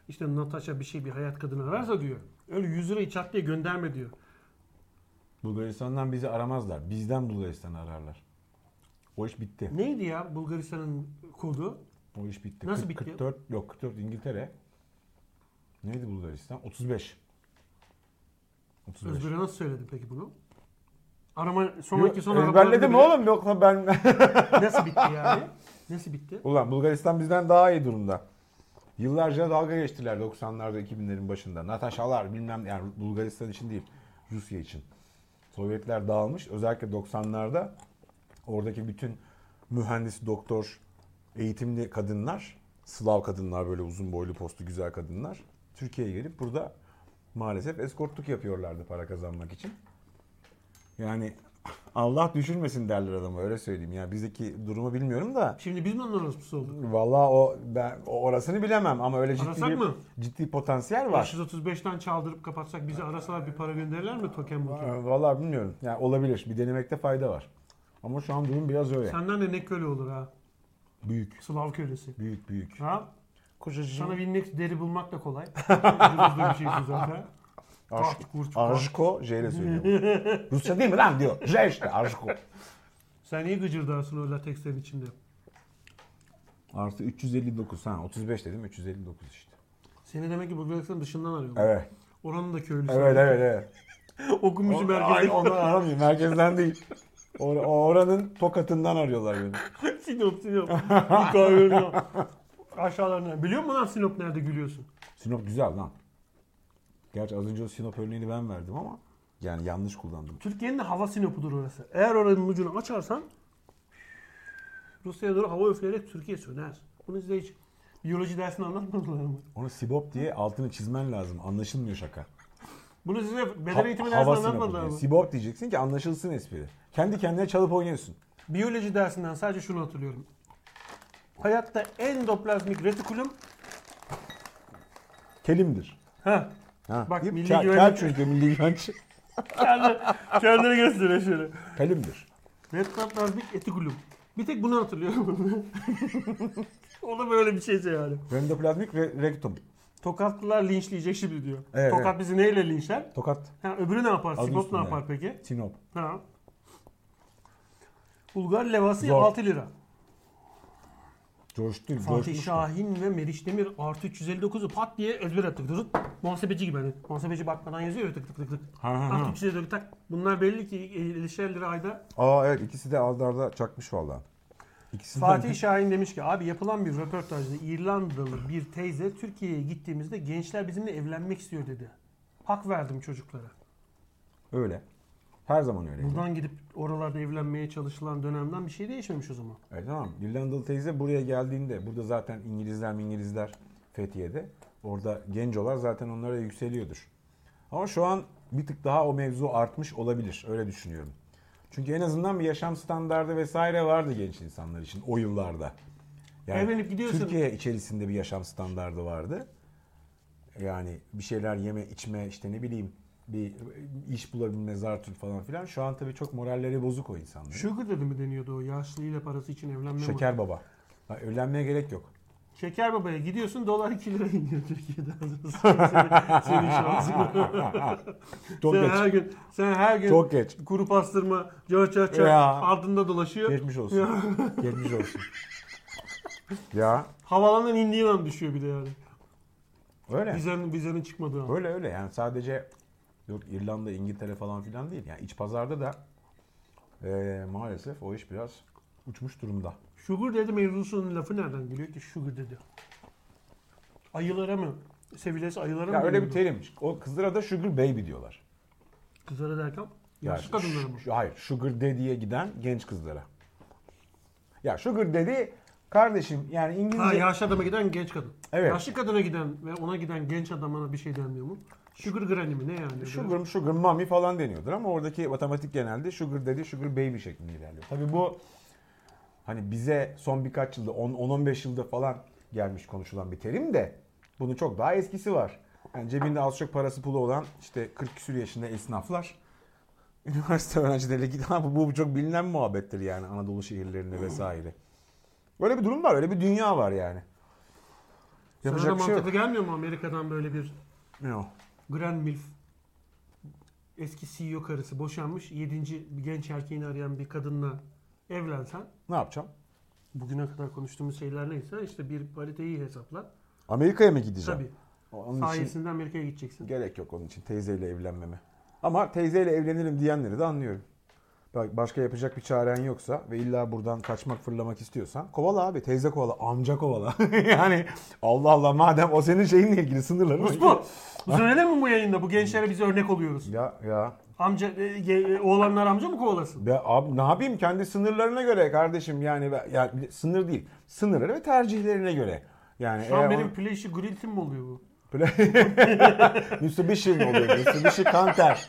işte Natasha bir şey bir hayat kadını ararsa diyor. Öyle 100 lirayı çat diye gönderme diyor. Bulgaristan'dan bizi aramazlar. Bizden Bulgaristan'ı ararlar. O iş bitti. Neydi ya Bulgaristan'ın kodu? O iş bitti. Nasıl Kırk- bitti? 44 yok 44 İngiltere. Neydi Bulgaristan? 35. 35. Özgür'e nasıl söyledim peki bunu? Arama sonraki son arabalarda Ezberledim bile- oğlum yoksa ben... Nasıl bitti yani? Nasıl bitti? Ulan Bulgaristan bizden daha iyi durumda. Yıllarca dalga geçtiler 90'larda 2000'lerin başında. Nataşalar bilmem yani Bulgaristan için değil Rusya için. Sovyetler dağılmış özellikle 90'larda oradaki bütün mühendis, doktor, eğitimli kadınlar, Slav kadınlar böyle uzun boylu postu güzel kadınlar Türkiye'ye gelip burada maalesef eskortluk yapıyorlardı para kazanmak için. Yani Allah düşürmesin derler adama öyle söyleyeyim. Ya bizdeki durumu bilmiyorum da Şimdi biz mi onun orospusu olduk? Vallahi o ben o orasını bilemem ama öyle ciddi Arasak bir- mı? ciddi potansiyel var. 535'ten çaldırıp kapatsak bizi arasalar bir para gönderirler mi token Ee, motor? Vallahi bilmiyorum. Yani olabilir. Bir denemekte fayda var. Ama şu an durum biraz öyle. Senden de ne köle olur ha? Büyük, Slav kölesi. büyük, büyük. Ha? Kocacığım. Sana Windex deri bulmak da kolay. Ucuz da bir şeysin zaten. Arş- Kart, kurt, kart. Arjko J ile söylüyor. bu. Rusça değil mi lan diyor. J işte Arjko. Sen niye gıcırdarsın o latekslerin içinde? Artı 359 ha 35 dedim 359 işte. Seni demek ki Bulgaristan'ın dışından arıyorlar. Evet. Oranın da köylüsü. Evet evet evet. Okumuşum Aynı merkezde. ondan aramıyor. Merkezden değil. Or- oranın tokatından arıyorlar beni. Sinop, Sinop. Bir kahve yok. Aşağılarına. Biliyor musun lan Sinop nerede gülüyorsun? Sinop güzel lan. Gerçi az önce o Sinop örneğini ben verdim ama yani yanlış kullandım. Türkiye'nin de hava Sinop'udur orası. Eğer oranın ucunu açarsan Rusya'ya doğru hava üfleyerek Türkiye söner. Bunu size hiç biyoloji dersinde anlatmadılar mı? Onu Sibop diye altını çizmen lazım. Anlaşılmıyor şaka. Bunu size beden Ha- eğitimi hava dersinde Sinop. anlatmadılar diye. mı? Sibop diyeceksin ki anlaşılsın espri. Kendi kendine çalıp oynuyorsun. Biyoloji dersinden sadece şunu hatırlıyorum. Hayatta endoplazmik retikulum Kelimdir. ha Ha. Bak, Değil mi? milli Kel- güvenlik- Kel çünkü milli güvenlik. kendi, kendini gösteriyor şöyle. Kelimdir. Endoplazmik retikulum. Bir tek bunu hatırlıyorum. o da böyle bir şeyse yani. Rendoplazmik re- rektum. Tokatlılar linçleyecek şimdi diyor. Evet, Tokat evet. bizi neyle linçler? Tokat. Ha, öbürü ne yapar? Adı Sinop ne üstünde. yapar peki? Sinop. Ha. Bulgar levası Zor. 6 lira. Coştu. Fatih Coşmuş. Şahin ve Meriç Demir artı 359'u pat diye ezber attık. Dur, muhasebeci gibi hani. Muhasebeci bakmadan yazıyor ya tık tık tık tık. Ha, ha, ha. Artı 359 tak. Bunlar belli ki 50'şer lira ayda. Aa evet ikisi de arda arda çakmış valla. İkisi de- Fatih Şahin demiş ki abi yapılan bir röportajda İrlandalı bir teyze Türkiye'ye gittiğimizde gençler bizimle evlenmek istiyor dedi. Hak verdim çocuklara. Öyle. Her zaman öyle. Buradan gidip oralarda evlenmeye çalışılan dönemden bir şey değişmemiş o zaman. E tamam. İrlandalı teyze buraya geldiğinde burada zaten İngilizler mi İngilizler Fethiye'de. Orada gencolar zaten onlara yükseliyordur. Ama şu an bir tık daha o mevzu artmış olabilir. Öyle düşünüyorum. Çünkü en azından bir yaşam standardı vesaire vardı genç insanlar için o yıllarda. Evlenip gidiyorsun. Türkiye içerisinde bir yaşam standardı vardı. Yani bir şeyler yeme, içme, işte ne bileyim bir iş bulabilme, zartür falan filan. Şu an tabii çok moralleri bozuk o insanların. Sugar dedi mi deniyordu o yaşlıyla parası için evlenme mi? Şeker baba. Ha, Evlenmeye gerek yok. Şeker babaya gidiyorsun dolar 2 lira iniyor Türkiye'de. senin, senin şansın. Çok sen geç. her gün sen her gün Çok geç. kuru pastırma çar çar çar Ya. ardında dolaşıyor. Geçmiş olsun. Geçmiş olsun. ya Havalandan indiğin an düşüyor bir de yani. öyle. Vizenin, vizenin çıkmadığı an. Öyle öyle yani sadece yok İrlanda, İngiltere falan filan değil. Yani iç pazarda da eee, maalesef o iş biraz uçmuş durumda. Sugar dedi mevzusunun lafı nereden geliyor ki sugar dedi. Ayılara mı? Sevilesi ayılara Ya mı? öyle bir deniyordu? terim. O kızlara da sugar baby diyorlar. Kızlara derken Yani yaşlı kadınlara mı? şu- Hayır, sugar daddy'ye giden genç kızlara. Ya sugar daddy kardeşim yani İngilizce Ha yaşlı adama giden genç kadın. Evet. Yaşlı kadına giden ve ona giden genç adamına bir şey denmiyor mu? Sugar granny mi ne yani? Sugar, sugar mommy falan deniyordur ama oradaki matematik genelde sugar dedi, sugar baby şeklinde ilerliyor. Tabii bu hani bize son birkaç yılda, 10 10-15 yılda falan gelmiş konuşulan bir terim de bunun çok daha eskisi var. Yani cebinde az çok parası pulu olan işte 40 küsür yaşında esnaflar üniversite öğrencileriyle gidip bu, bu çok bilinen muhabbettir yani Anadolu şehirlerinde vesaire. Öyle bir durum var, öyle bir dünya var yani. Sana da Yapacak bir şey yok. mantıklı gelmiyor mu Amerika'dan böyle bir Yok. Grand Milf eski CEO karısı boşanmış 7. bir genç erkeğini arayan bir kadınla evlensen Ne yapacağım? bugüne kadar konuştuğumuz şeyler neyse işte bir pariteyi hesapla. Amerika'ya mı gideceğim? Tabii. Onun için Sayesinde Amerika'ya gideceksin. Gerek yok onun için teyzeyle evlenmeme. Ama teyzeyle evlenirim diyenleri de anlıyorum. Bak başka yapacak bir çaren yoksa ve illa buradan kaçmak fırlamak istiyorsan kovala abi teyze kovala amca kovala. yani Allah Allah madem o senin şeyinle ilgili sınırların. Bu. Bu söylenir mi bu yayında? Bu gençlere biz örnek oluyoruz. Ya ya. Amca, e, ge- e, oğlanlar amca mı kovalasın? Be abi ne yapayım kendi sınırlarına göre kardeşim yani be- ya bir de sınır değil. Sınırları ve tercihlerine göre. Yani e, Şu an eğer benim play işi Grill'tim mi oluyor bu? Pla- Mitsubishi şey mi oluyor? Mitsubishi Kanter.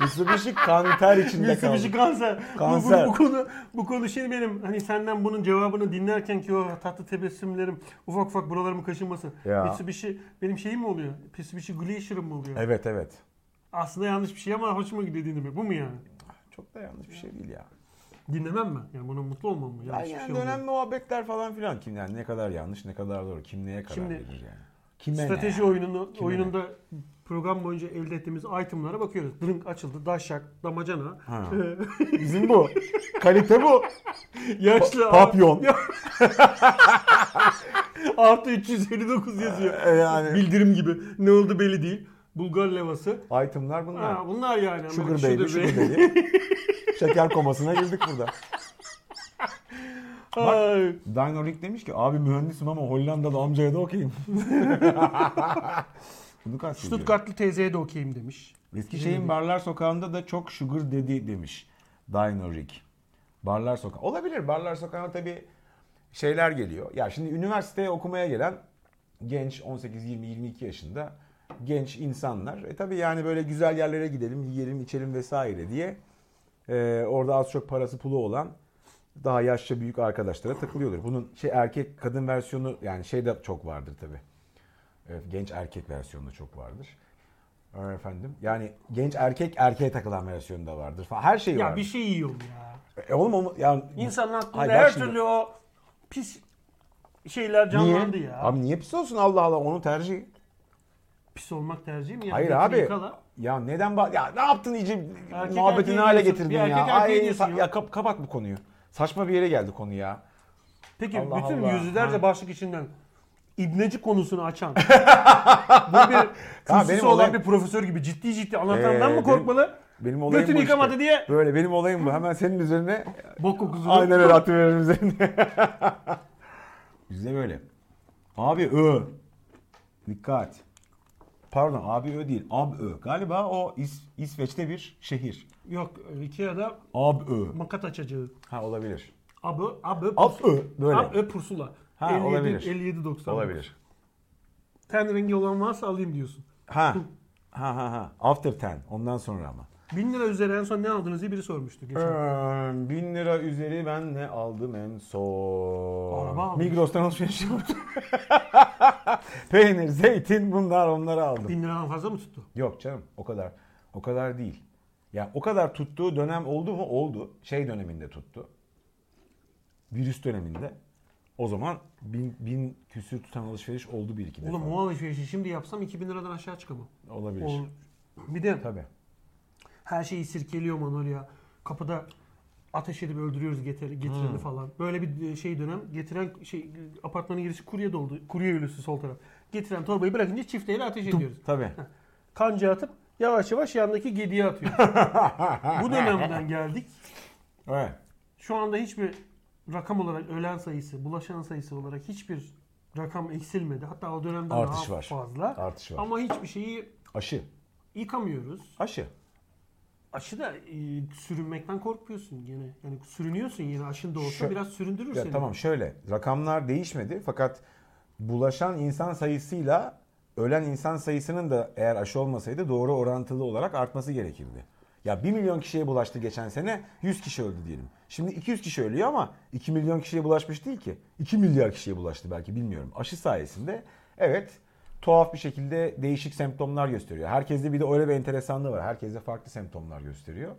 Mitsubishi Kanter içinde kaldı. Mitsubishi kanser. Bu- Bu, Kanser. bu, konu bu konu şey benim hani senden bunun cevabını dinlerken ki o tatlı tebessümlerim ufak ufak buralarımı kaşınması. Ya. Mitsubishi benim şeyim mi oluyor? Mitsubishi Glacier'ım mı oluyor? Evet evet. Aslında yanlış bir şey ama hoşuma gidiyor dinlemek. Bu mu yani? Çok da yanlış bir şey değil ya. Dinlemem mi? Yani buna mutlu olmam mı? Ya Yanlış bir yani şey dönem oluyor. muhabbetler falan filan kim yani ne kadar yanlış ne kadar doğru kim neye karar Şimdi verir yani. Kime Strateji ne? oyununu, Kime oyununda program boyunca elde ettiğimiz itemlara bakıyoruz. Drink açıldı, daşak, damacana, Ha. Bizim bu. Kalite bu. yaşlı Papyon. artı 359 yazıyor. E, yani Bildirim gibi. Ne oldu belli değil. Bulgar levası. itemlar bunlar. Ha, şey bunlar yani. Sugar Amerika baby, sugar sugar baby. baby. Şeker komasına girdik burada. Ay, Dino Rick demiş ki abi mühendisim ama Hollandalı amcaya da okuyayım. Bunu kastediyor. Stuttgartlı teyzeye de okeyim demiş. Eskişehir'in Barlar Sokağı'nda da çok sugar dedi demiş Dino Rick. Barlar Sokağı. Olabilir. Barlar Sokağı'na tabii şeyler geliyor. Ya şimdi üniversiteye okumaya gelen genç 18 20 22 yaşında genç insanlar. E tabii yani böyle güzel yerlere gidelim, yiyelim, içelim vesaire diye e, orada az çok parası pulu olan daha yaşça büyük arkadaşlara takılıyordur. Bunun şey erkek kadın versiyonu yani şey de çok vardır tabii. Evet, genç erkek versiyonu da çok vardır. Ee, Efendim yani genç erkek erkeğe takılan versiyonu da vardır falan. Her şey Ya var. bir şey yiyorum ya. E, oğlum ama yani İnsanın aklında Ay, ben her şimdi- türlü o pis şeyler canlandı niye? ya. Abi niye pis olsun Allah Allah onun tercihi. Pis olmak tercih mi? Yani Hayır götünü abi. yıkala. Ya neden ba- ya ne yaptın iyice Erkek muhabbetini erkeğe hale diyorsun. getirdin Bir ya. erkek Ay, erkeğe diyorsun sa- ya. ya kap- kapat bu konuyu. Saçma bir yere geldi konu ya. Peki Allah bütün Allah. yüzlerce başlık içinden İbneci konusunu açan. bu bir kürsüsü benim olan olayım- bir profesör gibi ciddi ciddi anlatandan Ee, mı benim- korkmalı? Benim olayım Götünü bu işte. yıkamadı diye- Böyle benim olayım bu. Hemen senin üzerine Bok kokusunu. aynen öyle atıverelim üzerine. Bizde böyle. Abi ö. Dikkat. Pardon abi ö değil. Ab ö. Galiba o İs- İsveç'te bir şehir. Yok Ikea'da Ab ö. makat açacağı. Ha olabilir. Abı, abı, Ab ö. Böyle. Abi öpursula. Ha, 57, olabilir. 57 90. olabilir. Ten rengi olan varsa alayım diyorsun. Ha. Ha ha ha. After ten. Ondan sonra ama. 1000 lira üzeri en son ne aldınız diye biri sormuştu geçen. Ee, bin lira üzeri ben ne aldım en son? Araba almış. Migros'tan alışveriş yaptım. Peynir, zeytin bunlar onları aldım. 1000 liradan fazla mı tuttu? Yok canım o kadar. O kadar değil. Ya o kadar tuttuğu dönem oldu mu? Oldu. Şey döneminde tuttu. Virüs döneminde. O zaman bin, bin küsür tutan alışveriş oldu bir iki defa. Oğlum o alışverişi şimdi yapsam 2000 liradan aşağı çıkamam. Olabilir. O- Bir de Tabii. her şeyi sirkeliyor Manolya. Kapıda ateş edip öldürüyoruz getir, getireni Hmm. falan. Böyle bir şey dönem. Getiren şey apartmanın girişi kurye doldu. Kurye ölüsü sol taraf. Getiren torbayı bırakınca çifteyle ateş ediyoruz. Tabii. Kanca atıp yavaş yavaş yandaki gediye atıyor. Bu dönemden geldik. Evet. Şu anda hiçbir rakam olarak ölen sayısı, bulaşan sayısı olarak hiçbir rakam eksilmedi. Hatta o dönemden Artış daha var. fazla. Artış var. Ama hiçbir şeyi Aşı. yıkamıyoruz. Aşı. Aşı da e, sürünmekten korkmuyorsun gene. Yani sürünüyorsun yine aşın da olsa Şö- biraz süründürür Ya seni. tamam şöyle rakamlar değişmedi fakat bulaşan insan sayısıyla ölen insan sayısının da eğer aşı olmasaydı doğru orantılı olarak artması gerekirdi. Ya 1 milyon kişiye bulaştı geçen sene 100 kişi öldü diyelim. Şimdi 200 kişi ölüyor ama 2 milyon kişiye bulaşmış değil ki. 2 milyar kişiye bulaştı belki bilmiyorum. Aşı sayesinde evet tuhaf bir şekilde değişik semptomlar gösteriyor. Herkeste bir de öyle bir enteresanlığı var. Herkeste farklı semptomlar gösteriyor.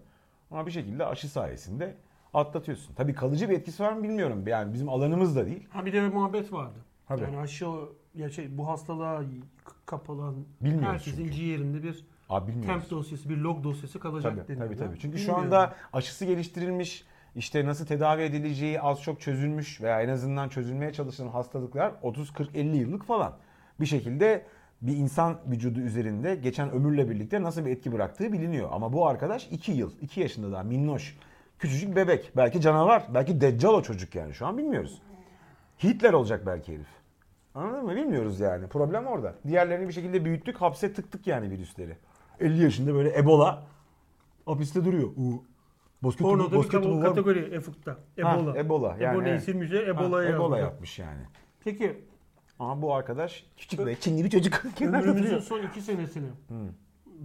Ama bir şekilde aşı sayesinde atlatıyorsun. Tabii kalıcı bir etkisi var mı bilmiyorum. Yani bizim alanımız da değil. Ha bir de bir muhabbet vardı. Tabii. Yani aşı o- ya şey, bu hastalığa k- kapalan Bilmiyoruz herkesin çünkü. ciğerinde bir Abi bilmiyoruz. temp dosyası, bir log dosyası kalacak Tabii, deniyor tabii ya. tabii. Çünkü şu Bilmiyorum. anda aşısı geliştirilmiş, işte nasıl tedavi edileceği az çok çözülmüş veya en azından çözülmeye çalışılan hastalıklar 30 40 50 yıllık falan. Bir şekilde bir insan vücudu üzerinde geçen ömürle birlikte nasıl bir etki bıraktığı biliniyor. Ama bu arkadaş 2 yıl, 2 yaşında daha minnoş. Küçücük bebek. Belki canavar. Belki deccal o çocuk yani. Şu an bilmiyoruz. Hitler olacak belki herif. Anladın mı? Bilmiyoruz yani. Problem orada. Diğerlerini bir şekilde büyüttük. Hapse tıktık yani virüsleri. 50 yaşında böyle Ebola hapiste duruyor. U. Basketbol, Pornoda bir basketbol kamu- var mı? kategori Efuk'ta. Ha, Ebola. şey Ebola. Yani, Ebola'yı evet. silmiş de Ha, Ebola'ya Ebola yazmış. yapmış yani. Peki Ama bu arkadaş küçük ve Çinli bir çocuk. Kenarda ömrümüzün duruyor. son iki senesini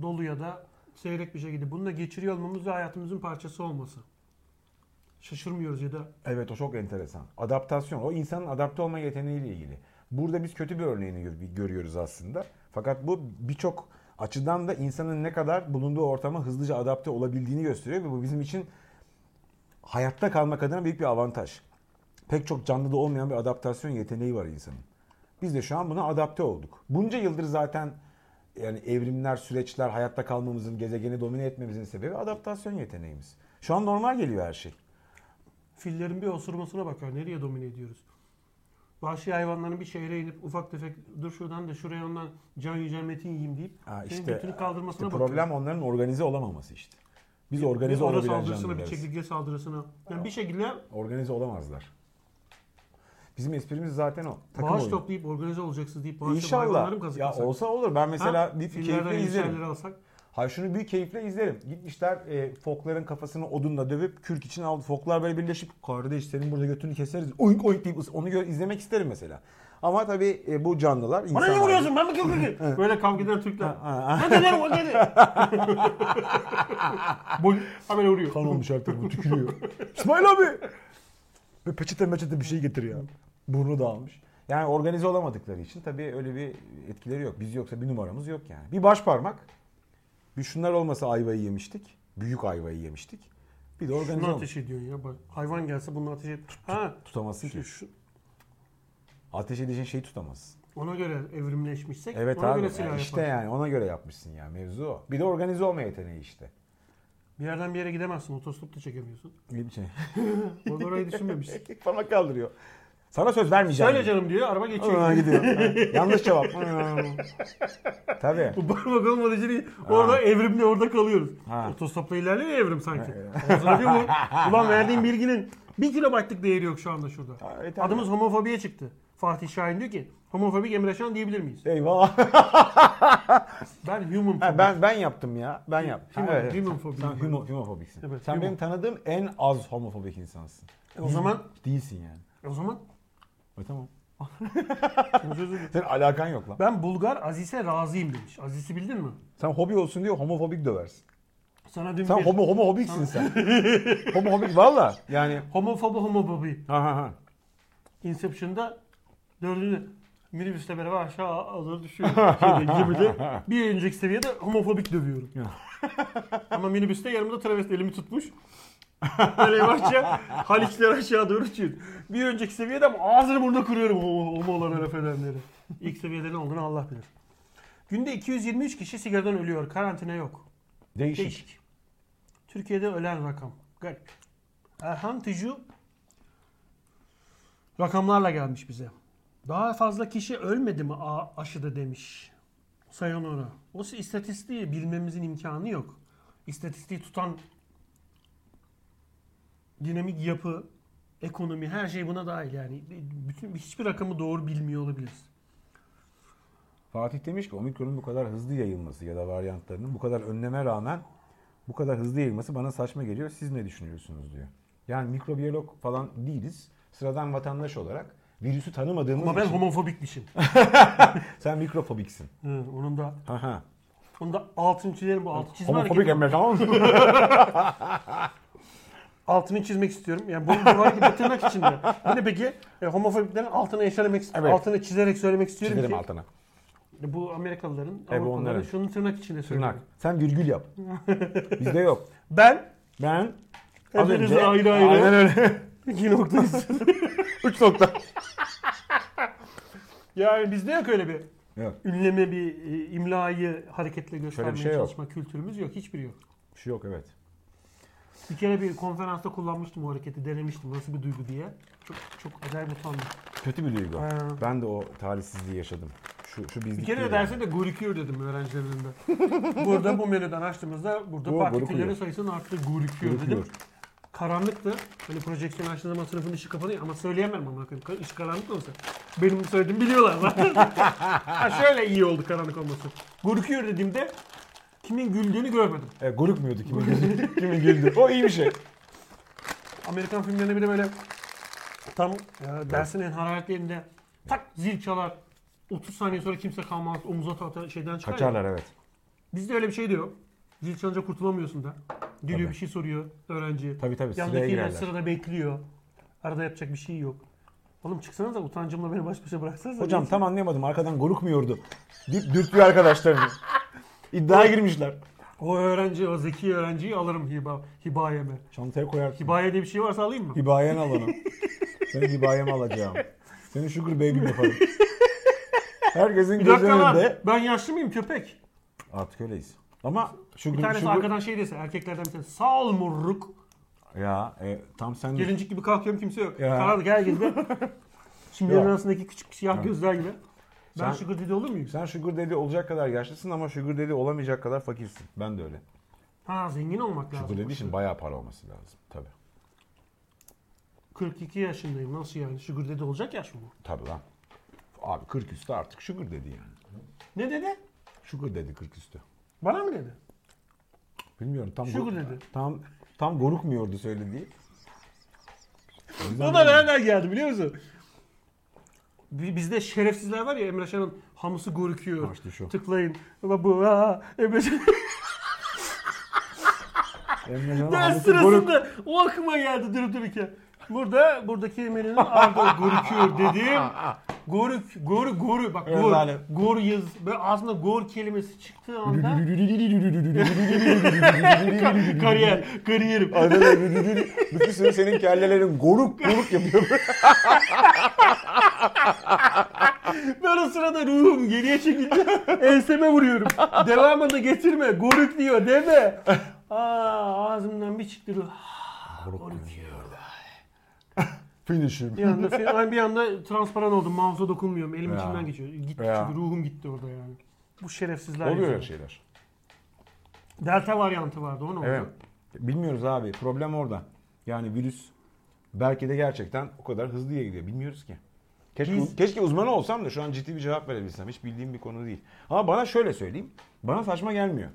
dolu ya da seyrek bir şekilde bununla geçiriyor olmamız ve hayatımızın parçası olması. Şaşırmıyoruz ya da Evet o çok enteresan. Adaptasyon. O insanın adapte olma yeteneğiyle ilgili. Burada biz kötü bir örneğini gör- görüyoruz aslında. Fakat bu birçok açıdan da insanın ne kadar bulunduğu ortama hızlıca adapte olabildiğini gösteriyor. Ve bu bizim için hayatta kalmak adına büyük bir avantaj. Pek çok canlıda olmayan bir adaptasyon yeteneği var insanın. Biz de şu an buna adapte olduk. Bunca yıldır zaten yani evrimler, süreçler, hayatta kalmamızın, gezegeni domine etmemizin sebebi adaptasyon yeteneğimiz. Şu an normal geliyor her şey. fillerin bir osurmasına bakar. Nereye domine ediyoruz? Vahşi hayvanların bir şehre inip ufak tefek dur şuradan da şuraya ondan can yücel metin yiyeyim deyip Ha, senin işte, Şey, götünü kaldırmasına İşte bakıyor. problem onların organize olamaması işte. Biz Bir organize ara olabilen saldırısına, bir canlılarız. çekirge saldırısına. Yani bir şekilde Organize olamazlar. Bizim esprimiz zaten o. Takım bağış oyunu. toplayıp organize olacaksınız deyip bağış toplayıp İnşallah. hayvanları mı Ya kazıklasak? olsa olur. Ben mesela Ha? bir Fillerden keyifle yetişenleri izlerim. alsak. Hayır şunu bir keyifle izlerim. Gitmişler e, fokların kafasını odunla dövüp kürk için aldı. Foklar böyle birleşip kardeş senin burada götünü keseriz. Oink oink deyip ıs- onu gö- izlemek isterim mesela. Ama tabii e, bu canlılar Bana insanlar. ne vuruyorsun? Ben mi kıvkırdı? Böyle kavga eden Türkler. ha. Hadi lan o dedi. Boy hemen vuruyor. Kan olmuş her tarafı tükürüyor. İsmail abi! Ve peçete meçete bir şey getir ya. Burnu dağılmış. Yani organize olamadıkları için tabii öyle bir etkileri yok. Biz yoksa bir numaramız yok yani. Bir baş parmak. Bir şunlar olmasa ayvayı yemiştik. Büyük ayvayı yemiştik. Bir de organize Bunu ol- ateş ediyor ya. Bak, hayvan gelse bunu ateş et. Ha. tutamazsın ki. Şu, şu, Ateş edeceğin şeyi tutamazsın. ona göre evrimleşmişsek Evet ona abi. göre Yani silah işte yapar. yani ona göre yapmışsın ya mevzu o. Bir de organize olma yeteneği işte. Bir yerden bir yere gidemezsin. Otostop da çekemiyorsun. İyi bir şey. Bak orayı düşünmemişsin. Parmak kaldırıyor. Sana söz vermeyeceğim. Söyle canım diyor. Araba Aa, geçiyor. gidiyor. Ha, Yanlış cevap. Aa. Tabii. Bu parmak olmadığı için iyi. orada evrimle orada kalıyoruz. Ha. Otostopla ilerliyor ya evrim sanki. Olsa diyor bu. Ulan verdiğim bilginin bir kilobaytlık değeri yok şu anda şurada. Ha, evet abi. Adımız homofobiye çıktı. Fatih Şahin diyor ki homofobik Emre Şan diyebilir miyiz? Eyvah. Ben human Ha, ben ben yaptım ya. Ben yaptım. Human- Ha, evet. human phobia. Sen humo- homofobiksin. Evet, Sen human. benim tanıdığım en az homofobik insansın. E, o zaman Değilsin yani. o zaman E, tamam. Şimdi sözü bitir. Senin alakan yok lan. ben Bulgar Aziz'e razıyım demiş. Aziz'i bildin mi? Sen hobi olsun diye homofobik döversin. Sana dün Sen bir homo homofobiksin sen. homofobik valla. Yani. homofobi homofobi Ha ha ha. Inception'da dördüncü minibüsle beraber aşağı doğru düşüyor. Şeyde, gemide. Bir önceki seviyede homofobik dövüyorum. Ya. Ama minibüste yanımda travesti elimi tutmuş. Böyle yavaşça Haliçler aşağı doğru uçuyor. Bir önceki seviyede ama ağzını burada kırıyorum homo, homo olan laf edenleri. İlk seviyede ne olduğunu Allah bilir. Günde 223 kişi sigaradan ölüyor. Karantina yok. Değişik. Değişik. Türkiye'de ölen rakam. Garip. Erhan Tücu rakamlarla gelmiş bize. Daha fazla kişi ölmedi mi a- aşıda demiş. Sayonara. O s- istatistiği bilmemizin imkanı yok. İstatistiği tutan dinamik yapı, ekonomi her şey buna dahil yani. Bütün hiçbir rakamı doğru bilmiyor olabiliriz. Fatih demiş ki omikronun bu kadar hızlı yayılması ya da varyantlarının bu kadar önleme rağmen bu kadar hızlı yayılması bana saçma geliyor. Siz ne düşünüyorsunuz diyor. Yani mikrobiyolog falan değiliz. Sıradan vatandaş olarak virüsü tanımadığımız Ama ben için homofobikmişim. sen mikrofobiksin. Hı, onun da Aha. onun da altını çizerim bu altı çizme hareketi. Homofobik emre tamam mı? altını çizmek istiyorum. Yani bu duvar gibi tırnak içinde. Bu ne peki? E, homofobiklerin altını eşelemek istiyorum. Evet. Altını çizerek söylemek istiyorum Çizelim ki. altına. Bu Amerikalıların, E, bu Avrupalıların onların. şunu tırnak içinde söylüyor. Tırnak. Sen virgül yap. Bizde yok. Ben Ben az hepinize önce- ayrı ayrı. Aynen öyle. iki noktayız. Üç nokta. yani bizde yok öyle bir Yok. ünleme bir e, imlayı hareketle göstermeye şey yok. çalışma kültürümüz yok. Hiçbiri yok. Bir şey yok evet. Bir kere bir konferansta kullanmıştım bu hareketi. Denemiştim nasıl bir duygu diye. Çok, çok acayip Ee, utandım. Kötü bir duygu. Ha. Ben de o talihsizliği yaşadım. Şu, şu bizlik Bir kere değil de derse de gurikür dedim öğrencilerimde. burada bu menüden açtığımızda burada Bu partiküllerin gurikuyor. sayısının arttığı gurikür Gurikuyor. dedim. karanlıktı. Hani projeksiyon açtığı zaman sınıfın ışığı kapanıyor ama söyleyemem ama koyayım. Işık karanlık da olsa. Benim söylediğimi biliyorlar zaten. ha şöyle iyi oldu karanlık olması. Gurkuyor dediğimde kimin güldüğünü görmedim. E, gurukmuyordu kimin güldü. kimin güldü. O iyi bir şey. Amerikan filmlerinde bile böyle tam e, dersin en hararetli yerinde tak zil çalar. 30 saniye sonra kimse kalmaz. Omuz ata ata şeyden çıkar. ya. Kaçarlar evet. Bizde öyle bir şey diyor. Zil çalınca kurtulamıyorsun da. Geliyor Tabii. bir şey soruyor öğrenci. Tabii tabii sıraya Yanındaki yine girerler. sırada bekliyor. Arada yapacak bir şey yok. Oğlum çıksanız da utancımla beni baş başa bıraksanız. Hocam tam anlayamadım arkadan gurukmuyordu. Deyip dürtüyor arkadaşlarını. İddiaya girmişler. O öğrenci, o zeki öğrenciyi alırım hiba, hibayeme. Çantaya koyar. Hibaye diye bir şey varsa alayım mı? Hibayen al onu. Seni hibayeme alacağım. Seni sugar baby yaparım. Herkesin Bir gözü dakika lan. önünde. Ben yaşlı mıyım köpek? Artık öyleyiz. Ama Bir sugar, tanesi sugar... arkadan şey dese erkeklerden bir tanesi. Sağ ol murruk. Ya e, tam sen... Gelincik gibi kalkıyorum kimse yok. Ya. Karanlık herkes de. Çimlerin Yok. arasındaki küçük siyah gözler gibi. Ben Sen- şu gıdidi olur muyum? Sen sugar daddy olacak kadar yaşlısın ama sugar daddy olamayacak kadar fakirsin. Ben de öyle. Ha zengin olmak lazım. Sugar daddy için bayağı para olması lazım. Tabii. 42 yaşındayım. Nasıl yani? Sugar dedi olacak yaş mı bu? Tabii lan. Abi 40 üstü artık sugar dedi yani. Ne dedi? Sugar dedi 40 üstü. Bana mı dedi? Bilmiyorum tam Sugar go- dedi. Tam tam gorukmuyordu söylediği. O yüzden O da nereden geldi biliyor musun? Bi- Bizde şerefsizler var ya Emre Şan'ın hamısı Ha görüküyor. işte şu. Tıklayın. Ama bu aa, Emre Şan Emre Can'ın ders hamısı goruk. sırasında o akıma geldi durup dururken. Burada buradaki Emre'nin ardı görüküyor dediğim. Gorük, gorü, gorü. Bak Ah, Evet, gor, hala. gor yaz. Böyle ağzımda gor kelimesi çıktığı anda kariyer, kariyerim. Arada da rü- rü- rü- rü- Bütün sürü senin kellelerin goruk goruk yapıyor. Ben o sırada ruhum geriye çekildi. Enseme vuruyorum. Devamını getirme. Goruk diyor deme. Aa, ağzımdan bir çıktı ruh. Goruk yiyor. Finish him. Bir anda, ben bir anda transparan oldum. Mouse'a dokunmuyorum. Elim Ya. içimden geçiyor. Gitti Ya. çünkü ruhum gitti orada yani. Bu şerefsizler. Oluyor yüzünden. öyle şey. şeyler. Delta varyantı vardı. O ne oldu? Evet. Bilmiyoruz abi. Problem orada. Yani virüs belki de gerçekten o kadar hızlıya gidiyor. Bilmiyoruz ki. Keşke, Biz- keşke uzmanı olsam da şu an ciddi bir cevap verebilsem. Hiç bildiğim bir konu değil. Ama bana şöyle söyleyeyim. Bana saçma gelmiyor.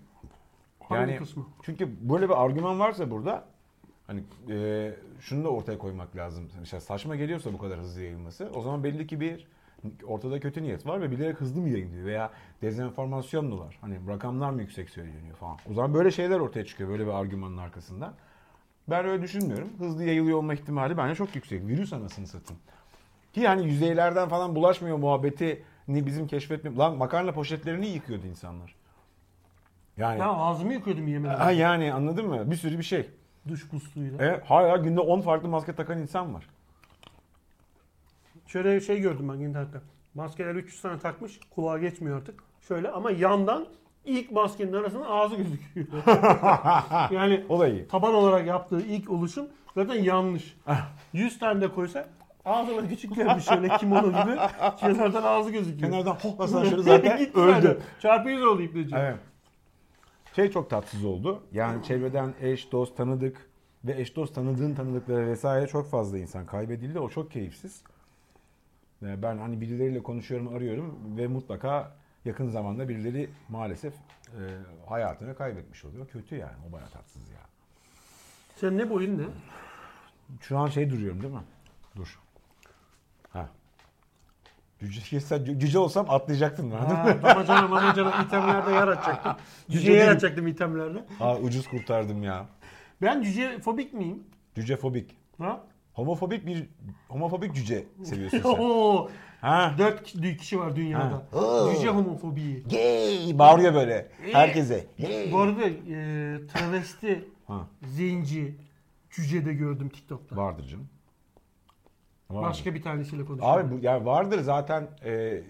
Hangi kısmı? Çünkü böyle bir argüman varsa burada hani e, şunu da ortaya koymak lazım. İşte saçma geliyorsa bu kadar hızlı yayılması o zaman belli ki bir ortada kötü niyet var ve bilerek hızlı mı yayılıyor veya dezenformasyon mu var? Hani rakamlar mı yüksek söyleniyor falan. O zaman böyle şeyler ortaya çıkıyor böyle bir argümanın arkasında. Ben öyle düşünmüyorum. Hızlı yayılıyor olma ihtimali bence çok yüksek. Virüs anasını satın. Ki yani yüzeylerden falan bulaşmıyor muhabbeti ni bizim keşfetmiyor. Lan makarna poşetlerini yıkıyordu insanlar. Yani Ben ağzımı yıkıyordum yemeden. Ha yani anladın mı? Bir sürü bir şey. Duş musluğuyla. E, hala günde 10 farklı maske takan insan var. Şöyle şey gördüm ben internette. Maskeler 300 tane takmış. Kulağa geçmiyor artık. Şöyle ama yandan ilk maskenin arasından ağzı gözüküyor. yani Olayı. taban olarak yaptığı ilk oluşum zaten yanlış. Ah. 100 tane de koysa ağzına küçük gelmiş şöyle kimono gibi. Kenardan ağzı gözüküyor. Kenardan hoplasan şöyle zaten Gitti öldü. zaten. Çarpı 100 oldu iplici. Evet. Şey çok tatsız oldu. Yani çevreden eş, dost, tanıdık ve eş, dost, tanıdığın tanıdıkları vesaire çok fazla insan kaybedildi. O çok keyifsiz. E, Ben hani birileriyle konuşuyorum, arıyorum ve mutlaka yakın zamanda birileri maalesef e, hayatını kaybetmiş oluyor. Kötü yani. O bayağı tatsız ya. Sen ne boyun ne? Şu an şey duruyorum değil mi? Dur. Ha. Cüce, sen cü- cüce olsam atlayacaktın lan değil Ha, mi? Damacana mamacana itemlerde yer atacaktım. Cüceye yer değil. atacaktım itemlerde. Aa, ucuz kurtardım ya. Ben cüce fobik miyim? Cücefobik. Ha? Homofobik bir homofobik cüce seviyorsun sen. Oo, ha? Dört kişi, kişi var dünyada. Cüce homofobiyi. Gay bağırıyor böyle herkese. Bu arada e, travesti, Ha. zenci, cüce de gördüm TikTok'ta. Vardır canım. Vardır. Başka bir tanesiyle konuşuyorum. Abi bu yani vardır zaten e,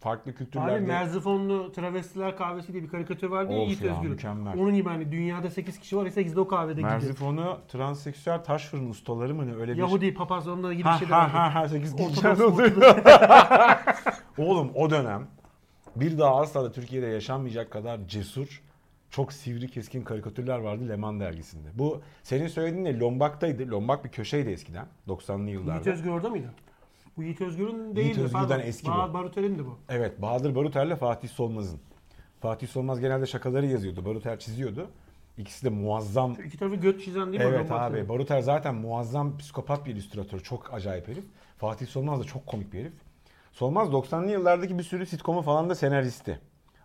farklı Abi, kültürlerde. Merzifonlu Travestiler Kahvesi diye bir karikatür vardı ya Of Yiğit ya, Özgür'ün. mükemmel. Onun gibi hani dünyada 8 kişi var ya 8 de o kahvede gidiyor. Merzifon'u transseksüel taş fırın ustaları mı ne öyle bir şey- Yahudi papaz onunla gibi bir Ha şey de ha vardı. ha ha 8 Ortodoks, Oğlum o dönem bir daha asla da Türkiye'de yaşanmayacak kadar cesur çok sivri keskin karikatürler vardı Le Mans dergisinde. Bu senin söylediğin de Lombak'taydı. Lombak bir köşeydi eskiden 90'lı Yiğit yıllarda. Özgür orada mıydı? Bu Yiğit Özgür'ün değildi. Özgür'den pardon. eski Ba- bu. Barutel'indi bu. Evet Bahadır Baruter'le Fatih Solmaz'ın. Fatih Solmaz genelde şakaları yazıyordu. Baruter çiziyordu. İkisi de muazzam İki tarafı göt çizen değil mi? Evet adam abi baktı? Baruter zaten muazzam psikopat bir illüstratör. Çok acayip herif. Fatih Solmaz da çok komik bir herif. Solmaz 90'lı yıllardaki bir sürü sitcomu falan da senaristi.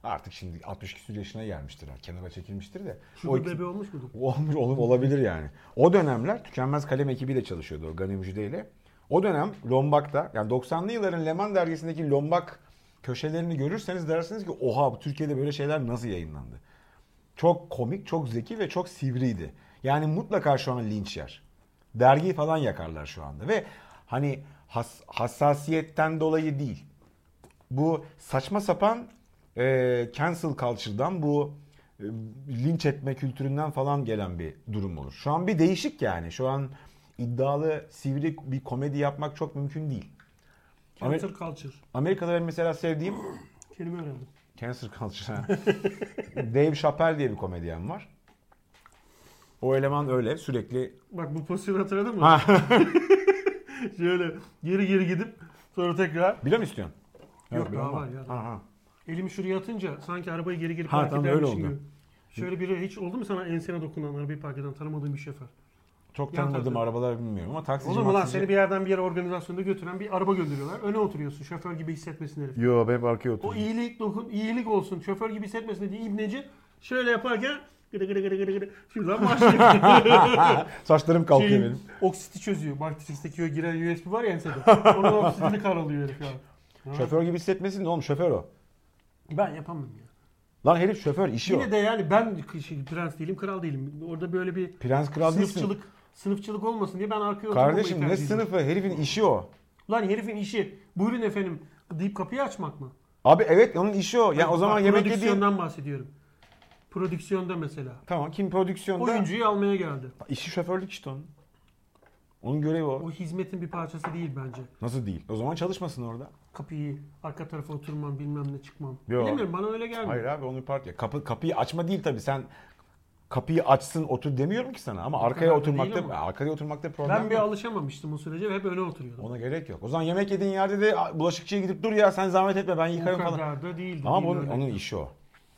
Artık şimdi 60 küsur yaşına gelmiştir. yani Kenara çekilmiştir de. Şurada iki- bebe olmuş muydu? Olmuş, ol- olabilir yani. O dönemler Tükenmez Kalem ekibiyle çalışıyordu o Gani Müjde ile. O dönem Lombak'ta yani 90'lı yılların Leman dergisindeki Lombak köşelerini görürseniz dersiniz ki oha bu Türkiye'de böyle şeyler nasıl yayınlandı? Çok komik, çok zeki ve çok sivriydi. Yani mutlaka şu an linç yer. Dergiyi falan yakarlar şu anda ve hani has- hassasiyetten dolayı değil bu saçma sapan e, cancel culture'dan bu e, linç etme kültüründen falan gelen bir durum olur. Şu an bir değişik yani. Şu an iddialı sivri bir komedi yapmak çok mümkün değil. Amer- Cancer culture. Amerika'da ben mesela sevdiğim Kelime öğrendim. Cancer Culture. ha. Dave Chappelle diye bir komedyen var. O eleman öyle sürekli Bak bu pozisyonu hatırladın mı? Şöyle geri geri gidip sonra tekrar. biliyor musun istiyorsun? Yok, biliyorum daha ama. var ya. Ha, ha. Elimi şuraya atınca sanki arabayı geri geri Ha, park tamam, edermişim öyle oldu. gibi. Şöyle biri hiç oldu mu sana ensene dokunan arabayı park eden tanımadığın bir şoför? Çok Yan tanımadığım tarafta. arabalar bilmiyorum ama taksici Olur mu lan maksici- seni bir yerden bir yere organizasyonda götüren bir araba gönderiyorlar. Öne oturuyorsun şoför gibi hissetmesin herif. Yo ben hep arkaya O oturdum. iyilik dokun, iyilik olsun şoför gibi hissetmesin diye ibneci şöyle yaparken gıdı gıdı gıdı gıdı gıdı şuradan başlıyor. Saçlarım kalkıyor Şeyin benim. oksiti çözüyor. Matrix'teki o giren USB var ya ensede. Onun oksitini karalıyor herif ya. Şoför gibi hissetmesin de oğlum şoför o. Ben yapamam ya. Lan herif şoför işi o. Yine de yani ben şey, prens değilim, kral değilim. Orada böyle bir Prens kral değilsin. sınıfçılık sınıfçılık olmasın diye ben arkaya oturmayı Kardeşim ne tercih ediyorum. sınıfı? Herifin işi o. Lan herifin işi buyurun efendim deyip kapıyı açmak mı? Abi evet onun işi o. Ya o zaman Bak, yemek yediğin... Prodüksiyondan bahsediyorum. Prodüksiyonda mesela. Tamam kim prodüksiyonda? Oyuncuyu almaya geldi. İşi şoförlük işte onun. Onun görevi o. O hizmetin bir parçası değil bence. Nasıl değil? O zaman çalışmasın orada. Kapıyı, arka tarafa oturmam, bilmem ne çıkmam. Yo. Bilmiyorum bana öyle gelmiyor. Hayır abi onun parti. Kapı, kapıyı açma değil tabii. Sen kapıyı açsın otur demiyorum ki sana. Ama arkaya kadar da değil oturmakta ama. arkaya oturmakta problem Ben bir yok. alışamamıştım o sürece ve hep öne oturuyordum. Ona gerek yok. O zaman yemek yediğin yerde de "Aa, bulaşıkçıya gidip dur ya sen zahmet etme ben O yıkarım falan. kadar da değildi. Ama değil mi onun, öyle? onun işi o.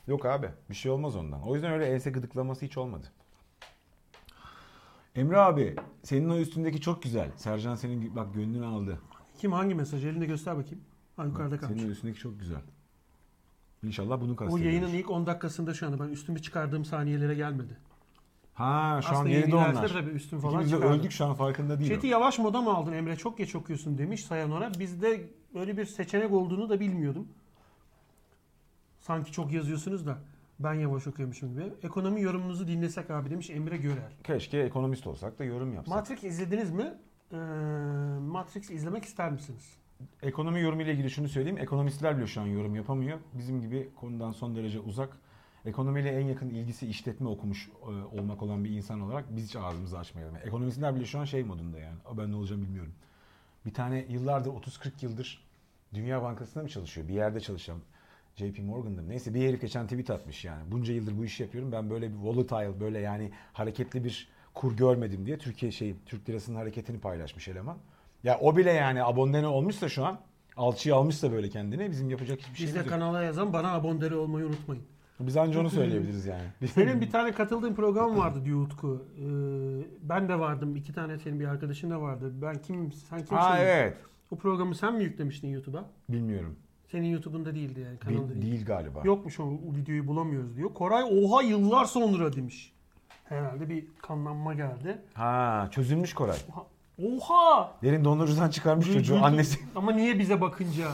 Yok abi bir şey olmaz ondan. O yüzden öyle ense gıdıklaması hiç olmadı. Emre abi senin o üstündeki çok güzel. Sercan senin bak gönlünü aldı. Kim hangi mesaj? Elinde göster bakayım. Ha yukarıda kalmış. Senin o üstündeki çok güzel. İnşallah bunu O kastediyoruz. yayının ilk 10 dakikasında şu anda ben üstümü çıkardığım saniyelere gelmedi. Ha şu an Aslında yeri de ilgilense onlar. tabii üstüm falan İkimiz de çıkardı. öldük şu an farkında değil. Chat'i yavaş moda mı aldın Emre? Çok geç okuyorsun demiş Sayanora. Bizde böyle bir seçenek olduğunu da bilmiyordum. Sanki çok yazıyorsunuz da ben yavaş okuyormuşum gibi. Ekonomi yorumunuzu dinlesek abi demiş Emre Görel. Keşke ekonomist olsak da yorum yapsak. Matrix izlediniz mi? Ee, Matrix izlemek ister misiniz? Ekonomi yorumu ile ilgili şunu söyleyeyim. Ekonomistler bile şu an yorum yapamıyor. Bizim gibi konudan son derece uzak. Ekonomiyle en yakın ilgisi işletme okumuş e, olmak olan bir insan olarak biz hiç ağzımızı açmayalım. Yani ekonomistler bile şu an şey modunda yani. "Aa, Ben ne olacağım bilmiyorum. Bir tane yıllardır 30-40 yıldır Dünya Bankası'nda mı çalışıyor? Bir yerde çalışan JP Morgan'da mı? Neyse bir herif geçen tweet atmış yani. Bunca yıldır bu işi yapıyorum. Ben böyle bir volatile böyle yani hareketli bir kur görmedim diye Türkiye şey Türk lirasının hareketini paylaşmış eleman. Ya o bile yani abonene olmuşsa şu an alçıyı almışsa böyle kendine bizim yapacak hiçbir Bizde şeyimiz yok. kanala yazan bana aboneli olmayı unutmayın. Biz anca onu söyleyebiliriz yani. Senin bir tane katıldığın program vardı diyor Utku. Ee, ben de vardım. iki tane senin bir arkadaşın da vardı. Ben kim, sen kimsin? Aa evet. O programı sen mi yüklemiştin YouTube'a? Bilmiyorum. Senin YouTube'unda değildi yani Bil- kanalda değil. değil galiba. Yokmuş o, o videoyu bulamıyoruz diyor. Koray oha yıllar sonra demiş. Herhalde bir kanlanma geldi. Ha çözülmüş Koray. Oha! oha! Derin dondurucudan çıkarmış çocuğu Gül- annesi. Ama niye bize bakınca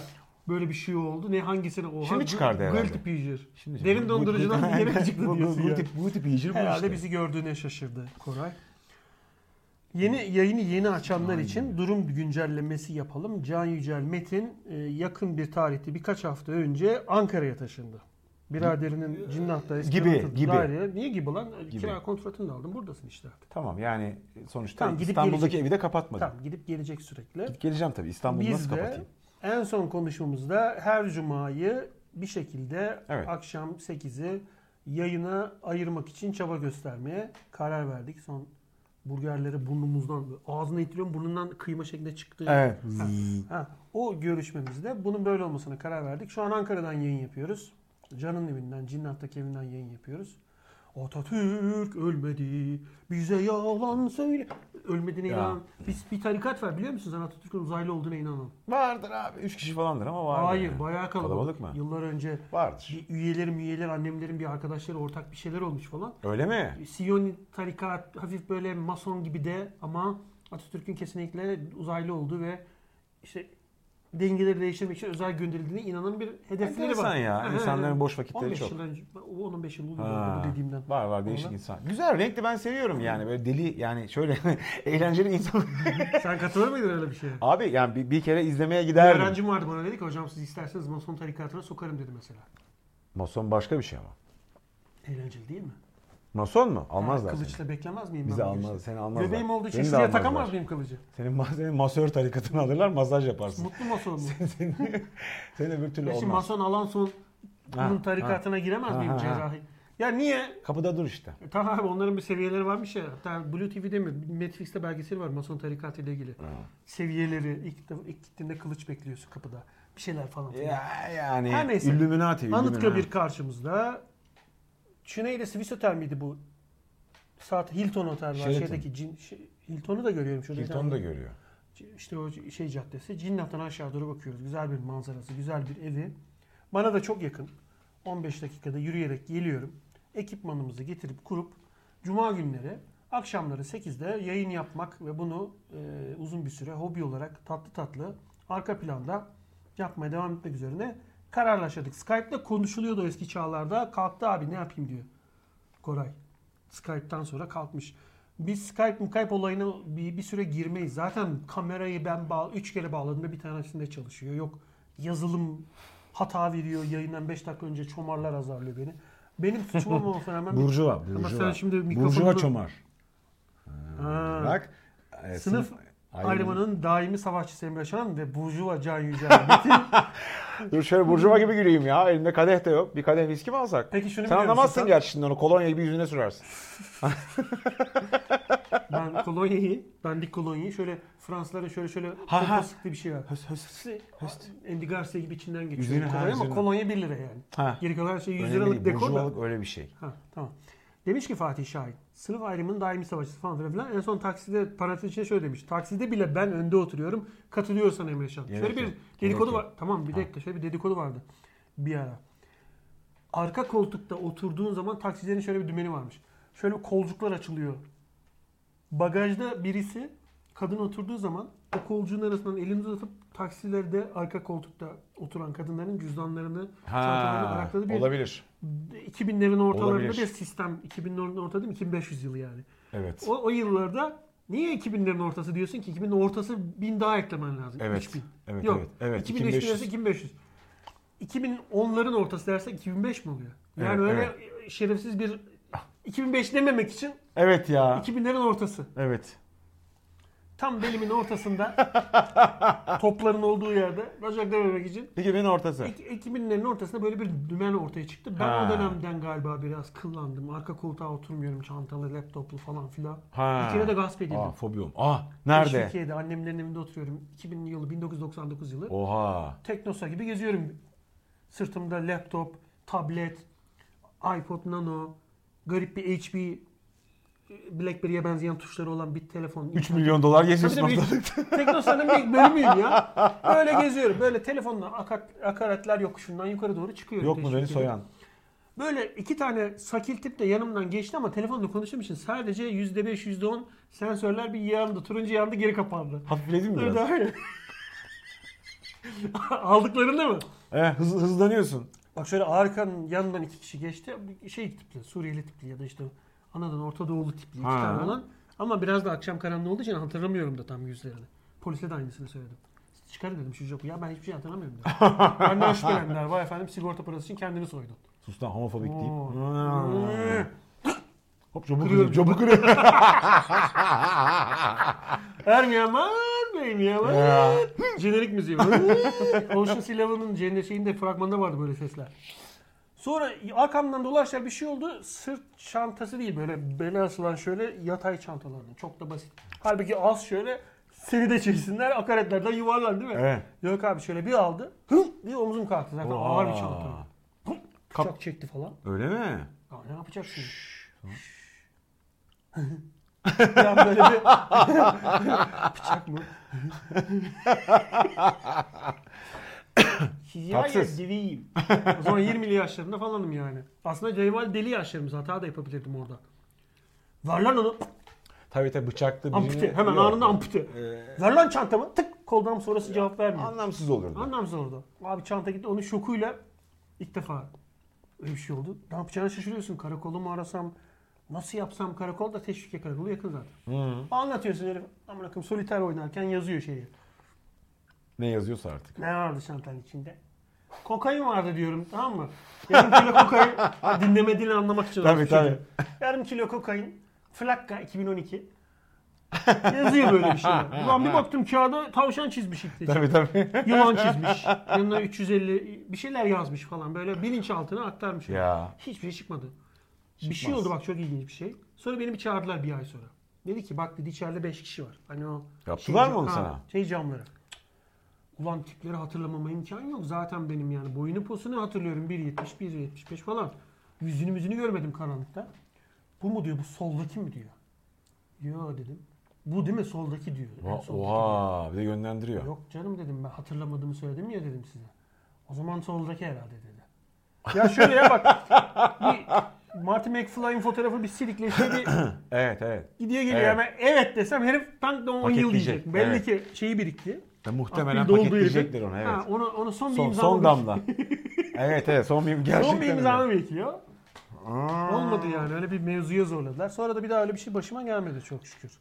böyle bir şey oldu? Ne hangisine oha? Şimdi çıkardı Gu- herhalde. Guilty pleasure. Şimdi Derin bu- dondurucudan bu- diyerek çıktı bu- bu- diyorsun bu ya. tip, bu tip iyicil bu Herhalde işte. bizi gördüğüne şaşırdı Koray. Yeni yayını yeni açanlar için durum güncellemesi yapalım. Can Yücel Metin e, yakın bir tarihte birkaç hafta önce Ankara'ya taşındı. Biraderinin Cinnah'ta eski Gibi, oturduğu gibi. daireye- Niye gibi lan? Gibi. Kira kontratını da aldın. Buradasın işte artık. Tamam yani sonuçta Tamam, gidip İstanbul'daki gelecek. evi de kapatmadım. Tamam gidip gelecek sürekli. Gidip geleceğim tabii. İstanbul'u Biz nasıl de kapatayım? en son konuşmamızda her cumayı bir şekilde Evet. akşam 8'i yayına ayırmak için çaba göstermeye karar verdik. Son burgerleri burnumuzdan, ağzına itiliyorum burnundan kıyma şeklinde çıktı. Evet. Ha, o görüşmemizde bunun böyle olmasına karar verdik. Şu an Ankara'dan yayın yapıyoruz. Can'ın evinden, Cinnat'taki evinden yayın yapıyoruz. Atatürk ölmedi, bize yalan söyle. Ölmediğine Ya. inanan bir, bir tarikat var biliyor musunuz? Atatürk'ün uzaylı olduğuna inanan. Vardır abi. Üç kişi falandır ama vardır. Hayır, yani. bayağı kalabalık. Kalabalık mı? Yıllar önce Vardır. bir üyelerim, üyeler, annemlerin bir arkadaşları ortak bir şeyler olmuş falan. Öyle mi? Siyon tarikat hafif böyle mason gibi de ama Atatürk'ün kesinlikle uzaylı olduğu ve işte dengeleri değiştirmek için özel gönderildiğine inanan bir hedefleri Enteresan var. ya. Aha, İnsanların evet. boş vakitleri 15 çok. yıl önce, o 15 yıl oldu Ha. bu dediğimden. Var var değişik Ondan- insan. Güzel renkli ben seviyorum yani böyle deli yani şöyle eğlenceli insan. Sen katılır mıydın öyle bir şeye? Abi yani bir, bir kere izlemeye Bir giderdim. öğrencim vardı bana dedi ki hocam siz isterseniz mason tarikatına sokarım dedi mesela. Mason başka bir şey ama. Eğlenceli değil mi? Mason mu? Almazlar seni. Kılıçla beklemez miyim? Bizi ben bu almaz, işi? seni almazlar. Göbeğim olduğu için Beni de şuraya almazlar. takamaz mıyım kılıcı? Senin, ma- senin masör tarikatını alırlar masaj yaparsın. Mutlu mason mu? seni, seni öbür türlü Eşim olmaz. mason alan son Ha, bunun ha. tarikatına giremez Ha, miyim ha, ha. cerrahi? Ya niye? Kapıda dur işte. E, Tamam abi onların bir seviyeleri varmış ya. Hatta Blue TV'de mi? Netflix'te belgeseli var Mason tarikatı ile ilgili. Seviyeleri. İlk, de- ilk gittiğinde kılıç bekliyorsun kapıda. Bir şeyler falan. filan. Ya, yani Her neyse. Illuminati. Anıtkabir karşımızda. Şuneyde Swiss Hotel miydi bu? Saat Hilton Otel var. Sheraton. Şeydeki cin, şey- Hilton'u da görüyorum. Şurada Hilton da görüyor. işte o şey caddesi. Cinnat'tan aşağı doğru bakıyoruz. Güzel bir manzarası, güzel bir evi. Bana da çok yakın. 15 dakikada yürüyerek geliyorum. Ekipmanımızı getirip kurup cuma günleri akşamları 8'de yayın yapmak ve bunu e, uzun bir süre hobi olarak tatlı tatlı arka planda yapmaya devam etmek üzerine kararlaştırdık. Skype'da konuşuluyordu o eski çağlarda. Kalktı abi ne yapayım diyor Koray. Skype'tan sonra kalkmış. Biz Skype Skype olayına bir, bir süre girmeyiz. Zaten kamerayı ben bağ üç kere bağladığımda bir tanesinde çalışıyor. Yok yazılım hata veriyor. Yayından 5 dakika önce çomarlar azarlıyor beni. Benim suçum olmasına rağmen... Burjuva. Ama Burjuva. sen şimdi Burjuva mikrofonunu- çomar. Ha. Bak. e, Sınıf ayrımı- ayrımının daimi savaşçısı Emre Şan ve Burjuva Can Yücel. Metin. Dur şöyle burjuva gibi güleyim ya. Elimde kadeh de yok. Bir kadeh viski mi alsak? Peki şunu Sen biliyor musun anlamazsın sen? gerçi şimdi onu. Kolonya gibi yüzüne sürersin. ben kolonyayı, bendik kolonyayı şöyle Fransızların şöyle şöyle Ha, ha. kompositli bir şey var. Andy Garcia gibi içinden geçiyor. Üzerine, ha, kolonya ama üzerine. kolonya 1 lira yani. Ha. Geri kalan şey 100 Önemli liralık değil. dekor da. Burjuvalık öyle bir şey. Ha, tamam. Demiş ki Fatih Şahin, sınıf ayrımının daimi savaşçısı falan filan filan. En son takside parantez içinde şöyle demiş. Takside bile ben önde oturuyorum. Katılıyorsan Emre Şan. Gerek şöyle bir yok. dedikodu Gerek var. Tamam bir dakika şöyle bir dedikodu vardı. Bir ara. Arka koltukta oturduğun zaman taksicilerin şöyle bir dümeni varmış. Şöyle kolcuklar açılıyor. Bagajda birisi kadın oturduğu zaman o kolcuğun arasından elini uzatıp taksilerde arka koltukta oturan kadınların cüzdanlarını, çantalarını Ha, arakladığı bir olabilir. 2000'lerin ortalarında Olabilir. bir sistem. 2000'lerin orta değil mi? 2500 yılı yani. Evet. O, o yıllarda niye 2000'lerin ortası diyorsun ki? 2000'in ortası 1000 daha eklemen lazım. Evet, 3000. evet, Yok. evet, evet, 2000 2500. 2500. 2500. 2010'ların ortası dersen 2005 mi oluyor? Yani Evet, öyle şerefsiz bir 2005 dememek için Evet ya. 2000'lerin ortası. Evet. Tam belimin ortasında topların olduğu yerde bacak dememek için Peki benim ortası. İki- 2000'lerin ortasında böyle bir dümen ortaya çıktı. Ben Ha. o dönemden galiba biraz kıllandım. Arka koltuğa oturmuyorum çantalı, laptoplu falan filan. Ha. Bir kere de gasp edildim. Aa, fobiyum. Aa, nerede? Türkiye'de annemlerin evinde oturuyorum. 2000 yılı, 1999 yılı. Oha. Teknosa gibi geziyorum. Sırtımda laptop, tablet, iPod Nano, garip bir HP, Blackberry'e benzeyen tuşları olan bir telefon. 3 milyon dolar Tabii geziyorsun tabii. ortalıkta. Teknosa'nın bir bölümüyüm ya. Böyle geziyorum. Böyle telefonla akat, akaretler yokuşundan yukarı doğru çıkıyorum. Yok mu beni Teşvik ediyorum. soyan? Böyle iki tane sakil tip de yanımdan geçti ama telefonla konuştuğum için sadece yüzde beş, yüzde on sensörler bir yandı. Turuncu yandı geri kapandı. Hafifledin mi Öyle biraz? daha iyi. Aldıklarında mı? Ee, hız, hızlanıyorsun. Bak şöyle arkanın yanından iki kişi geçti. Şey tipli, Suriyeli tipli ya da işte Anadolu Orta Doğulu tipli iki Ha. tane olan. Ama biraz da akşam karanlığı olduğu için hatırlamıyorum da tam yüzlerini. Polise de aynısını söyledim. Çıkar dedim şu joku. Ya ben hiçbir şey hatırlamıyorum dedim. Benden şüphelendiler. Vay efendim sigorta parası için kendini soydun. Ee, Sus lan homofobik deyip. Oo. Aa. Hop çabuk Kırıyorum, kırıyor. Çabuk kırıyor. Ermiyaman beyim Ya. yaman. Jenerik müziği. Ocean's Eleven'ın cennet şeyinde fragmanda vardı böyle sesler. Sonra arkamdan dolaşlar bir şey oldu. Sırt çantası değil böyle bele asılan şöyle yatay çantalardan. Çok da basit. Halbuki az şöyle seni de çeksinler akaretlerden yuvarlan değil mi? Evet. Yok abi şöyle bir aldı. Hı diye omzum kalktı zaten Oha. ağır bir çanta. Hı, Bıçak çekti falan. Öyle mi? Ya ne yapacak şimdi? yani böyle bir bıçak mı? Hikaye Tatsız. deliyim. O zaman 20'li yaşlarımda falanım yani. Aslında Cemal deli yaşlarımız hata da yapabilirdim orada. Ver lan onu. Tabii tabii bıçaklı birini... Ampute. Hemen Yok. Ee, anında ampute. Ver lan çantamı. Tık koldan sonrası cevap vermiyor. Anlamsız olurdu. Anlamsız orada. Abi çanta gitti. Onun şokuyla ilk defa öyle bir şey oldu. Ne yapacağını şaşırıyorsun. Karakolu mu arasam? Nasıl yapsam? Karakol da teşvike karakolu yakın zaten. Anlatıyorsun herif. Aman akım soliter oynarken yazıyor şeyi. Ne yazıyorsa artık. Ne vardı çantanın içinde? Kokain vardı diyorum tamam mı? Yarım kilo kokain. Ha, Dinleme dili anlamak için. Tabii, olmuş tabii. çocuğum. Yarım kilo kokain. Flakka 2012. Yazıyor böyle bir şey. Ulan bir baktım kağıda tavşan çizmiş ilk Tabii tabii. Yılan çizmiş. Yanına 350 bir şeyler yazmış falan. Böyle bilinçaltına aktarmış. ya. Hiçbir şey çıkmadı. Bir şey oldu bak çok ilginç bir şey. Sonra beni bir çağırdılar bir ay sonra. Dedi ki bak dedi içeride 5 kişi var. Hani o Yaptılar şey- mı onu ha, sana? Şey camları. Ulan tipleri hatırlamama imkan yok. Zaten benim yani boyunu posunu hatırlıyorum. 1.70, 1.75 falan. Yüzünü müzünü görmedim karanlıkta. Bu mu diyor bu soldaki mi diyor. Yo dedim. Bu değil mi soldaki diyor. En Va- soldaki Oha bir de yönlendiriyor. Yok canım dedim ben hatırlamadığımı söyledim ya dedim size. O zaman soldaki herhalde dedi. Ya şöyle ya bak. bir Marty McFly'in fotoğrafı bir silikleşti. Evet evet. Gidiyor geliyor Evet. hemen evet desem herif tam da 10 yıl Paketleyecek, diyecek. Belli evet. ki şeyi birikti. Ya muhtemelen Akbil doldu paketleyecekler herifin. onu evet. Ha, onu, onu son bir son, imza son damla. evet evet son bir gerçekten. Son bir öyle. imzamı bekliyor. Olmadı yani öyle bir mevzuya zorladılar. Sonra da bir daha öyle bir şey başıma gelmedi çok şükür.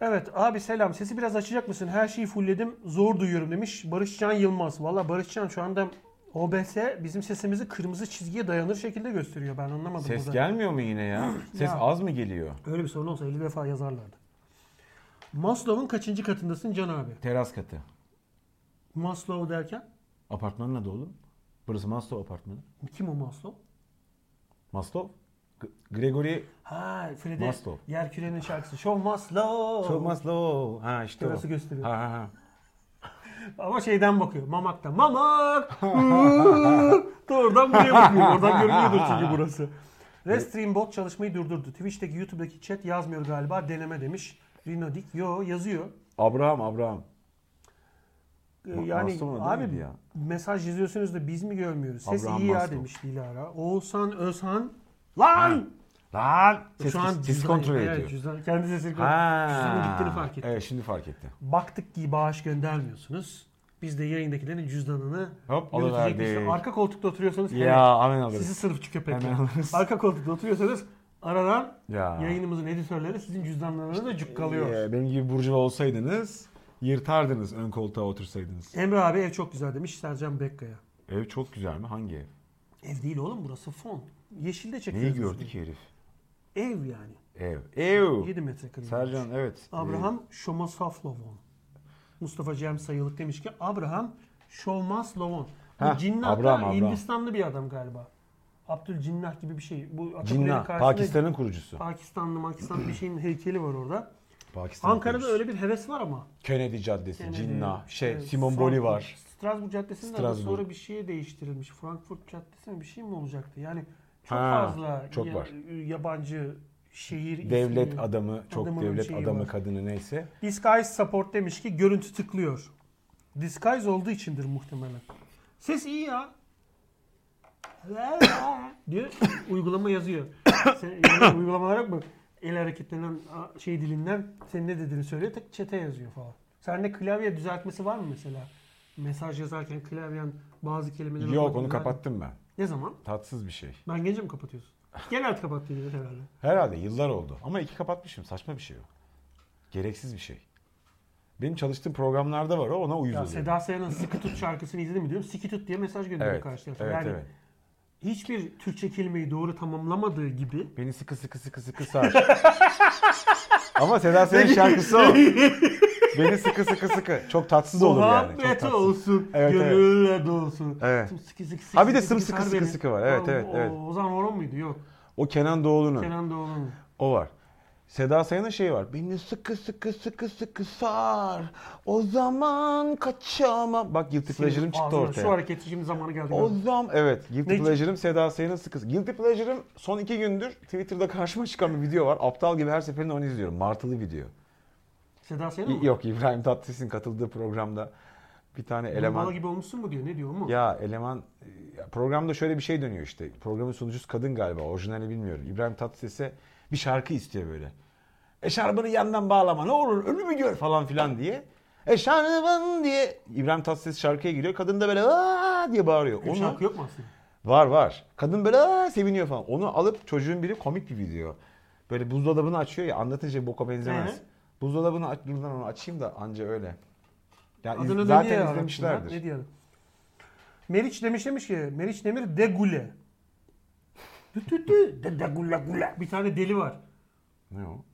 Evet abi selam sesi biraz açacak mısın? Her şeyi fullledim zor duyuyorum demiş Barışcan Yılmaz. Valla Barışcan şu anda OBS bizim sesimizi kırmızı çizgiye dayanır şekilde gösteriyor ben anlamadım. Ses burada. gelmiyor mu yine ya? Ses Ya. az mı geliyor? Öyle bir sorun olsa 50 defa yazarlardı. Maslow'un kaçıncı katındasın Can abi? Teras katı. Maslow derken Apartmanın adı oğlum. Burası Maslow apartmanı. kim o Maslow? Maslow? G- Gregory Ha Fred'e Maslow. Yerküre'nin şarkısı. Show Maslow. Show Maslow. Ha işte Terası o. gösteriyor. Ha, ha, ha. Ama şeyden bakıyor. Mamak'ta. Mamak! Iıı! Ta Oradan buraya bakıyor. Oradan görünüyordur çünkü burası. Restream bot çalışmayı durdurdu. Twitch'teki YouTube'daki chat yazmıyor galiba. Deneme demiş. Rino Dik. Yo yazıyor. Abraham Abraham. Ee, Ma- Yani Masum mu değil abi miydi ya? mesaj yazıyorsunuz da biz mi görmüyoruz? Ses Abraham iyi ya Maslow. demiş Dilara. Oğuzhan Özhan. Lan! Lan! Ses, ses cüzdan- kontrol evet, ediyor. cüzdan- kendi sesini kontrol Ha. Cüzdanın gittiğini fark etti. Evet şimdi fark etti. Baktık ki bağış göndermiyorsunuz. Biz de yayındakilerin cüzdanını Hop, yürütecek bir şey- alıverdik. Arka koltukta oturuyorsanız Ya evet. hemen alırız. Sizi sınıfçı köpekler. Hemen alırız. Arka koltukta oturuyorsanız aradan Ya. yayınımızın editörleri sizin cüzdanlarınızı da cukkalıyor. Ee, benim gibi burcuva olsaydınız yırtardınız ön koltuğa otursaydınız. Emre abi ev çok güzel demiş Sercan Bekka'ya. Ev çok güzel mi? Hangi ev? Ev değil oğlum burası fon. Yeşilde çekiyoruz. Neyi biz gördü bunu. ki herif? Ev yani. Ev. Ev. 7 metrekare. Sercan evet. Ee, Abraham Shomasaflovon. Mustafa Cem Sayılık demiş ki Abraham Shomaslovon. Bu Heh, Cinnah Abraham, da Abraham. Hindistanlı bir adam galiba. Abdül Cinnah gibi bir şey. Bu Ee, Atatürk'ün Cinnah. karşısında Pakistan'ın kurucusu. Pakistanlı, Pakistanlı bir şeyin heykeli var orada. Pakistan'ın Ankara'da kurucusu. öyle bir heves var ama. Kennedy Caddesi, Yani, Cinnah, şey, e, Simon Frankfurt- Bolivar. Strasbourg Caddesi'nin adı Strasbourg. sonra bir şeye değiştirilmiş. Frankfurt Caddesi mi bir şey mi olacaktı? Yani çok Ha, fazla çok ya- var. yabancı şehir Devlet ismi- adamı, çok Adamın devlet şeyi adamı var. kadını neyse. Disguise support demiş ki görüntü tıklıyor. Disguise olduğu içindir muhtemelen. Ses iyi ya. diyor. Uygulama yazıyor. Sen, yani uygulama olarak mı? El hareketlerinden, a- şey dilinden senin ne dediğini söylüyor. Tek çete yazıyor falan. Sende klavye düzeltmesi var mı mesela? Mesaj yazarken klavyen bazı kelimeleri... Yok okumak onu düzelt- kapattım ben. Ne zaman? Tatsız bir şey. Ben gence mi kapatıyorsun? Genel kapat diyor herhalde. Herhalde yıllar oldu. Ama iki kapatmışım. Saçma bir şey o. Gereksiz bir şey. Benim çalıştığım programlarda var o ona uyuz Ya oluyor. Seda Sayan'ın Sıkı Tut şarkısını izledin mi diyorum. Sıkı Tut diye mesaj gönderiyor Evet, karşı evet, tarafa. yani evet. hiçbir Türkçe kelimeyi doğru tamamlamadığı gibi Beni sıkı sıkı sıkı sıkı sar. Ama Seda Sayan şarkısı o. Beni sıkı sıkı sıkı. Çok tatsız olur Soğan yani. Çok et tatsız. olsun. Evet, evet. gönüller dolsun. Evet. Sıkı sıkı sıkı. Ha bir de sıkı sımsıkı sar sıkı beni. sıkı var. Evet, O- evet, o- evet. Ozan Orhan mıydı? Yok. O Kenan Doğulu'nun. Kenan Doğulu'nun. O var. Seda Sayan'ın şeyi var. Beni sıkı sıkı sıkı sıkı sar. O zaman kaçamam. Bak Guilty Pleasure'ım çıktı Ağzına Şu ortaya. hareketi şimdi zamanı geldi. O zaman evet Guilty Ne- Pleasure'ım Seda Sayan'ın sıkı Guilty Pleasure'ım son iki gündür Twitter'da karşıma çıkan bir video var. Aptal gibi her seferinde onu izliyorum. Martılı video. Seda Sayan İ- mı? Yok İbrahim Tatlıses'in katıldığı programda bir tane Eleman. eleman gibi olmuşsun mu diyor. Ne diyor mu? ya eleman ya programda şöyle bir şey dönüyor işte. Programın sunucusu kadın galiba. Orijinali bilmiyorum. İbrahim Tatlıses'e bir şarkı istiyor böyle. Eşarbını yandan bağlama ne olur ölümü gör falan filan diye. Eşarbın diye İbrahim Tatlıses şarkıya giriyor. Kadın da böyle aa diye bağırıyor. Öyle Onu, şarkı yok mu aslında? Var var. Kadın böyle aa seviniyor falan. Onu alıp çocuğun biri komik bir video. Böyle buzdolabını açıyor ya anlatınca boka benzemez. Ee? Buzdolabını aç, dur lan onu açayım da anca öyle. Ya iz- Adını ne diye zaten arattılar? izlemişlerdir. Ne diyelim? Meriç demiş demiş ki Meriç Demir de gule. Tü tü tü, de de gule gule. Bir tane deli var. Ne o?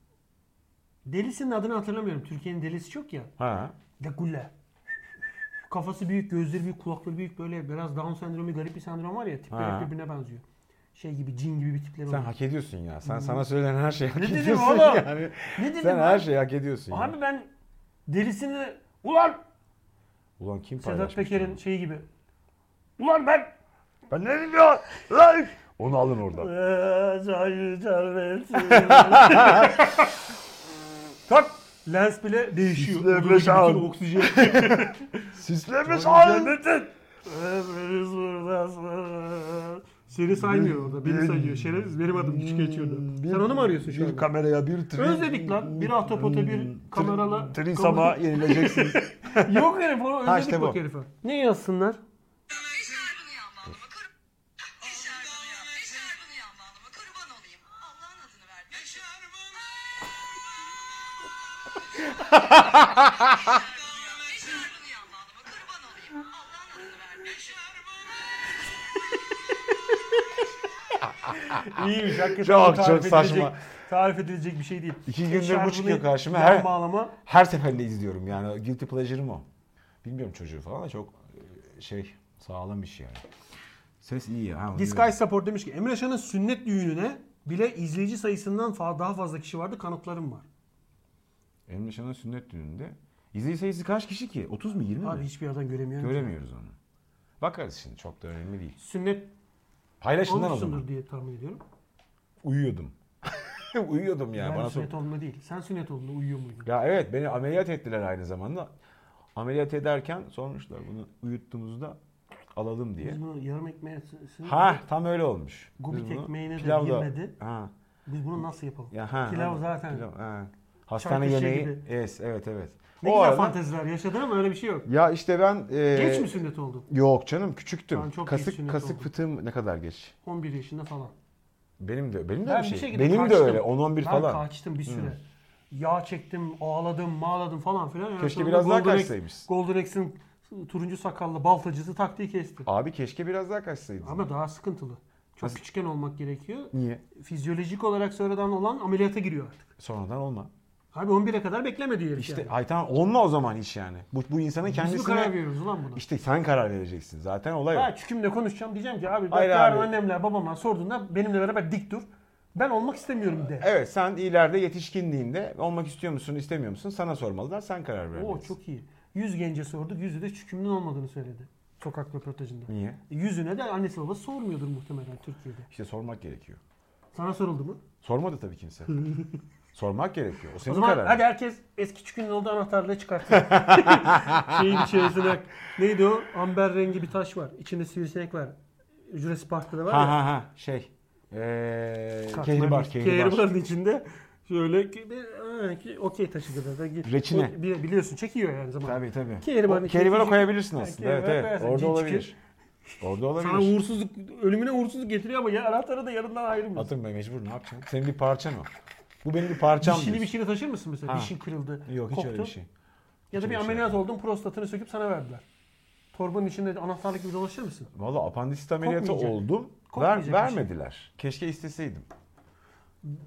Delisinin adını hatırlamıyorum. Türkiye'nin delisi çok ya. Ha. De gule. Kafası büyük, gözleri büyük, kulakları büyük böyle biraz Down sendromu garip bir sendrom var ya. Tipleri Ha. hep birbirine benziyor. Şey gibi cin gibi bir tipleri Sen var. hak ediyorsun ya. Sen sana söylenen her şeyi hak Ne dedim ediyorsun oğlum? yani. Ne dedim Sen ben? her şeyi hak ediyorsun ya. Abi ben delisini ulan Ulan kim paylaşmış? Sedat Peker'in şeyi gibi. Ulan ben bunu? Ben ne dedim ya? Lan! Onu alın oradan. Tak. Lens bile değişiyor. Sislerle Uzun bütün şan. oksijen. Sislemiş Cennetin. Ömrümüz burada. Seni saymıyor orada. Beni sayıyor. Şerefsiz benim adım küçük geçiyordu. Sen onu mu arıyorsun şu anda? kameraya Hmm, bir Hmm, tri... Özledik lan. Bir ahtapota bir kamerala. Trisama yenileceksiniz. Kamera- Yok herif onu Ha özledik işte bak bu. herife. Ne yazsınlar? Eşarbını yağmalama kurban. Eşarbını yağmalama. Eşarbını yağmalama kurban olayım. Allah'ın adını verdim. Eşarbını. Eşarbını yağmalama kurban olayım. Allah'ın adını verdim. Eşarbını. İyiymiş hakikaten. Çok, tarif çok edilecek- saçma. Tarif edilecek bir şey değil. İki gündür bu Şarbını çıkıyor karşıma. Her- yağmalama. Her seferinde izliyorum yani. Guilty pleasure'ım o. Bilmiyorum çocuğu falan da çok e, şey sağlam iş yani. Ses iyi ya. Ha, onu Disguise Support demiş ki Emre Şan'ın sünnet düğününe bile izleyici sayısından fa- daha fazla kişi vardı kanıtlarım var. biliyorum. Emre Şan'ın sünnet düğününde. İzleyici sayısı kaç kişi ki? 30 mu 20 Abi mi? hiçbir yerden göremiyorum. ki. Göremiyoruz onu. Bakarız şimdi çok da önemli değil. Sünnet Paylaşın lan o zaman. olmuşsundur diye tahmin ediyorum. Uyuyordum. Uyuyordum yani. Yani Bana sor- sünnet olma değil. Sen sünnet olduğunda uyuyor muydun? Ya evet beni ameliyat ettiler aynı zamanda. Ameliyat ederken sormuşlar bunu uyuttuğumuzda alalım diye. Biz bunu yarım ekmeğe s- s- Ha tam öyle olmuş. Biz Gubit bunu ekmeğine de pilavla- girmedi. Ha. Biz bunu nasıl yapalım? Ya, ha, Pilav ha, zaten. pilav, ha. Hastane Çarkı şey yemeği. gibi. Yes, evet evet. Ne O güzel arada- fanteziler yaşadın ama öyle bir şey yok. Ya işte ben e, Geç mi sünnet oldun? Yok canım Ben küçüktüm. çok geç kasık sünnet kasık oldum. fıtığım ne kadar geç? 11 yaşında falan. Benim de benim de Ben öyle bir şey. şekilde benim de kaçtım. öyle 10 11 ben falan. kaçtım bir süre. Yağ çektim, ağladım, mağladım falan filan. En Keşke sonunda biraz daha Golden Axe- kaçsaymışsın. Golden Axe'in turuncu sakallı baltacısı taktiği kesti. Abi keşke biraz daha kaçsaydın. Ama daha sıkıntılı. Çok Nasıl? küçükken olmak gerekiyor. Niye? Fizyolojik olarak sonradan olan ameliyata giriyor artık. Sonradan olma. Abi 11'e kadar bekleme diyor herif İşte yani. ay tamam olma o zaman iş yani. Bu bu insanın Biz mi kendisine karar veriyoruz ulan buna? İşte sen karar vereceksin. Zaten olay o. Ha çükümle konuşacağım diyeceğim ki abi bak Hayır yarın abi. annemle babama sorduğunda benimle beraber dik dur. Ben olmak istemiyorum de. Evet sen ileride yetişkinliğinde olmak istiyor musun istemiyor musun sana sormalılar sen karar vermelisin. Oo çok iyi. 100 gence sorduk. Yüzü de çükümden olmadığını söyledi. Sokak röportajında. Niye? Yüzüne de annesi babası sormuyordur muhtemelen Türkiye'de. İşte sormak gerekiyor. Sana soruldu mu? Sormadı tabii kimse. sormak gerekiyor. O O senin zaman kararın. hadi herkes eski çükünün olduğu anahtarlığı çıkartsın. Şeyin içerisine. Neydi o? Amber rengi bir taş var. İçinde sivrisinek var. Jurassic Park'ta da var Ha ya. ha ha şey. Ee, Katman- kehribar, kehribar. Kehribarın içinde şöyle ki bir- ha, ki okey taşı kadar. da- Reçine. O- bili- Biliyorsun çekiyor yani zaman. Tabii tabii. Kehribarın O- içine Kehribara küçük- koyabilirsin Ha, aslında. kehribara Evet evet. koyarsın. Orada Cin olabilir. çıkıyor. Orada Sana olabilir. uğursuzluk, ölümüne uğursuzluk getiriyor ama ya anahtarı da yanından ayrılmıyor. Atın be mecbur ne yapacaksın? Senin bir parçan o. Bu benim bir parçam Dişini diyorsun. bir şeyle taşır mısın mesela? Ha. Dişin kırıldı, Yok hiç koptu. öyle bir şey. Ya da bir öyle bir şey ameliyat oldun, prostatını söküp sana verdiler. Torbanın içinde de anahtarlık gibi dolaşır mısın? Valla apandisit ameliyatı Kopmayacak. oldum. Kopmayacak bir şey. Ver, vermediler. Keşke isteseydim.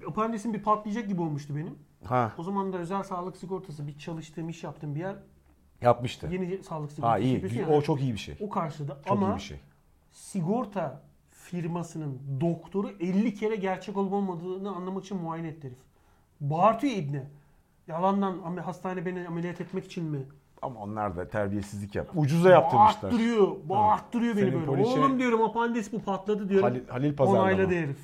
Apandisim bir patlayacak gibi olmuştu benim. Ha. O zaman da özel sağlık sigortası bir çalıştığım iş yaptığım bir yer Yapmıştı. yeni sağlık sigortası Ha iyi. yapıyorsun Gü- ya. O çok iyi bir şey. O karşıda Çok ama iyi bir şey. sigorta firmasının doktoru 50 kere gerçek olup olmadığını anlamak için muayene etti herif. Bağırtıyor ibne. Yalandan am- hastane beni ameliyat etmek için mi? Ama onlar da terbiyesizlik yap. Ucuza yaptırmışlar. Bağırttırıyor. Bağırttırıyor beni Senin böyle. polise- Oğlum diyorum apandis bu patladı diyorum. Halil, Halil pazarlama. Onayladı herif.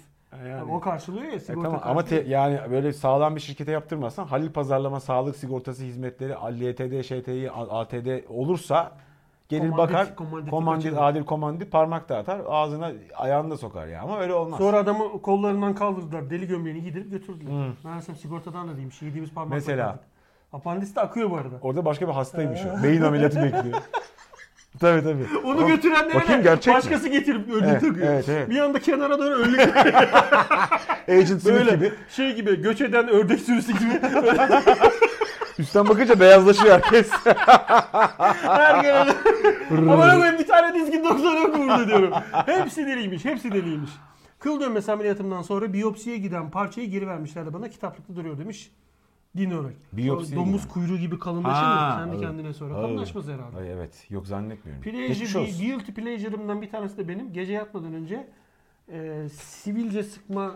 Yani. O karşılıyor ya E sigorta tamam ama te- yani böyle sağlam bir şirkete yaptırmazsan Halil Pazarlama Sağlık Sigortası Hizmetleri LTD, ŞTİ, A- ATD olursa gelir Komandit- bakar komanditi komandit, kaçırır. adil komandit parmak dağıtar ağzına ayağını da sokar ya ama öyle olmaz. Sonra adamı kollarından kaldırdılar. Deli gömleğini giydirip götürdüler. Meğersem sigortadan da değilmiş. Yediğimiz parmakla Mesela. kaldık. Apandis de akıyor bu arada. Orada başka bir hastaymış o. Beyin ameliyatı bekliyor. tabii tabii. Onu götürenlere bakayım de gerçek mi? başkası getirip önlü Evet, takıyor. evet, evet. Bir anda kenara doğru önlü Agent Smith böyle gibi. şey gibi göç eden ördek sürüsü gibi Üstten bakınca beyazlaşıyor herkes. her gelen. Aman koyayım bir tane dizgin doktor yok mu burada diyorum. Hepsi deliymiş, hepsi deliymiş. Kıl dönmesi ameliyatımdan sonra biyopsiye giden parçayı geri vermişlerdi bana kitaplıkta duruyor demiş. Dinorak. Biyopsiye Domuz giden. kuyruğu gibi kalınlaşır Ha, mı? Kendi evet. kendine sonra. Evet. Kalınlaşmaz herhalde. Ay evet yok zannetmiyorum. Geçmiş Pleasure, olsun. guilty pleasure'ımdan bir tanesi de benim. Gece yatmadan önce e, sivilce sıkma,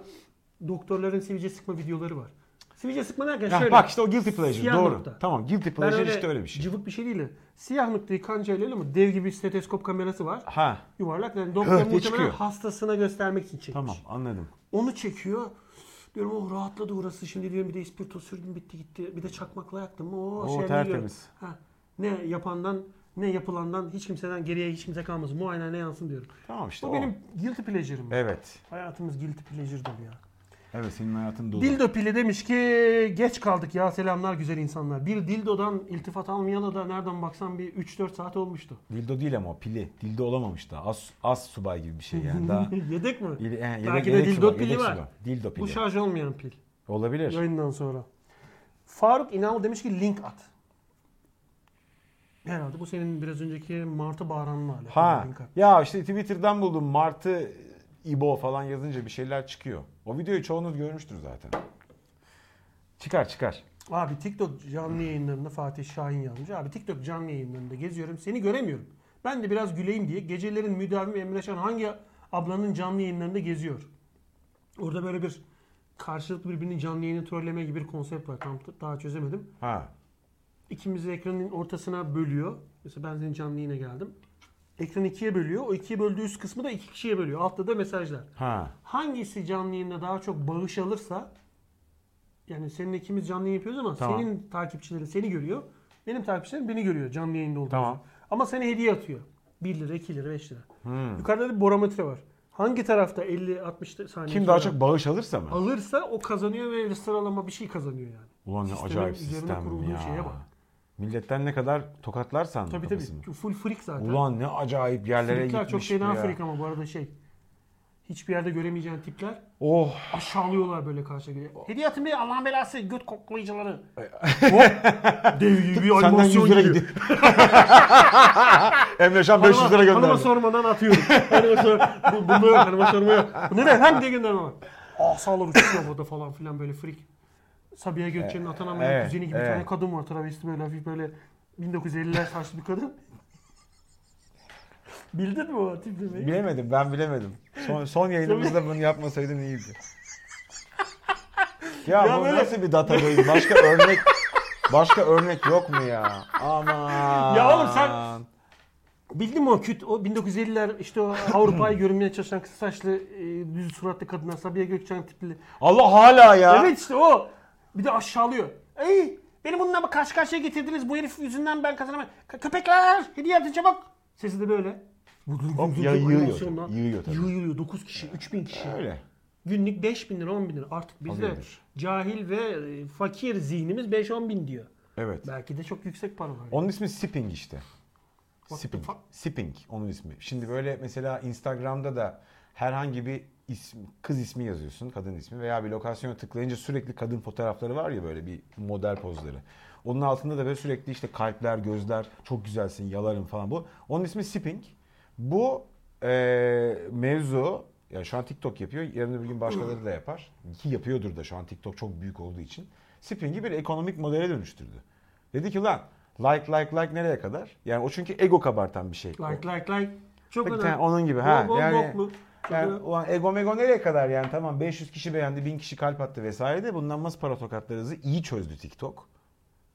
doktorların sivilce sıkma videoları var. Sivilce sıkma derken Ya şöyle. bak işte o guilty pleasure Siyah doğru. nokta. Tamam guilty ben pleasure işte öyle bir şey. Cıvık bir şey değil de. Siyah noktayı kancayla öyle mi? Dev gibi bir steteskop kamerası var. Ha Yuvarlak. Yani Hıh doktor diye muhtemelen çıkıyor. hastasına göstermek için çekmiş. tamam anladım. Onu çekiyor. Diyorum oh rahatladı orası. Şimdi diyorum bir de ispirto sürdüm bitti gitti. Bir de çakmakla yaktım. Oo, Oo, şey tertemiz. Ha, ne yapandan ne yapılandan hiç kimseden geriye hiç kimse kalmasın. Muayene ne yansın diyorum. Tamam işte Bu o. benim guilty pleasure'ım. Evet. Hayatımız guilty pleasure dolu ya. Evet senin hayatın dolu. Dildo pili demiş ki geç kaldık ya selamlar güzel insanlar. Bir dildodan iltifat almayalı da nereden baksan bir 3-4 saat olmuştu. Dildo değil ama o pili. Dildo olamamış da. Az, az subay gibi bir şey yani. Daha Yedek mi? İle- he, e, yedek- Belki yedek de dildo subay, pili yedek var. subay. Dildo Bu pili. şarj olmayan pil. Olabilir. Yayından sonra. Faruk İnal demiş ki link at. Herhalde bu senin biraz önceki Martı Bağran'la alakalı Ha. link at. Ya işte Twitter'dan buldum. Martı İbo falan yazınca bir şeyler çıkıyor. O videoyu çoğunuz görmüştür zaten. Çıkar çıkar. Abi TikTok canlı yayınlarında Fatih Şahin yazmış. Abi TikTok canlı yayınlarında geziyorum seni göremiyorum. Ben de biraz güleyim diye gecelerin müdavimi Emre Şan hangi ablanın canlı yayınlarında geziyor. Orada böyle bir karşılıklı birbirinin canlı yayını trolleme gibi bir konsept var. Tam daha çözemedim. Ha. İkimizi ekranın ortasına bölüyor. Mesela ben senin canlı yayına geldim. Ekran ikiye bölüyor. O ikiye böldüğü üst kısmı da iki kişiye bölüyor. Altta da mesajlar. Ha. Hangisi canlı yayında daha çok bağış alırsa yani seninle ikimiz canlı yayın yapıyoruz ama Tamam. senin takipçilerin seni görüyor. Benim takipçilerim beni görüyor canlı yayında olduğumuz. Tamam. Ama sana hediye atıyor. 1 lira, 2 lira, 5 lira. Hmm. Yukarıda da bir borometre var. Hangi tarafta 50 60 saniye Kim daha sonra çok bağış alırsa mı? alırsa o kazanıyor ve sıralama bir şey kazanıyor yani. Ulan ne Sistemin acayip üzerine sistem kurulduğu ya. şeye bak. Milletten ne kadar tokatlarsan Tabii kafasını. tabii. Full freak zaten. Ulan ne acayip yerlere Tipler gitmiş çok şeyden bu ya. Afrika ama bu arada şey. Hiçbir yerde göremeyeceğin tipler Oh. aşağılıyorlar böyle karşıya geliyor. Hediye atın be Allah'ın belası göt koklayıcıları. Hop. Dev gibi bir Senden animasyon 100 lira geliyor. gidiyor. Emre Şan 500 lira Hanıma- Hanıma gönderdi. sormadan atıyorum. hanıma sor, bu, bunda yok hanıma sorma yok. Bu ne de hem diye Ah, gönderme var. Asalar uçuyor havada falan filan böyle freak. Sabiha Gökçen'in atanan böyle evet, kuzeni gibi evet. bir tane kadın var. Travesti böyle hafif böyle 1950'ler saçlı bir kadın. Bildin mi o tiplemeyi? Bilemedim ben bilemedim. Son, son yayınımızda bunu yapmasaydın iyiydi. Ya, Ya bu böyle- nasıl bir data değil? Başka örnek başka örnek yok mu ya? Aman. Ya oğlum sen- Bildin mi o küt, o 1950'ler işte o Avrupa'yı görünmeye çalışan kısa saçlı, e, düz suratlı kadınlar, Sabiha Gökçen tipli. Allah hala ya. Evet işte o. Bir de aşağılıyor. Ey beni bununla karşı karşıya getirdiniz. Bu herif yüzünden ben kazanamam. K- köpekler hediye atın çabuk. Sesi de böyle. Hop, ya yığıyor Animasyonla. tabii, yığıyor tabii. Yığıyor 9 kişi, 3000 kişi. Öyle. Günlük 5000 lira, 10 bin lira. Artık bizde Alıyordur. cahil ve e, fakir zihnimiz 5-10 bin diyor. Evet. Belki de çok yüksek paralar. Onun ismi Sipping işte. the Sipping. fuck? Sipping onun ismi. Şimdi böyle mesela Instagram'da da herhangi bir isim, kız ismi yazıyorsun, kadın ismi veya bir lokasyona tıklayınca sürekli kadın fotoğrafları var ya böyle bir model pozları. Onun altında da böyle sürekli işte kalpler, gözler, çok güzelsin, yalarım falan bu. Onun ismi Sipping. Bu eee, mevzu ya şu an TikTok yapıyor. Yarın öbür gün başkaları da yapar. Ki yapıyordur da şu an TikTok çok büyük olduğu için. Spring'i bir ekonomik modele dönüştürdü. Dedi ki lan like like like nereye kadar? Yani o çünkü ego kabartan bir şey. Like like like. Çok Peki, önemli. sen onun gibi, ha, Bol bol yani- boklu. Çok Yani önemli. ulan ego mego nereye kadar yani tamam 500 kişi beğendi 1000 kişi kalp attı vesaire de bundan nasıl para tokatlarınızı iyi çözdü TikTok.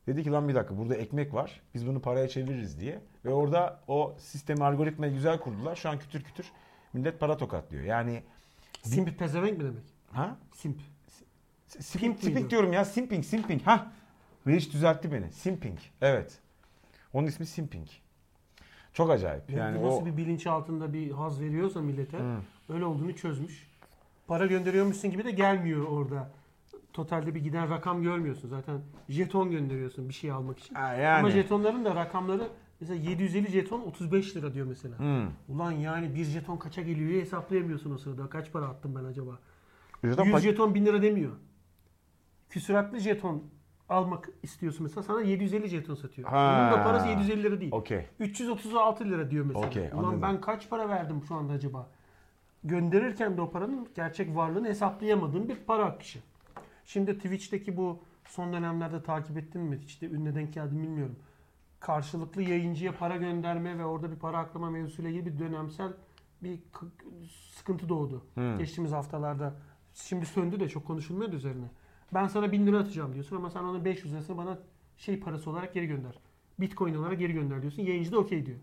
Dedi ki lan bir dakika burada ekmek var biz bunu paraya çeviririz diye. Ve orada o sistemi algoritmayı güzel kurdular şu an kütür kütür millet para tokatlıyor. Yani Simp pezevenk mi demek? ha Simp. S- Simping, miydi? simping diyorum ya simping simping ha. Meriç düzeltti beni simping evet. Onun ismi simping. Çok acayip Yani, yani bu nasıl o bir bilinç altında bir haz veriyorsa millete öyle olduğunu çözmüş. Para gönderiyormuşsun gibi de gelmiyor orada. Totalde bir giden rakam görmüyorsun. Zaten jeton gönderiyorsun bir şey almak için. Ha, yani. Ama jetonların da rakamları mesela 750 jeton 35 lira diyor mesela. Hmm. Ulan yani bir jeton kaça geliyor diye hesaplayamıyorsun o sırada. Kaç para attım ben acaba? Bir de 100 pa- jeton 1000 lira demiyor. Küsuratlı jeton almak istiyorsun mesela sana 750 jeton satıyor. Ha. Bunun da parası 750 lira değil. Okey. 336 lira diyor mesela. Okey, Ulan anladım. ben kaç para verdim şu anda acaba? Gönderirken de o paranın gerçek varlığını hesaplayamadığım bir para akışı. Şimdi Twitch'teki bu son dönemlerde takip ettin mi? İşte ününe denk geldim bilmiyorum. Karşılıklı yayıncıya para gönderme ve orada bir para aklama mevzusuyla ilgili bir dönemsel bir k- sıkıntı doğdu. Geçtiğimiz haftalarda. Şimdi söndü de çok konuşulmuyordu üzerine. Ben sana 1000 lira atacağım diyorsun ama sen onun 500 lirasını bana şey parası olarak geri gönder. Bitcoin olarak geri gönder diyorsun. Yayıncı da okey diyor.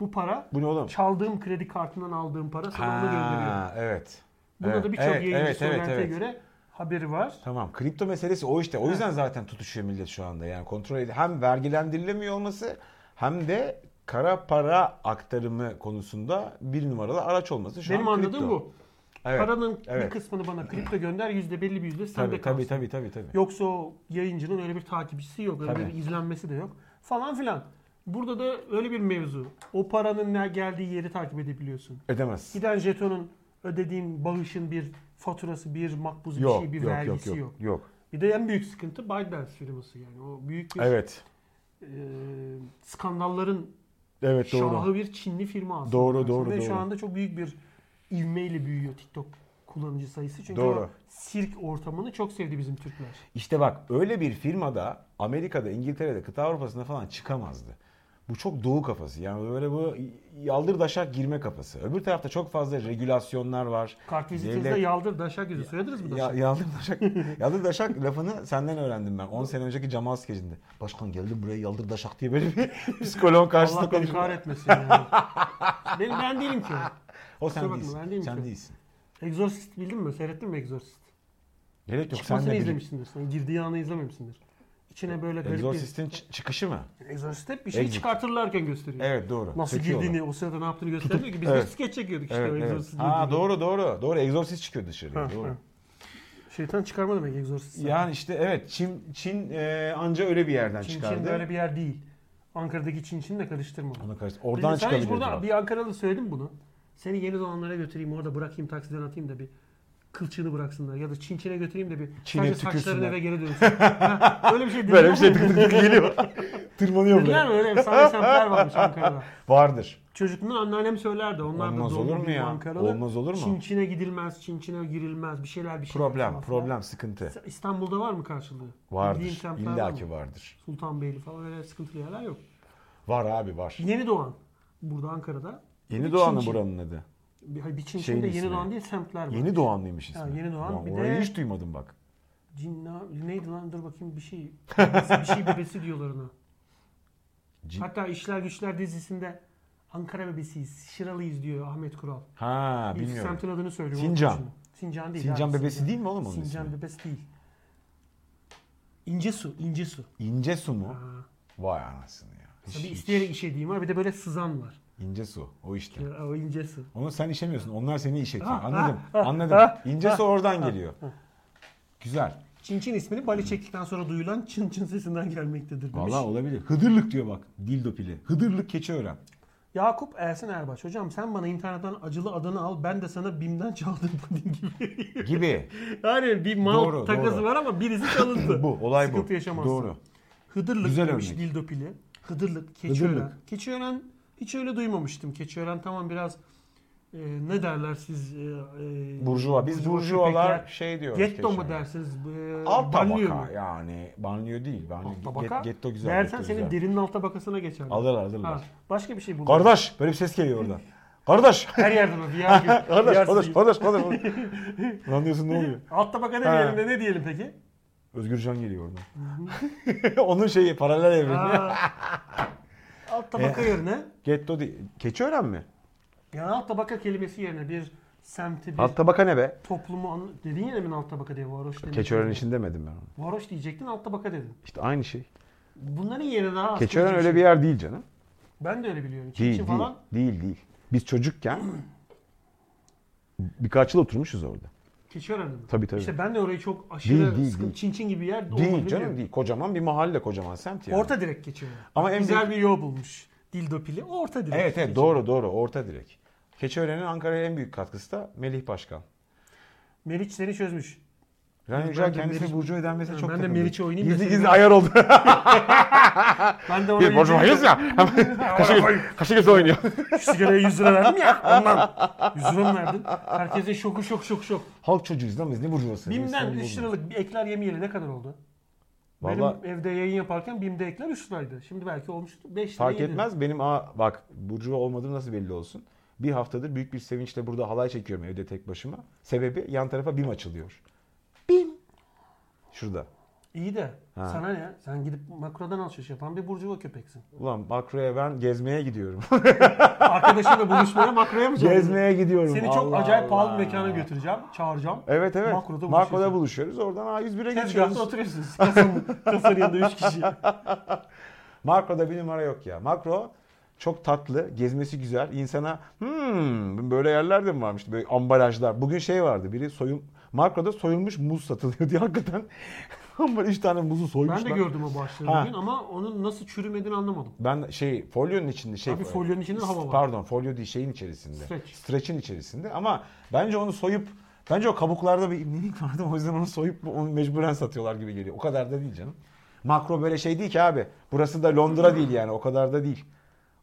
Bu para Bu ne oğlum? çaldığım kredi kartından aldığım para sana onu gönderiyor. Ha, evet. Buna evet, da birçok evet, yayıncı evet, evet, söylentiye evet. göre haberi var. Tamam. Kripto meselesi o işte. O yüzden zaten tutuşuyor millet şu anda. Yani kontrol ed- hem vergilendirilemiyor olması hem de kara para aktarımı konusunda bir numaralı araç olması şu Benim an anladığım kripto. bu. Evet. Paranın bir evet. kısmını bana kripto gönder yüzde belli bir yüzde sende tabii, tabii kalsın. tabii tabii tabii. Yoksa o yayıncının öyle bir takipçisi yok. Öyle Tabii. bir izlenmesi de yok. Falan filan. Burada da öyle bir mevzu. O paranın ne geldiği yeri takip edebiliyorsun. Ödemez. Giden jetonun ödediğin bağışın bir faturası, bir makbuzu, bir Yok, şey, bir yok, yok, vergisi yok, yok, yok, Bir de en büyük sıkıntı ByteDance firması yani. O büyük bir Evet. e, skandalların Evet doğru. şahı bir Çinli firma aslında. Doğru, bakarsan. doğru, Ve doğru. şu anda çok büyük bir ivmeyle büyüyor TikTok kullanıcı sayısı. Çünkü Doğru. o sirk ortamını çok sevdi bizim Türkler. İşte bak öyle bir firmada Amerika'da, İngiltere'de, kıta Avrupa'sında falan çıkamazdı. Bu çok doğu kafası. Yani böyle bu yaldırdaşak girme kafası. Öbür tarafta çok fazla regülasyonlar var. Kartvizitinizi de Devlet- yaldır daşak yüzü. Söylediniz mi Ya, daşak? yaldır daşak, yaldır daşak lafını senden öğrendim ben. 10 sene önceki Cemal skecinde. Başkan geldim buraya yaldır daşak diye böyle bir psikoloğun karşısında Allah beni konuşuyor. kahretmesin yani. ben, ben değilim ki. O Kusura sen bakma, değilsin. ben değilim sen ki. değilsin. Exorcist bildin mi? Seyrettin mi Exorcist? Gerek yok. Sen Çıkmasını de bir... izlemişsindir. Sen girdiği anı izlememişsindir. İçine böyle garip Exorcist'in çı- çıkışı mı? bir... Exorcist hep bir şey Exit. çıkartırlarken gösteriyor. Evet doğru. Nasıl Söküyorlar. girdiğini, o sırada ne yaptığını gösteriyor ki biz Evet. de skeç çekiyorduk işte Evet, o evet. Exorcist Ha girdiğini. doğru doğru. Doğru egzorsist çıkıyor dışarıya. Ha, doğru. ha. Şeytan çıkarma demek Exorcist. Yani işte evet Çin Çin e, anca öyle bir yerden Çin çıkardı. Çin böyle bir yer değil. Ankara'daki Çin Çin'le karıştırma. Ona karşı oradan Sen hiç çıkabilir. burada diyorlar. bir Ankaralı söyledim bunu. Seni yeni doğanlara götüreyim orada bırakayım taksiden atayım da bir kılçığını bıraksınlar. Ya da Çin Çin'e götüreyim de bir Çin'e sadece saçların tükürsünler. eve geri dönsün. Ha, öyle bir şey dediler Böyle bir şey mi? tık tık tık geliyor. Tırmanıyor Dediler mi? buraya. Öyle efsane semtler varmış Ankara'da. Vardır. Çocukluğumda anneannem söylerdi. Onlar Olmaz da doğma olur mu büyüme ya? Ankaralı. Olmaz olur mu? Çin Çin'e gidilmez, Çin Çin'e girilmez. Bir şeyler bir şeyler. Problem, falan filan. problem, sıkıntı. İstanbul'da var mı karşılığı? Bildiğin Vardır. semtler var İlla mı? ki vardır. Sultanbeyli falan öyle sıkıntılı yerler yok. Var abi var. Yeni Doğan. Burada Ankara'da. Yeni Bir Doğan'ın Çin- buranın adı. Bir, hayır, bir Çin Şeyin Çin'de ismi. Yeni Doğan değil semtler var. Yeni Doğanlıymış ismi. Ha, Yeni Doğan, Ulan bir orayı de- hiç duymadım bak. Cinna, neydi lan dur bakayım bir şey. Bebesi, bir şey bebesi diyorlar ona. Cin- Hatta İşler Güçler dizisinde Ankara bebesiyiz, Şıralıyız diyor Ahmet Kural. Ha İlk bilmiyorum. semtin adını söylüyor. Sincan. unuttum şimdi. Sincan değil. Sincan abi, bebesi değil mi oğlum onun Sincan ismi? bebesi değil. İnce su, ince su. İnce su mu? Aa, Vay anasını ya. Hiç, tabii hiç. isteyerek işediğim var. Bir de böyle sızan var. İnce su. O işte. Ya, O ince su. Onu sen işemiyorsun. Onlar seni işetiyor. Ha, Anladım. ha, ha, Anladım. ha, İnce ha, su oradan geliyor. Güzel. Çin Çin ismini Bali çektikten sonra duyulan Çin Çin sesinden gelmektedir demiş. Vallahi olabilir. Hıdırlık diyor bak. Dildo pili. Hıdırlık keçi öğren. Yakup Ersin Erbaş. Hocam sen bana internetten acılı adını al ben de sana BİM'den çaldığım puding gibi. Gibi. yani bir mal Doğru, takası doğru. var ama birisi çalındı. bu. Olay Sıkıntı bu. yaşamazsın. Doğru. Hıdırlık Güzel demiş örnek. dildo pili. Hıdırlık, Keçiören. Hıdırlık. Keçiören hiç öyle duymamıştım. Keçiören tamam biraz e, ne derler siz? E, e, Burjuva. Biz burjuvalar köpekler- şey diyoruz. Getto mu keşke. dersiniz? E, Alt banlıyor tabaka mu? yani. Banlıyor değil. Banlıyor. Alt tabaka. Get- getto güzel. Dersen getto senin güzel. derinin alt tabakasına geçer. Alırlar Ha, alırlar. başka bir şey bulmuş. Kardeş böyle bir ses geliyor oradan. Kardeş. Her yerde bu. VR gibi. kardeş, VR kardeş, gibi. kardeş, kardeş. Lan diyorsun ne oluyor? Alt tabaka ne Ha. diyelim de ne diyelim peki? Özgür Can geliyor oradan. Onun şeyi paralel evreni. Ha. alt Eh. tabaka yerine Getto değil. Keçiören mi? yani alt tabaka kelimesi yerine bir semti bir Alt tabaka ne be? toplumu an- dedin ya demin alt tabaka diye varoş demiştin. Keçiören için demedim ben onu. Varoş diyecektin alt tabaka dedin. İşte aynı şey. Bunların yerine daha aslında Keçiören hiçbir öyle şey- bir yer değil canım. Ben de öyle biliyorum. Çin Değil, Çin değil. falan Değil, değil. Biz çocukken birkaç yıl oturmuşuz orada. Keçiören'de mi? Tabii, tabii. İşte ben de orayı çok aşırı Değil, değil, sıkıntı. değil. Çin Çin gibi bir yer Değil olmadığını canım biliyorum. değil. Kocaman bir mahalle, kocaman semt yani. Orta direk Keçiören. Ama en Güzel büyük- bir yol bulmuş. Dildo pili orta direk. Evet evet Keçiören. doğru doğru orta direk. Keçiören'in Ankara'ya en büyük katkısı da Melih Başkan. Meriç seni çözmüş. Rani Ben Yücel de kendisini Meriç- Burcu ödenmesine Ben çok de takıldı. Meriç'i oynayayım da Gizli seni- gizli ayar oldu. Ben de Bir oraya gidince Burcu hayız ya. kaşı, kaşı göz oynuyor. şu sigaraya 100 lira verdim ya ondan. 100 lira mı verdin? Herkese şoku şok şok şok. Halk çocuğuyuz lan biz ne Burjuvası? Bim'den 3 liralık bir ekler yemeyeli ne kadar oldu? Valla Benim evde yayın yaparken Bim'de ekler 3 liraydı. Şimdi belki olmuş 5 lira fark yeniyor. etmez benim aa bak Burjuva olmadığım nasıl belli olsun. Bir haftadır büyük bir sevinçle burada halay çekiyorum evde tek başıma. Sebebi yan tarafa Bim açılıyor. Bim. Şurada. İyi de Ha. sana ne? Sen gidip makrodan alışveriş yapan bir burcuva köpeksin. Ulan makroya ben gezmeye gidiyorum. Arkadaşınla buluşmaya makroya mı çağırdın? gezmeye gidiyorum. Seni çok Allah acayip pahalı Allah. bir mekana götüreceğim, çağıracağım. Evet evet. Makroda Makroda, buluşuyorsun. buluşuyoruz. Oradan A101'e geçiyoruz. Tezgahta oturuyorsunuz. Kasanın, kasanın yanında 3 kişi. Makroda bir numara yok ya. Makro çok tatlı, gezmesi güzel. İnsana hmm böyle yerler de mi varmış? Böyle ambalajlar. Bugün şey vardı. Biri soyun Makroda soyulmuş muz satılıyor diye hakikaten. Ama üç tane muzu soymuşlar. Ben de gördüm o başlığı Ha. bugün ama onun nasıl çürümediğini anlamadım. Ben şey folyonun içinde şey. Abi folyonun içinde hava var. Pardon, folyo değil şeyin içerisinde. Streç. Streç'in içerisinde ama bence onu soyup bence o kabuklarda bir ibnelik vardı o yüzden onu soyup onu mecburen satıyorlar gibi geliyor. O kadar da değil canım. Makro böyle şey değil ki abi. Burası da Londra değil yani o kadar da değil.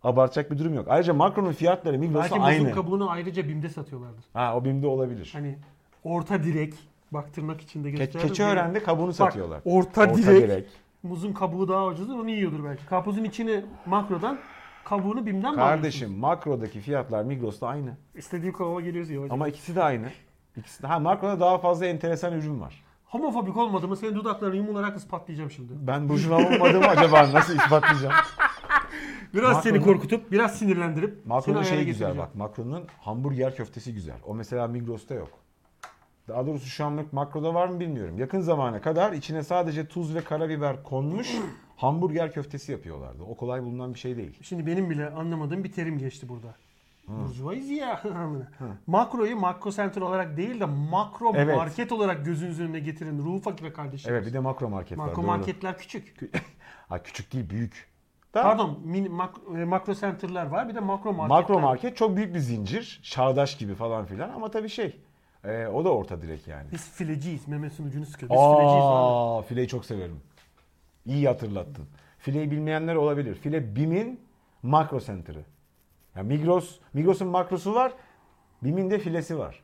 Abartacak bir durum yok. Ayrıca Makro'nun fiyatları Belki Migros'ta muzun aynı. kabuğunu ayrıca BİM'de satıyorlardır. Ha o BİM'de olabilir. Hani orta direk, bak tırnak içinde Ke- gösterdim. keçi öğrendi kabuğunu satıyorlar. orta, Orta direk, direk. muzun kabuğu daha ucuzdur onu yiyordur belki. Karpuzun içini makrodan, kabuğunu BİM'den mi alıyorsun? Kardeşim Makro'daki fiyatlar Migros'ta aynı. İstediği kavga geliyoruz ya hocam. Ama ikisi de aynı. İkisi de, ha Makro'da daha fazla enteresan ürün var. Homofobik olmadığımı senin dudaklarını yumularak ispatlayacağım şimdi. Ben burjuva olmadığımı acaba nasıl ispatlayacağım? Biraz seni Macron'un- korkutup, biraz sinirlendirip Makronun seni şey ayara güzel getireceğim. bak. Makronun hamburger köftesi güzel. O mesela Migros'ta yok. Daha doğrusu şu anlık makroda var mı bilmiyorum. Yakın zamana kadar içine sadece tuz ve karabiber konmuş hamburger köftesi yapıyorlardı. O kolay bulunan bir şey değil. Şimdi benim bile anlamadığım bir terim geçti burada. Burjuvayız ya. Makroyu makro center olarak değil de makro Evet. market olarak gözünüzün önüne getirin. Ruhu fakir kardeşim. Evet bir de makro marketler. makro doğru. marketler küçük. Ha, küçük değil büyük. Da- Pardon mini, makro, e, makro center'lar var bir de makro marketler. Makro market çok büyük bir zincir. Çağdaş gibi falan filan ama tabii şey. e, o da orta direk yani. Biz fileciyiz. Memesinin ucunu sıkıyor. Biz fileciyiz abi. Aa, fileyi çok severim. İyi hatırlattın. Fileyi bilmeyenler olabilir. File BİM'in makro center'ı. Yani Migros, Migros'un makrosu var. BİM'in de filesi var.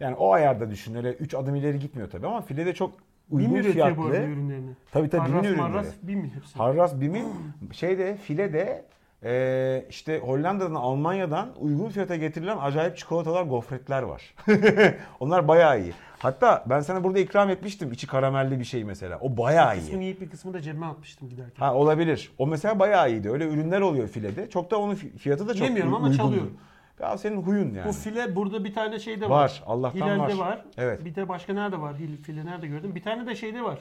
Yani o ayarda düşün. Öyle 3 adım ileri gitmiyor tabii ama file de çok Bim uygun üretiyor bu arada fiyatlı. ürünlerini. Tabii tabii BİM'in Harras ürünleri. marras bim hepsi. Harras BİM'in şeyde file de e, işte Hollanda'dan Almanya'dan uygun fiyata getirilen acayip çikolatalar, gofretler var. Onlar bayağı iyi. Hatta ben sana burada ikram etmiştim içi karamelli bir şey mesela. O bayağı Kısmını iyi. yiyip bir kısmını da cebime atmıştım giderken. Ha olabilir. O mesela bayağı iyiydi. Öyle ürünler oluyor filede. Çok da onun fi- fiyatı da çok Yemiyorum uy- ama uygundu. çalıyorum. Ya senin huyun yani. Bu file burada bir tane şeyde var. Var. Allah'tan Hilal'de var. var. Evet. Bir de başka nerede var? Hil, file nerede gördüm? Bir tane de şeyde var.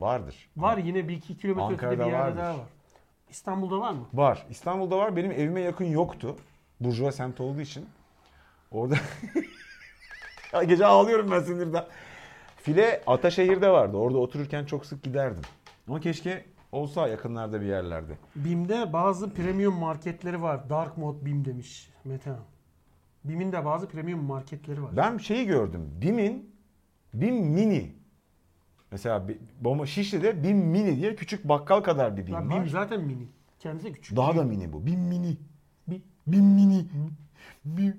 Vardır. Var yine bir iki kilometre ötede bir Ankara'da yerde vardır. daha var. İstanbul'da var mı? Var. İstanbul'da var. Benim evime yakın yoktu. Burjuva semti olduğu için. Orada... Ya gece ağlıyorum ben sinirden. File Ataşehir'de vardı. Orada otururken çok sık giderdim. Ama keşke olsa yakınlarda bir yerlerde. BİM'de bazı premium marketleri var. Dark Mode BİM demiş Mete Han. BİM'in de bazı premium marketleri var. Ben şeyi gördüm. BİM'in BİM Mini. Mesela Bi- Boma Şişli'de BİM Mini diye küçük bakkal kadar bir BİM Ya var. BİM zaten mini. Kendisi de küçük. Daha da mini bu. BİM Mini. Bi- BİM Mini. BİM.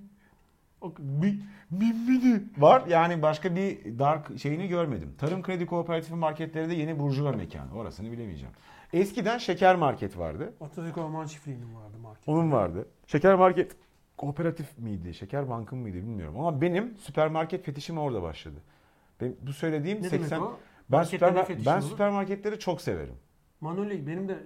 bir mimmini var. Yani başka bir dark şeyini görmedim. Tarım Kredi Kooperatifi marketleri de yeni burjuva mekanı. Orasını bilemeyeceğim. Eskiden şeker market vardı. Atatürk Orman Çiftliği'nin vardı market. Onun vardı. Şeker market kooperatif miydi? Şeker bankın mıydı bilmiyorum. Ama benim süpermarket fetişim orada başladı. Ben, bu söylediğim Ne demek 80 o? ben Markette ne süper fetişin ben olur? süpermarketleri çok severim. Manoli benim de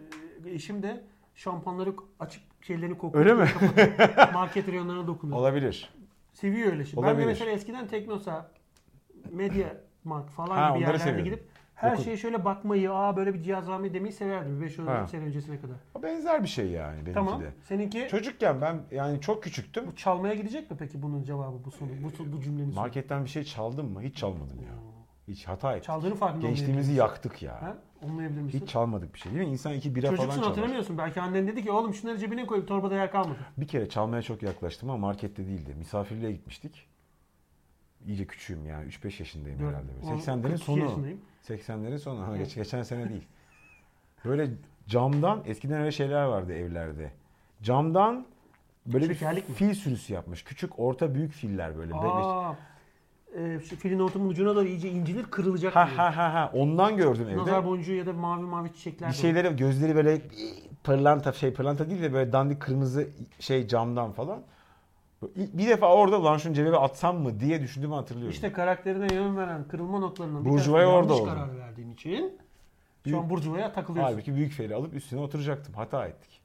e, eşim de şampanları açık şeylerini kokuyor. Öyle mi? Market reyonlarına dokunuyor. Olabilir. Seviyor öyle şey. Ben de Olabilir. mesela eskiden Teknosa, Media Mark falan Ha, gibi onları yerlerde seviyordun. gidip her Dokun- şeye şöyle bakmayı, aa böyle bir cihaz var mı demeyi severdim 5 Ha. sene öncesine kadar. O Benzer bir şey yani benimki Tamam. de. Seninki Çocukken ben yani çok küçüktüm. bu çalmaya gidecek mi peki bunun cevabı bu sonu, bu, bu cümlenin sonu? Marketten bir şey çaldım mı? Hiç çalmadım ya. Hiç hata ettik. Çaldığını farkında Gençliğimizi yaktık ya. Ha? Olmayabilir misin? Hiç çalmadık bir şey değil mi? İnsan iki bira Çocuksun falan çalar. hatırlamıyorsun. Belki annen dedi ki oğlum şunları cebine koy torbada yer kalmadı. Bir kere çalmaya çok yaklaştım ama markette değildi. Misafirliğe gitmiştik. İyice küçüğüm yani. 3-5 yaşındayım Dört- herhalde. on- 80'lerin 42 sonu. yaşındayım. 80'lerin sonu. Ha, Evet. geç, geçen sene değil. Böyle camdan, eskiden öyle şeyler vardı evlerde. Camdan böyle Şekerlik bir mi? fil sürüsü yapmış. Küçük, orta, büyük filler böyle. Be- be- Aa, e, şu filin hortumun ucuna doğru iyice incilir kırılacak. Ha diyor. ha ha ha. Ondan gördüm evde. Nazar boncuğu ya da mavi mavi çiçekler. bir de olur. şeyleri gözleri böyle pırlanta şey pırlanta değil de böyle dandik kırmızı şey camdan falan. Bir defa orada lan şunu cebime atsam mı diye düşündüğümü hatırlıyorum. İşte karakterine yön veren kırılma noktalarından bir Burjuvaya tanesine orada yanlış oldu. karar verdiğin için şu Büyük- an Burjuva'ya takılıyorsun. Halbuki büyük feri alıp üstüne oturacaktım. Hata ettik.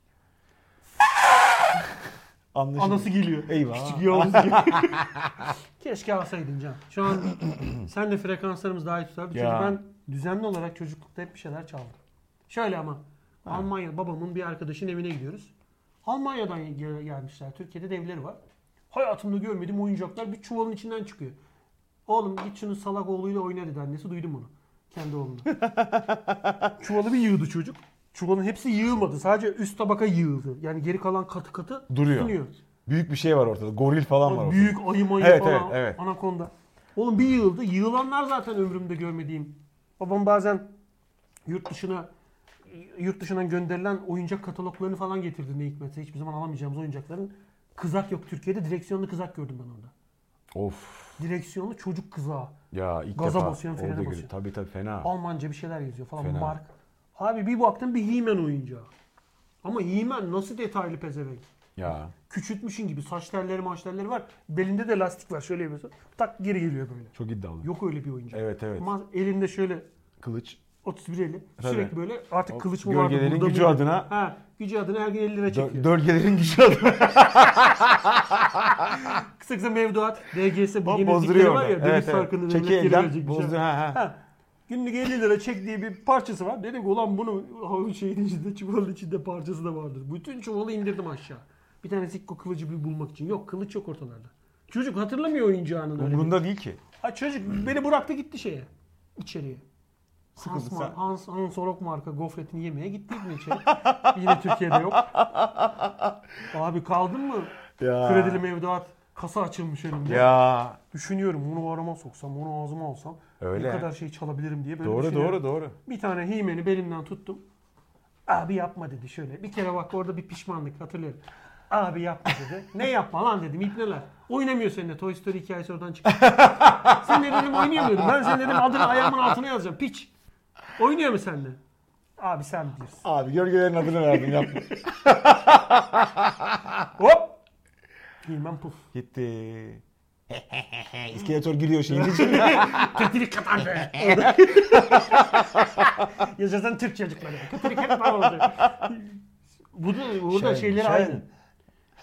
Anlaşıldı. Anası geliyor. Eyvah. Küçük Yavuz geliyor. Keşke alsaydın Can. Şu an sen de frekanslarımız daha iyi tutardı. Çünkü Ya. ben düzenli olarak çocuklukta hep bir şeyler çaldım. Şöyle ama Almanya babamın bir arkadaşın evine gidiyoruz. Almanya'dan gel- gelmişler. Türkiye'de de evleri var. Hayatımda görmediğim oyuncaklar bir çuvalın içinden çıkıyor. Oğlum git şunun salak oğluyla oyna dedi annesi. Duydum onu. Kendi oğlunu. Çuvalı bir yığdı çocuk. Çuvalın hepsi yığılmadı. Sadece üst tabaka yığıldı. Yani geri kalan katı katı Duruyor. tutunuyor. Büyük bir şey var ortada. Goril falan var ortada. Büyük ayı mayı Evet, falan. evet, evet. Anakonda. Oğlum bir yığıldı. Yığılanlar zaten ömrümde görmediğim. Babam bazen yurt dışına yurt dışından gönderilen oyuncak kataloglarını falan getirdi ne hikmetse. Hiçbir zaman alamayacağımız oyuncakların. Kızak yok Türkiye'de. Direksiyonlu kızak gördüm ben orada. Of. Direksiyonlu çocuk kızağı. Ya ilk Gaza defa. basıyorsun, frene oldu gibi. basıyorsun. Tabii tabii fena. Almanca bir şeyler yazıyor falan. Fena. Mark. Abi bir baktım bir He-Man oyuncağı. Ama He-Man nasıl detaylı pezevenk. Ya. Küçültmüşün gibi saç telleri maç telleri var. Belinde de lastik var. Şöyle yapıyorsun. Tak geri geliyor böyle. Çok iddialı. Yok öyle bir oyuncak. Evet, evet. Ma- elinde şöyle Kılıç. 31 eli Tabii. sürekli böyle artık O kılıç mı vardı? gölgelerin burada mı gücü yok? adına- Ha, gücü adına her gün 50 lira çekiyor. Dö- dölgelerin gücü adına. Kısa kısa mevduat, DGS bu yeni Bozduruyor bozduruyor var ya. orada. Evet, Döviz evet. farkını devlet Çeki geri elden verecek bir şey. bozdu. Ha, ha. Ha. Günlük 50 lira çektiği bir parçası var. Dedim ki ulan bunu havun şeyin içinde çuvalın içinde parçası da vardır. Bütün çuvalı indirdim aşağı. Bir tane sikko kılıcı bir bulmak için. Yok kılıç yok ortalarda. Çocuk hatırlamıyor oyuncağının öyle. bir- Umurunda değil ki. Ha çocuk beni bıraktı gitti şeye. İçeriye. Hans, Sıkıldı Mar- sen. Hans, Hans Sorok marka gofretini yemeye gittik mi içeri? Yine Türkiye'de yok. Abi kaldın mı? Ya. Kredili mevduat kasa açılmış elimde. Ya. Düşünüyorum bunu arama soksam, bunu ağzıma alsam Öyle. ne kadar şey çalabilirim diye böyle Doğru düşünüyorum. doğru doğru. Bir tane himeni belimden tuttum. Abi yapma dedi şöyle. Bir kere bak orada bir pişmanlık hatırlıyorum. Abi yapma dedi. ne yapma lan dedim ipneler. Oynamıyor seninle. Toy Story hikayesi oradan çıktı. seninle dedim oynayamıyorum. Ben senin dedim adını ayağımın altına yazacağım. Piç. Oynuyor mu seninle? Abi sen bilirsin. Abi gölgelerin adını verdim yapma. Hop. Himen puf. Gitti. İskeletor giriyor şeyin içine. Kötülük kapandı. Yaşasın Türk çocukları. Kötülük hep var oldu. Bu da orada Şen, şeyleri şen. aynı.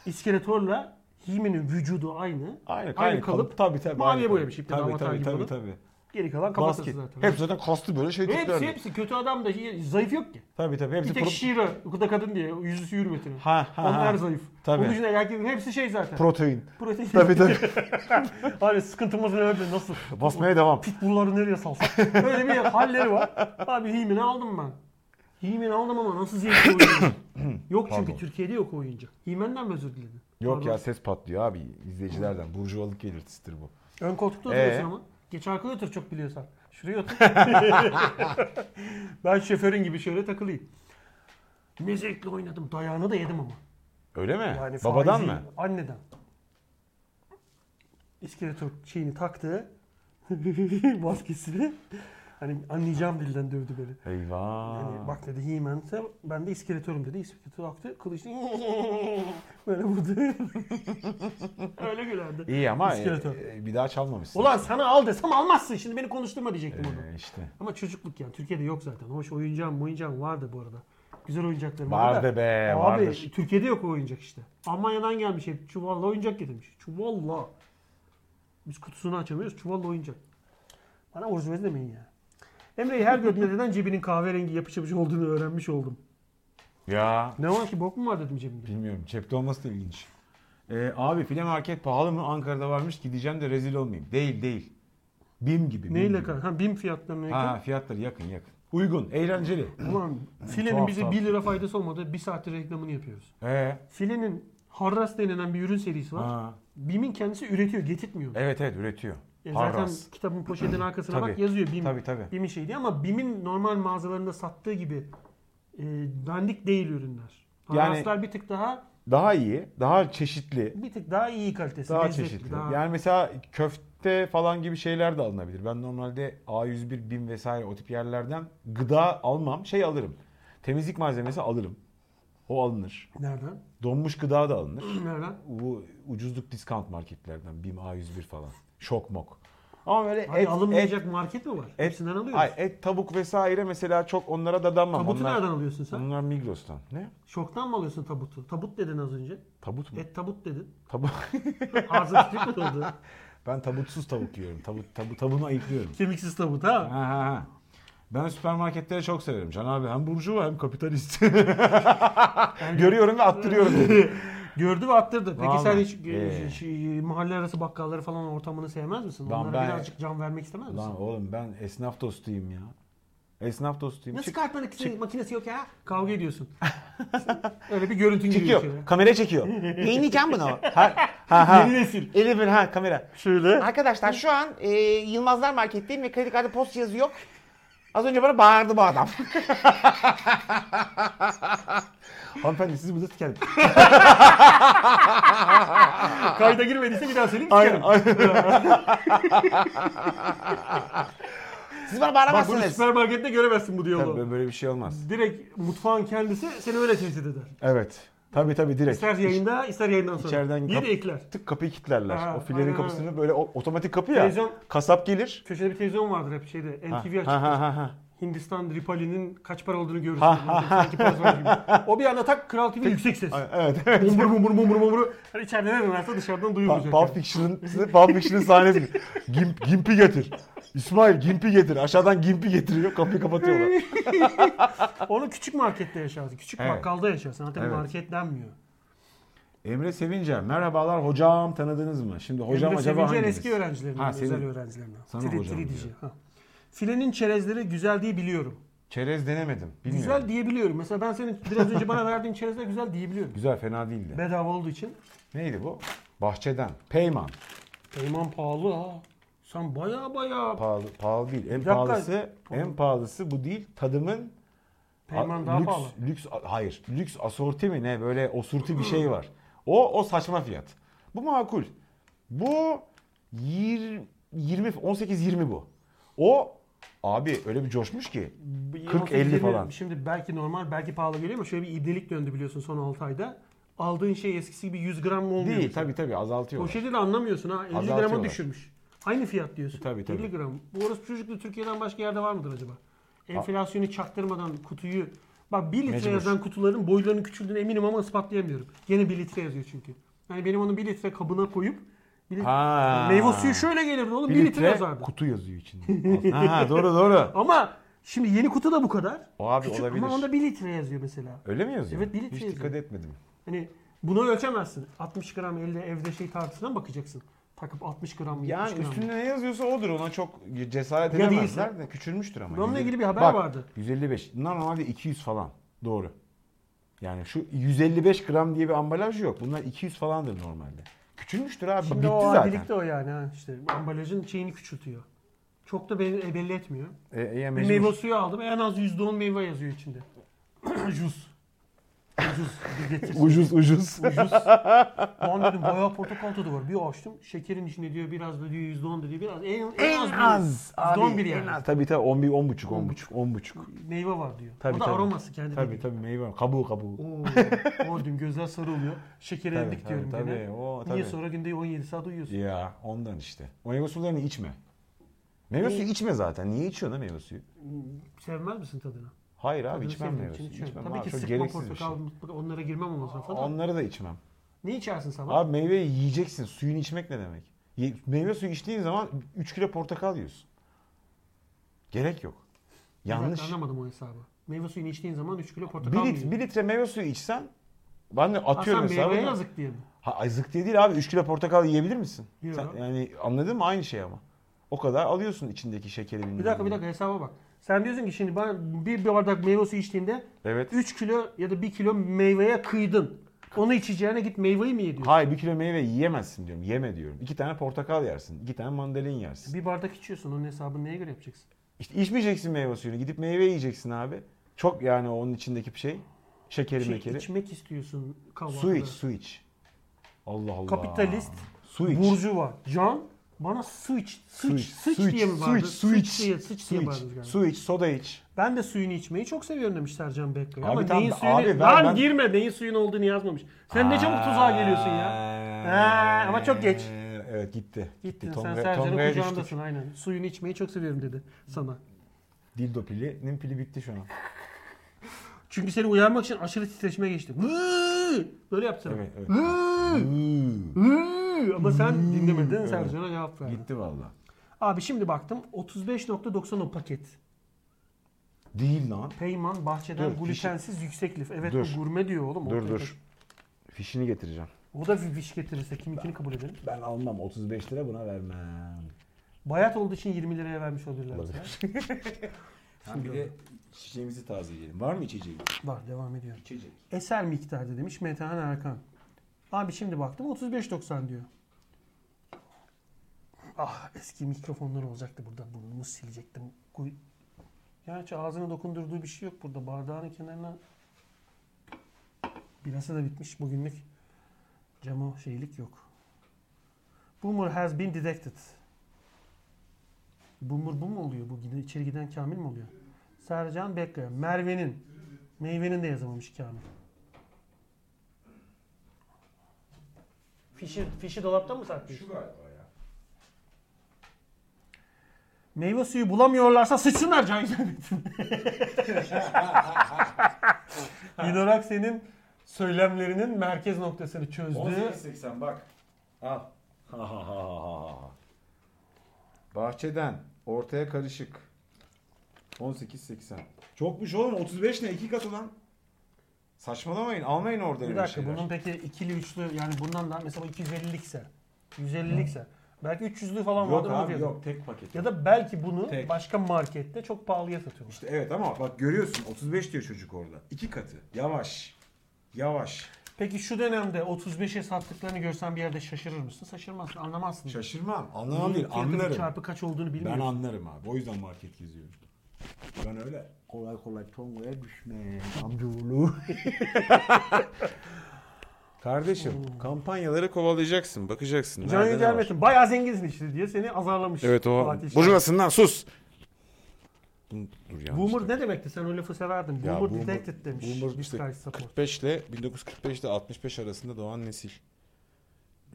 İskeletorla Hime'nin vücudu aynı. Aynı, aynı aynı kalıp. kalıp. Tabii tabii. Maviye aynı boyamış ipleri Tabii avatar tabii gibi tabii. bunu. tabii. Geri kalan kafatası Basket. zaten. Hepsi zaten kaslı böyle şey Hepsi tiplerdi. hepsi kötü adam da hi- zayıf yok ki. Tabii tabii hepsi Bir tek pro- Shira, o da kadın diye yüzüsü yürümetini. Ha, ha, Onlar ha. zayıf. Tabii. Onun için erkeklerin hepsi şey zaten. protein. Protein. tabii tabii. Abi sıkıntımız ne öyle nasıl? Basmaya devam. Pitbull'ları nereye salsak? Böyle bir halleri var. Abi Himen'i aldım ben. Himen'i aldım ama nasıl zevkli oyuncu. yok çünkü Pardon. Türkiye'de yok oyuncu. Himen'den mi özür diledin? Yok Pardon. ya ses patlıyor abi izleyicilerden. Burjuvalık belirtisidir bu. Ön koltukta Ee? oturuyorsun ama. Geç arkaya otur çok biliyorsan. Şuraya otur. ben şoförün gibi şöyle takılayım. Ne zevkle oynadım. Dayağını da yedim ama. Öyle mi? Yani Babadan faizi- mı? Anneden. iskeletor şeyini taktı. maskesini. Hani anlayacağım dilden dövdü beni. Eyvah. Hani bak dedi He-Man'se ben de iskeletörüm dedi. İskeletör aktı. Kılıçını böyle vurdu. Öyle gülerdi. İyi ama e, İskeletor. e, bir daha çalmamışsın. Ulan sana al desem almazsın. Şimdi beni konuşturma diyecektim onu. Ee, işte. Ama çocukluk yani. Türkiye'de yok zaten. Hoş oyuncağım oyuncağım vardı bu arada. Güzel oyuncaklarım Vardı be, Abi vardır. Türkiye'de yok o oyuncak işte. Almanya'dan gelmiş hep çuvalla oyuncak getirmiş. Çuvalla. Biz kutusunu açamıyoruz çuvalla oyuncak. Bana oruç verin demeyin ya. Emre'yi her gördüğümde neden cebinin kahverengi yapış yapış olduğunu öğrenmiş oldum. Ya. Ne var ki bok mu var dedim cebimde. Bilmiyorum. Cepte olması da ilginç. Ee, abi file market pahalı mı? Ankara'da varmış. Gideceğim de rezil olmayayım. Değil değil. Bim gibi. Bim Neyle gibi. kar? Ha BİM fiyatlarına Ha yakın. fiyatları yakın yakın. Uygun, eğlenceli. Ulan filenin Tuhaf, bize tuhaf. 1 lira faydası olmadı. 1 saattir reklamını yapıyoruz. Ee, Filenin Harras denilen bir ürün serisi var. ha. BİM'in kendisi üretiyor, getirtmiyor. Evet evet üretiyor. E zaten Harras. kitabın poşetinin arkasına bak Tabii. yazıyor BİM. Tabii, tabii. BİM'in şey diye ama BİM'in normal mağazalarında sattığı gibi e, dandik değil ürünler. Yani- Harraslar bir tık daha Daha iyi, daha çeşitli, bir tık daha iyi kalitesi. daha lezzetli, çeşitli. daha- Yani mesela köfte falan gibi şeyler de alınabilir. Ben normalde A101, BİM vesaire o tip yerlerden gıda almam, şey alırım. Temizlik malzemesi alırım. O alınır. Nereden? Donmuş gıda da alınır. Nereden? Bu ucuzluk discount marketlerden BİM A101 falan. Şok mok. Ama böyle Hayır, et, et, alınmayacak market mi var? Hepsinden alıyoruz. Ay, et, tavuk vesaire mesela çok onlara da danmam. Tabutu Onlar- nereden alıyorsun sen? Bunlar Migros'tan. Ne? Şoktan mı alıyorsun tabutu? Tabut dedin az önce. Tabut mu? Et tabut dedin. Tabut. Ağzın tükürük mü doldu? ben tabutsuz tavuk yiyorum. Tabut, tabu, tabumu ayıklıyorum. Kemiksiz tabut ha? Ha, ha, ha. Ben süpermarketleri çok severim. Can abi hem burjuva hem kapitalist. Görüyorum ve attırıyorum. dedi. Gördü ve attırdı. Peki sen Vallahi. hiç e, Ee. şey, mahalle arası bakkalları falan ortamını sevmez misin? Lan Onlara ben- birazcık can vermek istemez misin? Lan oğlum ben esnaf dostuyum ya. Esnaf dostuyum. Nasıl Çık, kart makinesi, makinesi yok ya? Kavga ediyorsun. Öyle bir görüntün giriyor çekiyor. içeri. Kamera çekiyor. Yayınlayacağım bunu. Ha, ha, ha. Yeni nesil. Eli bir ha kamera. Şöyle. Arkadaşlar şu an e, Yılmazlar Market'teyim ve kredi kartı post yazı yok. Az önce bana bağırdı bu adam. Hanımefendi siz burada tükenin. Kayda girmediyse bir daha senin Aynen. çıkarım. Siz bana Bak bunu bağıramazsınız. süpermarkette göremezsin bu diyaloğu. Böyle bir şey olmaz. Direkt mutfağın kendisi seni öyle tehdit eder. Evet. Tabii tabii direkt. İster yayında, ister yayından sonra. İçeriden Yine kap- ekler. tık kapıyı kilitlerler. Ha, o filenin aynen kapısını böyle o- otomatik kapı ya. Televizyon- Kasap gelir. Köşede bir televizyon vardır hep şeyde. NTV açık. Ha, ha, ha, ha. Hindistan Ripali'nin kaç para olduğunu görürsün. Sanki parası var gibi. O bir anda tak Kral TV yüksek ses. Evet evet. Bumbur bumbur bumbur bumbur. Hani içeride ne varsa dışarıdan duyulmayacak. Pulp Fiction'ın, Pulp Fiction'ın sahnesi. gibi. Gimp, Gimp'i getir. İsmail Gimp'i getir. Aşağıdan Gimp'i getiriyor. Kapıyı kapatıyorlar. Onu küçük markette yaşarsın. Küçük Evet. bakkalda yaşarsın. Zaten Evet. market denmiyor. Emre Sevincer. Merhabalar hocam tanıdınız mı? Şimdi hocam Hocam Emre acaba Sevincer hanginiz? eski öğrencilerinden, Ha, özel senin- öğrencilerinden. Sana Tri, hocam tri diyor. diyeceğim. Ha. Filenin çerezleri güzel diye biliyorum. Çerez denemedim. Bilmiyorum. Güzel Güzel. diyebiliyorum. Mesela ben senin biraz önce bana verdiğin çerezler güzel diyebiliyorum. fena değildi. Bedava olduğu için. Neydi bu? Bahçeden. Peyman. Peyman pahalı ha. Sen baya baya Pahalı, pahalı değil. En Bir dakika. pahalısı, en pahalısı bu değil. Tadımın peyman A- daha lüks, pahalı. Lüks, hayır. Lüks asorti mi ne böyle osurti bir şey var. O o saçma fiyat. Bu makul. Bu 20, 20 18-20 bu. O abi öyle bir coşmuş ki. 40-50 falan. Şimdi belki normal belki pahalı geliyor ama şöyle bir ibnelik döndü biliyorsun son 6 ayda. Aldığın şey eskisi gibi 100 gram mı olmuyor? Değil tabii tabii azaltıyor. Poşeti de anlamıyorsun ha. 50 grama Azaltıyorlar. E, düşürmüş. Aynı fiyat diyorsun. Tabii, tabii. 50 gram. Bu orası çocuklu Türkiye'den başka yerde var mıdır acaba? Enflasyonu çaktırmadan kutuyu... Bak 1 litre Mecbur. yazan kutuların boylarının küçüldüğüne eminim ama ispatlayamıyorum. Yine 1 litre yazıyor çünkü. Yani benim onu 1 litre kabına koyup... bir litre- Ha. Meyve suyu şöyle gelirdi oğlum 1 Bir litre, litre yazardı. kutu yazıyor içinde. ha doğru doğru. Ama şimdi yeni kutu da bu kadar. O abi olabilir. Ama onda 1 litre yazıyor mesela. Öyle mi yazıyor? Evet, bir litre Hiç yazıyor. dikkat etmedim. Hani bunu ölçemezsin. 60 gram elde evde şey tartısına mı bakacaksın? Takıp 60 gram mı 70 Yani gram mı? üstünde ne yazıyorsa odur. Ona çok cesaret Ya edemezler de küçülmüştür ama. Bununla Yüz elli- ilgili bir haber Bak, vardı. 155. Bunlar normalde 200 falan. Doğru. Yani şu 155 gram diye bir ambalaj yok. Bunlar 200 falandır normalde. Küçülmüştür abi. Şimdi Bitti o zaten. adilik de o yani ha işte ambalajın şeyini küçültüyor. Çok da belli, belli etmiyor. E, e, Bir mecbur. meyve suyu aldım en az %10 meyve yazıyor içinde. Jus. Ucuz getir. Ucuz ucuz. Ucuz. Lan dedim bayağı portakal tadı var. Bir açtım. Şekerin içinde diyor biraz da diyor yüzde on da diyor. Biraz en, en, en az. az. diyor. Yüzde on bir en yani. az. Tabii tabii 10 bir 10 buçuk 10 buçuk 10 buçuk. diyor. Meyve var diyor. Tabii, o da tabii. aroması kendi Tabii tabii meyve var. kabuğu kabuğu. Oo, o diyorum gözler sarılıyor. Şekeri Tabii, eldik tabii, diyorum tabii. gene. O, Niye tabii. sonra günde 17 saat uyuyorsun? Ya ondan işte. Meyve sularını içme. Meyve E- suyu içme zaten. Niye içiyorsun lan meyve suyu? Sevmez misin tadını? Hayır abi Tadını içmem sevdiğim meyve için suyu. içiyorum. İçmem Tabii abi. ki Çok sıkma gereksiz bir şey. portakal onlara girmem ama sonra falan. Onları da içmem. Ne içersin sabah? Abi meyveyi yiyeceksin. Suyunu içmek ne demek? Ye- Meyve suyu içtiğin zaman 3 kilo portakal yiyorsun. Gerek yok. Ben zaten Yanlış. anlamadım o hesabı. Meyve suyunu içtiğin zaman 3 kilo portakal 1 yiyorsun. litre, bir litre meyve suyu içsen ben de atıyorum Aslan hesabı. meyveye da- yazık diye mi? Ha, azık diye değil abi. 3 kilo portakal yiyebilir misin? Yiyor Sen- abi. yani anladın mı? Aynı şey ama. O kadar alıyorsun içindeki şekeri bilmem Bir dakika ne. bir dakika hesaba bak. Sen diyorsun ki şimdi ben bir bardak meyve suyu içtiğinde Evet. 3 kilo ya da 1 kilo meyveye kıydın. Onu içeceğine git meyveyi mi yediyorsun? Hayır bir kilo meyve yiyemezsin diyorum. Yeme diyorum. İki tane portakal yersin. iki tane mandalin yersin. Bir bardak içiyorsun onun hesabını neye göre yapacaksın? İşte içmeyeceksin meyve suyunu. Gidip meyve yiyeceksin abi. Çok yani onun içindeki bir şey. Şekeri Şey, mekeri. içmek istiyorsun kahvaltıda. Su iç, su iç. Allah Allah. Kapitalist, Su iç. Burcu var. Can bana su iç. Su iç. Su iç diye mi su vardı? iç, su iç, diye, sıç su diye iç, bağırdı galiba. su iç, soda iç. Ben de suyunu içmeyi çok seviyorum demiş Sercan Bekköy. Ama Abi tamam, neyin abi suyunu... ben- Lan ben- girme neyin suyun olduğunu yazmamış. Sen ne çabuk tuzağa geliyorsun ya. Ha, ama çok geç. Evet gitti. Gittin Tonga- sen Sercan'ın Tonga'ya düştük. kucağındasın aynen. Suyunu içmeyi çok seviyorum dedi sana. Dildo pilinin pili bitti şu an. Çünkü seni uyarmak için aşırı titreşime geçtim. Hıı! Böyle yaptı sana. Evet, evet. Hıı! Hıı. Hıı! Ama sen dinlemedin Sercan'a cevap verdin. Gitti valla. Abi şimdi baktım 35.90 o paket. Değil lan. Peyman bahçeden Dur, glutensiz yüksek lif. Evet Dur. bu gurme diyor oğlum. Dur Ortaya dur. koy. Fişini getireceğim. O da bir viş getirirse kiminkini kabul edelim. Ben almam 35 lira buna vermem. Bayat olduğu için 20 liraya vermiş olurlar. bize. Hem bir de içeceğimizi tazeleyelim. Var mı içeceği? Var devam ediyor. İçecek. Eser miktarı demiş Metehan Erkan. Abi şimdi baktım 35.90 diyor. Ah eski mikrofonlar olacaktı burada burnumu silecektim. Kuy- Gerçi ağzına dokundurduğu bir şey yok burada bardağın kenarına. Birası da bitmiş bugünlük. Cama şeylik yok. Boomer has been detected. Boomer bu mu oluyor? Bu giden- içeri giden Kamil mi oluyor? Sercan Bekler. Merve'nin. Meyvenin de yazamamış Kamil. Fişi, fişi dolapta mı saklıyorsun? Şu galiba ya. Meyve suyu bulamıyorlarsa sıçsınlar can zannetine. Minorak senin söylemlerinin merkez noktasını çözdü. 18.80 bak. Al. Bahçeden ortaya karışık. 18.80. Çokmuş oğlum 35 ne? 2 kat ulan. Saçmalamayın. Almayın orada Bir öyle dakika şeyler. bunun peki ikili üçlü yani bundan da mesela 250'likse 150'likse belki 300'lü falan Yok vardır o abi fiyatı. yok tek paket. Ya da belki bunu Tek. başka markette çok pahalıya satıyorlar. İşte evet ama bak görüyorsun 35 diyor çocuk orada. 2 katı. Yavaş. Yavaş. Peki şu dönemde 35'e sattıklarını görsen bir yerde şaşırır mısın? Şaşırmazsın, anlamazsın. Şaşırmam. Bunun Anlamam değil. fiyatının Anlarım. çarpı kaç olduğunu Ben bilmiyorsun. anlarım abi. O yüzden market geziyorum. Ben öyle. Kolay kolay Tonga'ya düşme amcaoğlu. Kardeşim kampanyaları kovalayacaksın. Bakacaksın. Can nerede ne Yüce var. Ermetin bayağı zenginsin diye seni azarlamış. Evet o. Fatih Şahin. Burcunasın lan sus. Dur yanlış. Boomer ne demekti? Sen o lafı severdin. Ya Boomer, boomer- detected demiş. boomer Disguise işte support. 45 ile 1945 ile 65 arasında doğan nesil.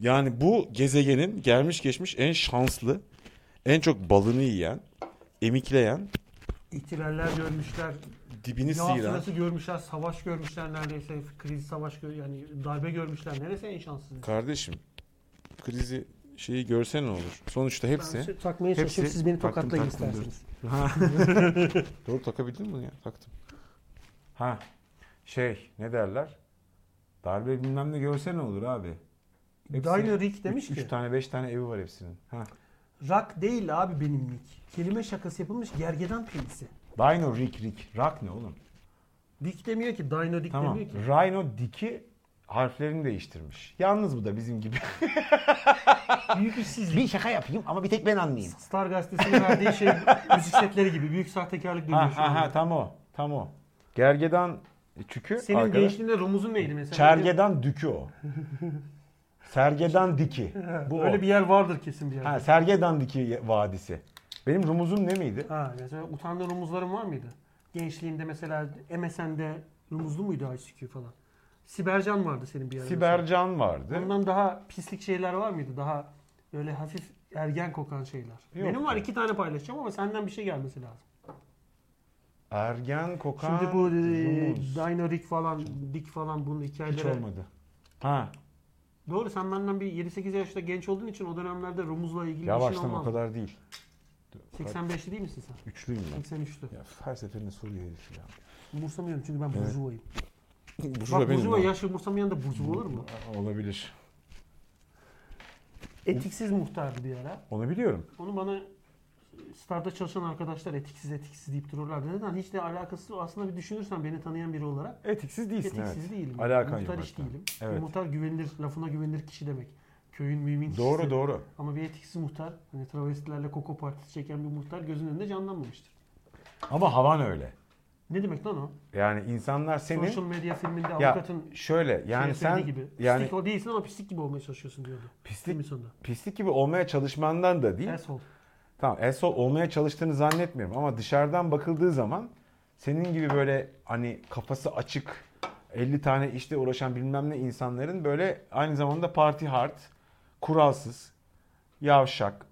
Yani bu gezegenin gelmiş geçmiş en şanslı, en çok balını yiyen, emikleyen, İhtilaller görmüşler. dibini Yağ sıyıran. sırası görmüşler. Savaş görmüşler neredeyse. Kriz savaş gör yani darbe görmüşler. Neresi en şanssız? Kardeşim krizi şeyi görsen ne olur? Sonuçta Ben şey- hepsi. sö- takmaya hepsi- çalışıyorum. Siz beni taktım, tokatlayın taktım, isterseniz. Doğru takabildin mi ya? Taktım. Ha şey ne derler? Darbe bilmem ne görse ne olur abi. Dino E, Rick demiş ki. 3 tane 5 tane evi var hepsinin. Ha. Rak değil abi benim nick. Kelime şakası yapılmış gergedan penisi. Dino Rick Rick. Rock ne oğlum? Rick demiyor ki. Dino Rick Tamam. demiyor ki. Rhino Dick'i harflerini değiştirmiş. Yalnız bu da bizim gibi. Büyük işsizlik. bir şaka yapayım ama bir tek ben anlayayım. Star gazetesinin verdiği şey müzik setleri gibi. Büyük sahtekarlık dönüyor ha şu ha anda. ha tam o. Tam o. Gergedan e, Çünkü Senin arkada- gençliğinde domuzun neydi mesela? Çergedan dükü o. Sergedan diki. Bu Öyle o. bir yer vardır kesin bir yer. Ha, Ha, Sergedan diki vadisi. Benim rumuzum ne miydi? mesela utandığın rumuzların var mıydı? Gençliğinde mesela MSN'de rumuzlu muydu ICQ falan? Sibercan vardı senin bir yerde. Sibercan vardı. Ondan daha pislik şeyler var mıydı? Daha böyle hafif ergen kokan şeyler. Benim var iki tane paylaşacağım ama senden bir şey gelmesi lazım. Ergen kokan Şimdi bu e, rumuz. Dino Rick falan, Dick falan bunun Hiç hikayeleri. olmadı. Ha, Doğru sen benden bir 7-8 yaşta genç olduğun için o dönemlerde rumuzla ilgili bir şey yavaştan o olmaz. kadar değil. 85'li değil misin sen? Üçlüyüm ben. 83'lü. Ya her seferinde soruyor herif ya. Umursamıyorum çünkü ben burjuvayım. Bu Bak burjuva yaş umursamayan da burjuva olur mu? Olabilir. Etiksiz muhtardı bir ara. Onu biliyorum. Onu bana Star'da çalışan arkadaşlar etiksiz etiksiz deyip dururlardı. Neden? Hiç de alakası yok. aslında bir düşünürsen beni tanıyan biri olarak Etiksiz değilsin etiksiz evet. değilim. Alakan muhtar yok iş hatta. değilim. Evet. Muhtar güvenilir, lafına güvenilir kişi demek. Köyün mümin kişisi. Doğru doğru. Ama bir etiksiz muhtar, hani travestilerle koko partisi çeken bir muhtar gözünün önünde canlanmamıştır. Ama havan öyle. Ne demek lan o? Yani insanlar senin Social medya filminde ya avukatın şöyle yani yani sen gibi. yani pislik o değilsin ama pislik gibi olmaya çalışıyorsun diyordu. Filmin pislik sonunda. pislik gibi olmaya çalışmandan da değil. Asshole. Tamam esol olmaya çalıştığını zannetmiyorum ama dışarıdan bakıldığı zaman senin gibi böyle hani kafası açık 50 tane işte uğraşan bilmem ne insanların böyle aynı zamanda party hard, kuralsız, yavşak,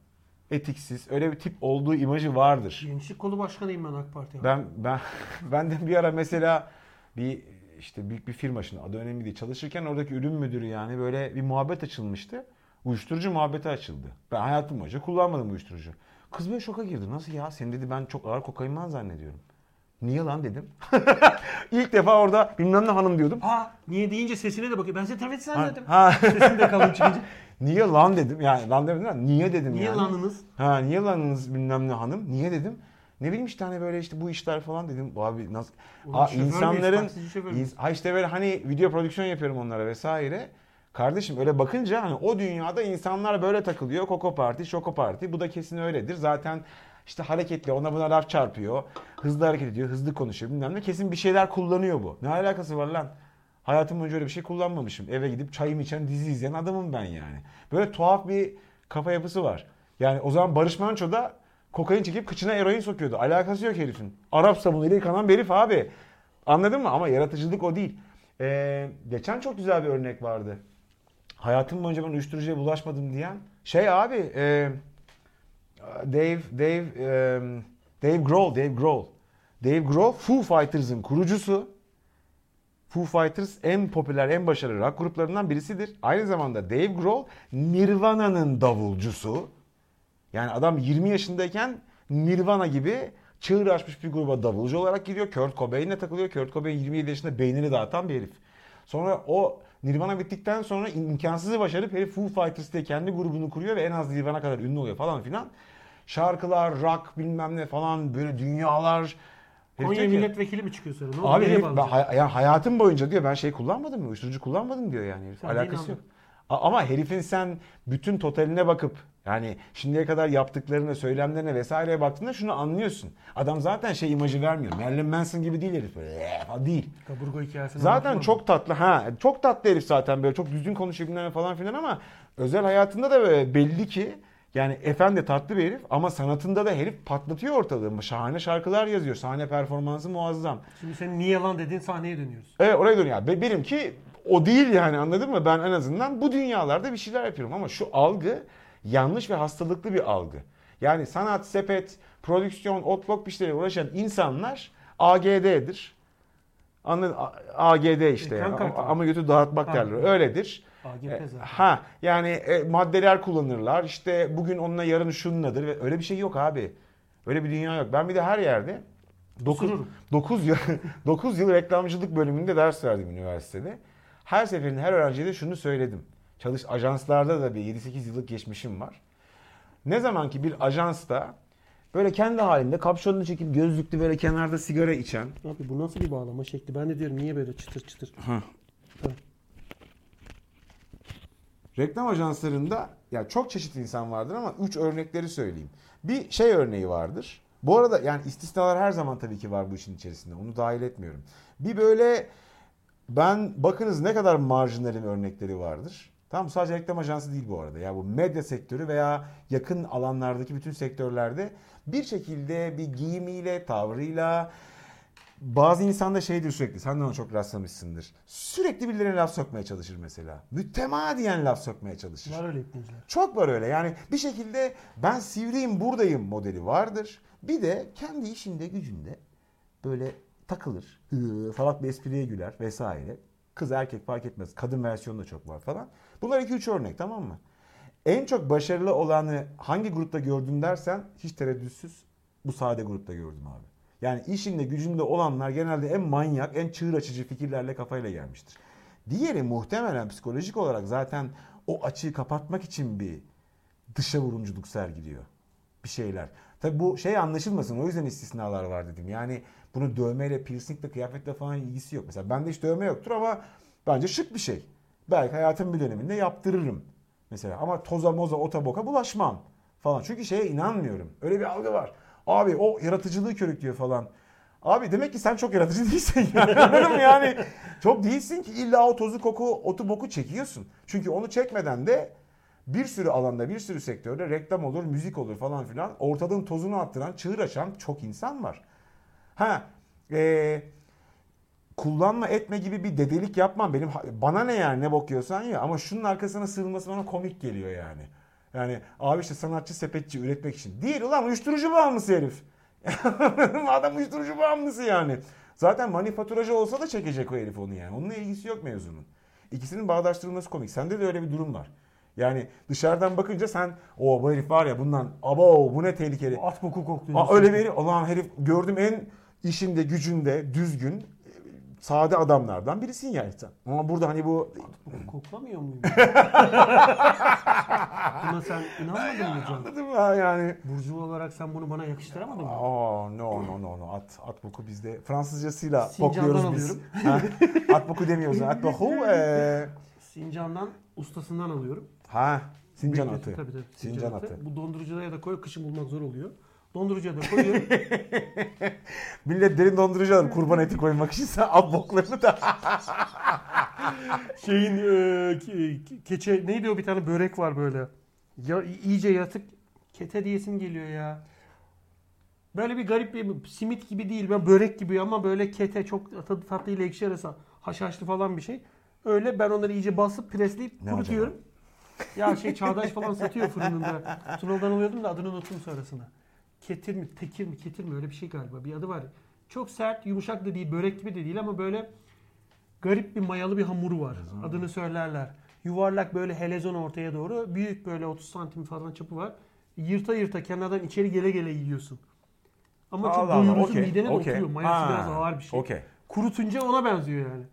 etiksiz öyle bir tip olduğu imajı vardır. Gençlik kolu başkanıyım ben AK Parti'ye. Ben ben ben de bir ara mesela bir işte büyük bir firma şimdi adı önemli değil çalışırken oradaki ürün müdürü yani böyle bir muhabbet açılmıştı. Uyuşturucu muhabbeti açıldı. Ben hayatım boyunca kullanmadım uyuşturucu. Kız böyle şoka girdi. Nasıl ya? Seni dedi ben çok ağır kokainman zannediyorum. Niye lan dedim. İlk defa orada bilmem ne hanım diyordum. Ha niye deyince sesine de bakıyor. Ben seni travesti zannettim. Ha, Sesinde kalın çıkınca. niye lan dedim. Yani lan demedim lan. Niye dedim Niye yani. lanınız? Ha niye lanınız bilmem ne hanım? Niye dedim? Ne bileyim işte hani böyle işte bu işler falan dedim. Abi nasıl? Oğlum Aa, şoför müyüz, insanların taksici şoför müyüz? ins- ha işte böyle hani video prodüksiyon yapıyorum onlara vesaire. Kardeşim öyle bakınca hani o dünyada insanlar böyle takılıyor. Koko parti, şoko parti. Bu da kesin öyledir. Zaten işte hareketli ona buna laf çarpıyor. Hızlı hareket ediyor, hızlı konuşuyor bilmem ne. Kesin bir şeyler kullanıyor bu. Ne alakası var lan? Hayatım boyunca öyle bir şey kullanmamışım. Eve gidip çayımı içen, dizi izleyen adamım ben yani. Böyle tuhaf bir kafa yapısı var. Yani o zaman Barış Manço da kokain çekip kıçına eroin sokuyordu. Alakası yok herifin. Arap sabunuyla yıkanan bir herif abi. Anladın mı? Ama yaratıcılık o değil. Ee, geçen çok güzel bir örnek vardı. Hayatım boyunca ben uyuşturucuya bulaşmadım diyen. Şey abi, e, Dave Dave em, Dave Grohl, Dave Grohl. Dave Grohl Foo Fighters'ın kurucusu. Foo Fighters en popüler, en başarılı rock gruplarından birisidir. Aynı zamanda Dave Grohl Nirvana'nın davulcusu. Yani adam 20 yaşındayken Nirvana gibi çığır açmış bir gruba davulcu olarak gidiyor. Kurt Cobain'le takılıyor. Kurt Cobain 27 yaşında beynini dağıtan bir herif. Sonra o Nirvana bittikten sonra imkansızı başarıp herif Foo Fighters diye kendi grubunu kuruyor ve en az Nirvana kadar ünlü oluyor falan filan. Şarkılar, rock bilmem ne falan böyle dünyalar. Herif Konya diyor ki- milletvekili mi çıkıyor sonra? Ne oldu? Abi Nereye herif ben bağlayacak? hay- yani hayatım boyunca diyor ben şey kullanmadım mı? Uyuşturucu kullanmadım diyor yani. herif. Sen neyi Alakası yok. anladın? A- ama herifin sen bütün totaline bakıp yani şimdiye kadar yaptıklarına, söylemlerine vesaireye baktığında şunu anlıyorsun. Adam zaten şey imajı vermiyor. Marilyn Manson gibi değil herif böyle. "Eee" falan değil. Kaburga hikayesini Zaten anlatma. çok tatlı. Ha, çok tatlı herif zaten böyle çok düzgün konuşuyor bilmem ne falan filan ama özel hayatında da böyle belli ki yani efendi tatlı bir herif ama sanatında da herif patlatıyor ortalığı. Şahane şarkılar yazıyor. Sahne performansı muazzam. Şimdi senin niye lan dediğin sahneye dönüyoruz. Evet oraya dönüyor. Yani. Be- Benimki o değil yani anladın mı? Ben en azından bu dünyalarda bir şeyler yapıyorum ama şu algı yanlış ve hastalıklı bir algı. Yani sanat, sepet, prodüksiyon, otlok işleriyle uğraşan insanlar AGD'dir. Anladın? A- AGD işte. Ekran yani. kartı. Ama ama götü dağıtmak Ha. derler. Öyledir. AGP zaten. E, Ha yani e, maddeler kullanırlar. İşte bugün onunla yarın şununladır. Ve Öyle bir şey yok abi. Öyle bir dünya yok. Ben bir de her yerde 9 Kusururum. 9 yıl 9 yıl reklamcılık bölümünde ders verdim üniversitede. Her seferinde her öğrenciye de şunu söyledim. Çalış ajanslarda da bir 7-8 yıllık geçmişim var. Ne zaman ki bir ajansta böyle kendi halinde kapşonunu çekip gözlüklü böyle kenarda sigara içen Abi bu nasıl bir bağlama şekli? Ben de diyorum niye böyle çıtır çıtır. Reklam ajanslarında ya çok çeşitli insan vardır ama üç örnekleri söyleyeyim. Bir şey örneği vardır. Bu arada yani istisnalar her zaman tabii ki var bu işin içerisinde. Onu dahil etmiyorum. Bir böyle ben bakınız ne kadar marjinalin örnekleri vardır. Tamam sadece reklam ajansı değil bu arada. Ya bu medya sektörü veya yakın alanlardaki bütün sektörlerde bir şekilde bir giyimiyle, tavrıyla bazı insanda şeydir sürekli. Sen de ona çok rastlamışsındır. Sürekli birilerine laf sokmaya çalışır mesela. Mütemadiyen laf sokmaya çalışır. Var öyle ipneciler. Çok var öyle. Yani bir şekilde ben sivriyim buradayım modeli vardır. Bir de kendi işinde gücünde böyle takılır. Hı, Salak bir espriye güler vesaire. Kız erkek fark etmez. Kadın versiyonu da çok var falan. Bunlar iki üç örnek tamam mı? En çok başarılı olanı hangi grupta gördün dersen hiç tereddütsüz bu sade grupta gördüm abi. Yani işinde gücünde olanlar genelde en manyak, en çığır açıcı fikirlerle kafayla gelmiştir. Diğeri muhtemelen psikolojik olarak zaten o açığı kapatmak için bir dışa vurumculuk sergiliyor. Bir şeyler. Tabi bu şey anlaşılmasın. O yüzden istisnalar var dedim. Yani bunu dövmeyle, piercingle, kıyafetle falan ilgisi yok. Mesela bende hiç dövme yoktur ama bence şık bir şey. Belki hayatım bir döneminde yaptırırım. Mesela ama toza moza ota boka bulaşmam falan. Çünkü şeye inanmıyorum. Öyle bir algı var. Abi o yaratıcılığı körüklüyor falan. Abi demek ki sen çok yaratıcı değilsin yani. Anladın mı? yani çok değilsin ki illa o tozu koku, otu boku çekiyorsun. Çünkü onu çekmeden de bir sürü alanda, bir sürü sektörde reklam olur, müzik olur falan filan. Ortalığın tozunu attıran, çığır açan çok insan var. Ha, e, kullanma etme gibi bir dedelik yapmam benim bana ne yani ne bokuyorsan ya ama şunun arkasına sığınması bana komik geliyor yani. Yani abi işte sanatçı sepetçi üretmek için. Değil ulan uyuşturucu bağımlısı herif. Adam uyuşturucu bağımlısı yani. Zaten manifaturacı olsa da çekecek o herif onu yani. Onunla ilgisi yok mevzunun. İkisinin bağdaştırılması komik. Sende de öyle bir durum var. Yani dışarıdan bakınca sen o bu herif var ya bundan abo bu ne tehlikeli. At koku kokluyor. Aa, öyle bir Allah'ım herif gördüm en işinde gücünde düzgün e, sade adamlardan birisin yani sen. Ama burada hani bu Koklamıyor muyum? Buna sen inanmadın mı Can? anladın mı ha yani. Burcu olarak sen bunu bana yakıştıramadın mı? Aa no no no no at at boku bizde Fransızcasıyla Sincan'dan bokluyoruz biz. Ha, at boku demiyoruz. At boku eee, Sincan'dan ustasından alıyorum. ha Sincan Bekliyorsun, atı. Tabii tabii. Sincan atı. Bu dondurucuya da koy. Kışın bulmak zor oluyor. Dondurucuya da koyuyorum. Millet derin dondurucu alır kurban eti koymak için sen at boklarını da Şeyin e, ke- ke- keçe neydi o bir tane börek var böyle. Ya iyice yatık kete diyesim geliyor ya. Böyle bir garip bir simit gibi değil. Ben börek gibi ama böyle kete çok tadı tatlı ile ekşi arası haşhaşlı falan bir şey. Öyle ben onları iyice basıp presleyip Ne kurutuyorum. Ya şey Çağdaş falan satıyor fırınında. Tunalı'dan alıyordum da adını unuttum sonrasında. Ketir mi, tekir mi, ketir mi öyle bir şey galiba. Bir adı var. Çok sert, yumuşak da değil, börek gibi de değil ama böyle garip bir mayalı bir hamuru var. Adını söylerler. Yuvarlak böyle helezon ortaya doğru. Büyük böyle 30 santim falan çapı var. Yırta yırta kenardan içeri gele gele yiyorsun. Ama çok Allah Allah, doyurucu okey, midene de okey. oturuyor. Mayası Ha, biraz ağır bir şey. okey. Kurutunca ona benziyor yani.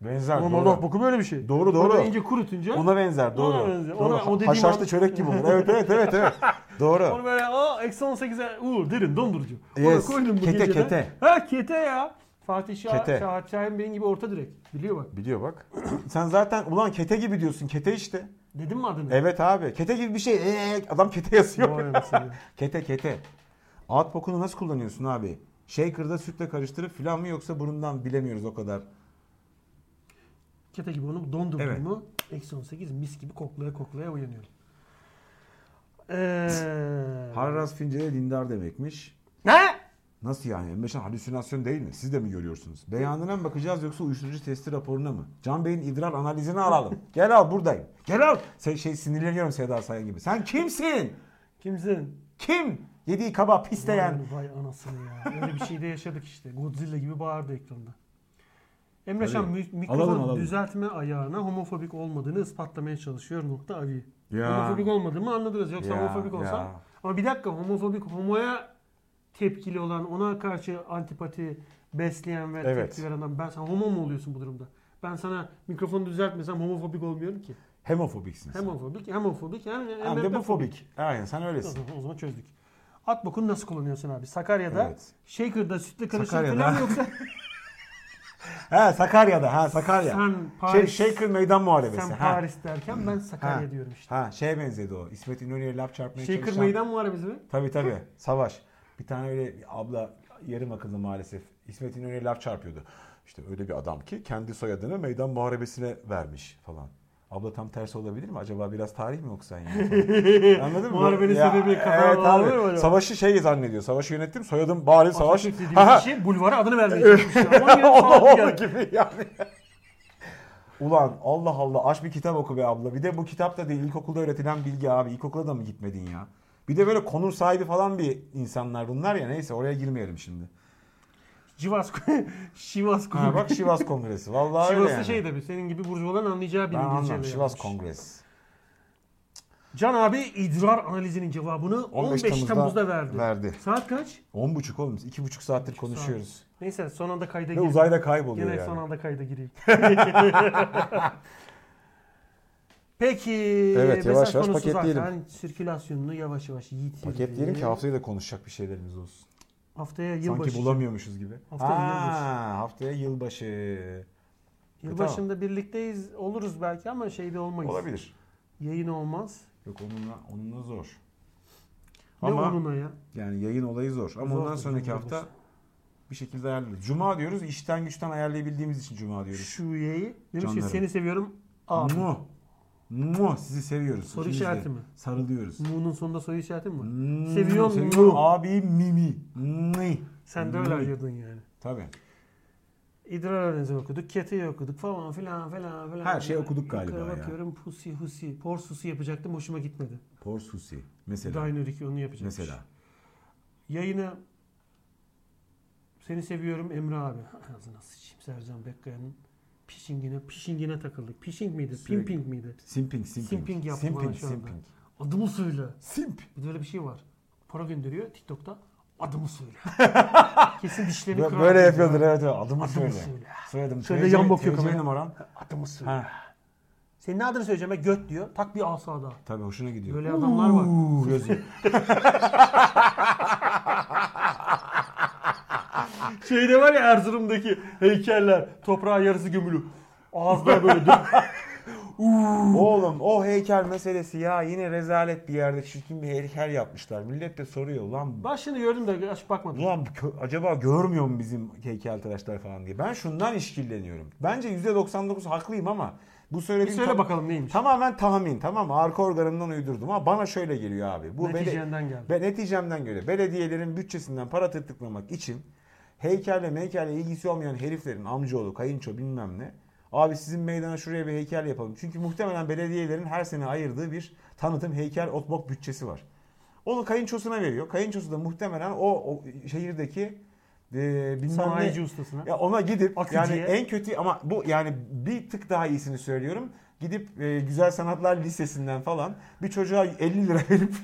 benzer. Normalde doğru. ahbaku böyle bir şey. Doğru, doğru. Böyle ince kurutunca Ona benzer doğru. Ona benzer. doğru. Ona- o dediğim Haşhaşlı an- çörek gibi olur. Evet evet evet evet. doğru. Onu böyle aa eksi 18'e uuu derin dondurucu. Yes. Onu koydum bu Kete, gecede. kete. Ha kete ya. Fatih Şah, Kete. Şah Şahin benim gibi orta direkt. Biliyor bak. Biliyor bak. Sen zaten ulan kete gibi diyorsun. Kete işte. Dedim mi adını? Evet abi. Kete gibi bir şey. Ee, adam kete yazıyor. Vay anasını. kete kete. At bokunu nasıl kullanıyorsun abi? Shaker'da sütle karıştırıp filan mı yoksa burundan bilemiyoruz o kadar. Kete gibi onu dondurdum Evet. mu eksi 18 mis gibi koklaya koklaya uyanıyorum. Ee... Harras fincele dindar demekmiş. Ne? Nasıl yani? Emrecan halüsinasyon değil mi? Siz de mi görüyorsunuz? Beyanına mı bakacağız yoksa uyuşturucu testi raporuna mı? Can Bey'in idrar analizini alalım. Gel al buradayım. Gel al. Sen şey sinirleniyorum Seda Sayan gibi. Sen kimsin? Kimsin? Kim? Yediği kaba pisleyen. Vay, vay anasını ya. Öyle bir şey de yaşadık işte. Godzilla gibi bağırdı ekranda. Emreşan Tabii. mi- mikrofon Alalım, alalım. düzeltme ayağına homofobik olmadığını ispatlamaya çalışıyor nokta avi. Ya. Homofobik olmadığımı anladınız. Yoksa Ya, homofobik ya. olsam. Ama bir dakika homofobik homoya tepkili olan, ona karşı antipati besleyen ve Evet. tepki veren adam. Ben sen homo mu oluyorsun bu durumda? Ben sana mikrofonu düzeltmesem homofobik olmuyorum ki. Hemofobiksin sen. Homofobik, homofobik. Yani Hem de bu fobik. Aynen sen o öylesin. zaman- o zaman çözdük. At bokunu nasıl kullanıyorsun abi? Sakarya'da, Evet. shaker'da sütle karışık Sakarya'da. falan mı yoksa He Sakarya'da ha Sakarya. Sen şey, Paris- Shaker Meydan Muharebesi. sen ha. Paris derken ben Sakarya Ha. diyorum işte. Ha şeye benzedi o. İsmet İnönü'ye laf çarpmaya Shaker çalışan. meydan muharebesi mi? Tabii tabii. Savaş. Bir tane öyle bir abla yarım akıllı maalesef. İsmet İnönü'ye laf çarpıyordu. İşte öyle bir adam ki kendi soyadını meydan muharebesine vermiş falan. Abla tam tersi olabilir mi? Acaba biraz tarih mi okusan yani? falan. Anladın mı? Muharebenin Ya, sebebi kafadan alır mı acaba? Savaşı şey zannediyor. Savaşı yönettim. Soyadım bari savaş. Atatürk dediğimiz Ha, ha. kişi bulvara adını vermeye çalışmış. Aman ya, Ola saat ola geldi. gibi yani. Ulan Allah Allah aç bir kitap oku be abla. Bir de bu kitap da değil ilkokulda öğretilen bilgi abi. İlkokula da mı gitmedin ya? Bir de böyle konur sahibi falan bir insanlar bunlar ya. Neyse oraya girmeyelim şimdi. Sivas Sivas Ha, Kongresi. bak Şivas Kongresi. Vallahi öyle Sivas'ı yani. şey tabii senin gibi burjuvaların anlayacağı bir ben anlam. İngilizceyle Şivas yapmış. Kongresi. Can abi idrar analizinin cevabını 15, Temmuz'da, verdi. verdi. Saat kaç? 10.30 oğlum. 2.5 saattir konuşuyoruz. Neyse son anda kayda Ve gireyim. uzayda kayboluyor Gene son yani. anda kayda gireyim. Peki. Evet, yavaş mesaj yavaş konusu paketleyelim. Zaten sirkülasyonunu yavaş yavaş yitirdi. Paketleyelim ki haftayı da konuşacak bir şeylerimiz olsun. Haftaya yılbaşı. Sanki E, bulamıyormuşuz gibi. Haftaya yılbaşı. Ha, haftaya yılbaşı. Yılbaşında birlikteyiz oluruz belki ama şeyde olmayız. Olabilir. Yayın olmaz. Yok onunla, onunla zor. ne Ama- onunla ya? Yani yayın olayı zor. Ama Zor ondan tabii, sonraki zor hafta olursa. bir şekilde ayarlarız. Cuma diyoruz. işten güçten ayarlayabildiğimiz için cuma diyoruz. Şu yayı. Demiş ki Canlarım. seni seviyorum. Abi. Mu. Mu. Sizi seviyoruz. Soru İkiniz de. işareti mi? Sarılıyoruz. Mu'nun sonunda soru işareti mi var? Hmm, Seviyor seviyorum. mu? Abi mimi. Ni. Sen de öyle ayırdın yani. Tabii. İdrar analizi okuduk, ketiyi okuduk falan filan filan filan. Her şeyi okuduk Yukarı galiba ya. bakıyorum pusi husi, por susi yapacaktım hoşuma gitmedi. Porsusi. Mesela. Dynamic onu yapacakmış. Mesela. Yayına seni seviyorum Emre abi. Ağzına sıçayım Sercan Bekkaya'nın pişingine, pişingine takıldık. Pişing miydi? Sürekli. Pimping miydi? Simping. Simping. Simping yaptı bana şu anda. Simping. Adımı söyle. Simp. Bir de öyle bir şey var. Para gönderiyor TikTok'ta. Adımı söyle. Kesin dişlerini Bö- kırar. Böyle yapıyordur evet evet. Adımı Adımı söyle. söyle. Soyadım. Şöyle TC yan bakıyor TC kameraya. numaram. Adımı söyle. Ha. Senin ne adını söyleyeceğime göt diyor. Tak bir asa daha. Tabii hoşuna gidiyor. Böyle adamlar var. Uuu yazıyor. Şeyde var ya Erzurum'daki heykeller. Toprağa yarısı gömülü. Ağızlar böyle dön. Oğlum o heykel meselesi ya yine rezalet bir yerde çirkin bir heykel yapmışlar. Millet de soruyor lan Başını gördüm de aç bakmadım. ulan bu kö- acaba görmüyor mu bizim heykeltıraşlar falan diye. Ben şundan işkilleniyorum. Bence %99 haklıyım ama bu Bir söylediğim E, söyle tam- bakalım neymiş. Tamamen tahmin tamam mı? Arka organımdan uydurdum ama bana şöyle geliyor abi. Bu Neticenden geldi. Ve neticemden göre belediyelerin bütçesinden para tırtıklamak için heykelle meykelle ilgisi olmayan heriflerin amcaoğlu, kayınço bilmem ne. Abi sizin meydana şuraya bir heykel yapalım. Çünkü muhtemelen belediyelerin her sene ayırdığı bir tanıtım heykel otbok bütçesi var. Onu kayınçosuna veriyor. Kayınçosu da muhtemelen o, o şehirdeki e, bilmem ne- Sanayici ustasına. Ya ona gidip Akıcıya. yani en kötü ama bu yani bir tık daha iyisini söylüyorum. Gidip e, Güzel Sanatlar Lisesi'nden falan bir çocuğa 50 lira verip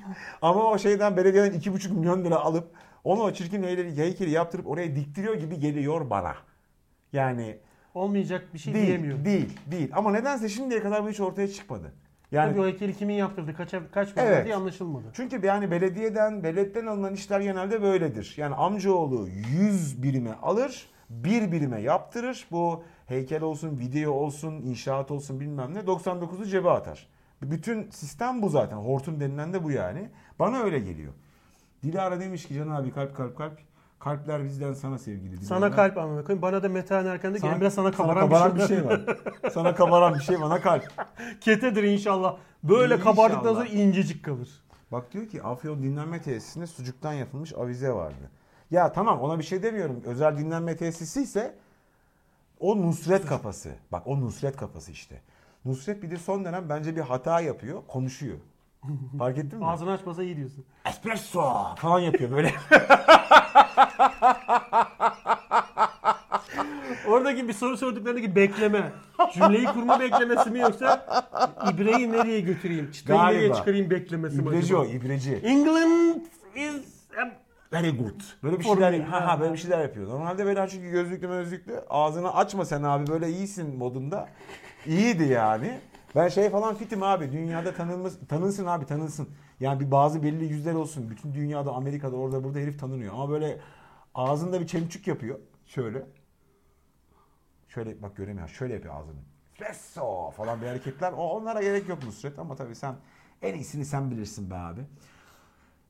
ama o şeyden belediyeden 2,5 milyon lira alıp onu o çirkin heykeli, heykeli yaptırıp oraya diktiriyor gibi geliyor bana. Yani Olmayacak bir şey değil, diyemiyor. değil, değil. Ama nedense şimdiye kadar bu hiç ortaya çıkmadı. Yani Tabii o heykeli kimin yaptırdı, kaça, kaç para Evet. diye anlaşılmadı. çünkü yani belediyeden, belediyetten alınan işler genelde böyledir. Yani amcaoğlu 100 birime alır, bir birime yaptırır. Bu heykel olsun, video olsun, inşaat olsun bilmem ne 99'u cebe atar. Bütün sistem bu zaten. Hortum denilen de bu yani. Bana öyle geliyor. Dilara demiş ki Can abi kalp kalp kalp. Kalpler bizden sana sevgili. Dilara. Sana kalp anlamına koyayım. Bana da metehan erken de gelen biraz sana kabaran, bir şey var. sana kabaran bir şey bana kalp. Ketedir inşallah. Böyle İnşallah. kabardıktan sonra incecik kalır. Bak diyor ki Afyon dinlenme tesisinde sucuktan yapılmış avize vardı. Ya tamam ona bir şey demiyorum. Özel dinlenme tesisi ise o Nusret kafası. Bak o Nusret kafası işte. Nusret bir de son dönem bence bir hata yapıyor. Konuşuyor. Fark ettin mi? Ağzını açmasa iyi diyorsun. Espresso falan yapıyor böyle. Oradaki bir soru sorduklarındaki bekleme. Cümleyi kurma beklemesi mi yoksa İbreyi nereye götüreyim? Çıtayı nereye Galiba. çıkarayım beklemesi mi İbreci acaba? o ibreci. England is... Very good. Böyle bir Formül. şeyler, ha, ha, böyle bir şeyler yapıyor. Normalde böyle çünkü gözlüklü gözlüklü ağzını açma sen abi böyle iyisin modunda. İyiydi yani. Ben şey falan fitim abi dünyada tanınmaz, tanınsın abi tanınsın. Yani bir bazı belli yüzler olsun. Bütün dünyada Amerika'da orada burada herif tanınıyor. Ama böyle ağzında bir çemçük yapıyor. Şöyle. Şöyle bak göremiyor. Şöyle yapıyor ağzını. Espresso falan bir hareketler. O, onlara gerek yok Nusret ama tabii sen en iyisini sen bilirsin be abi.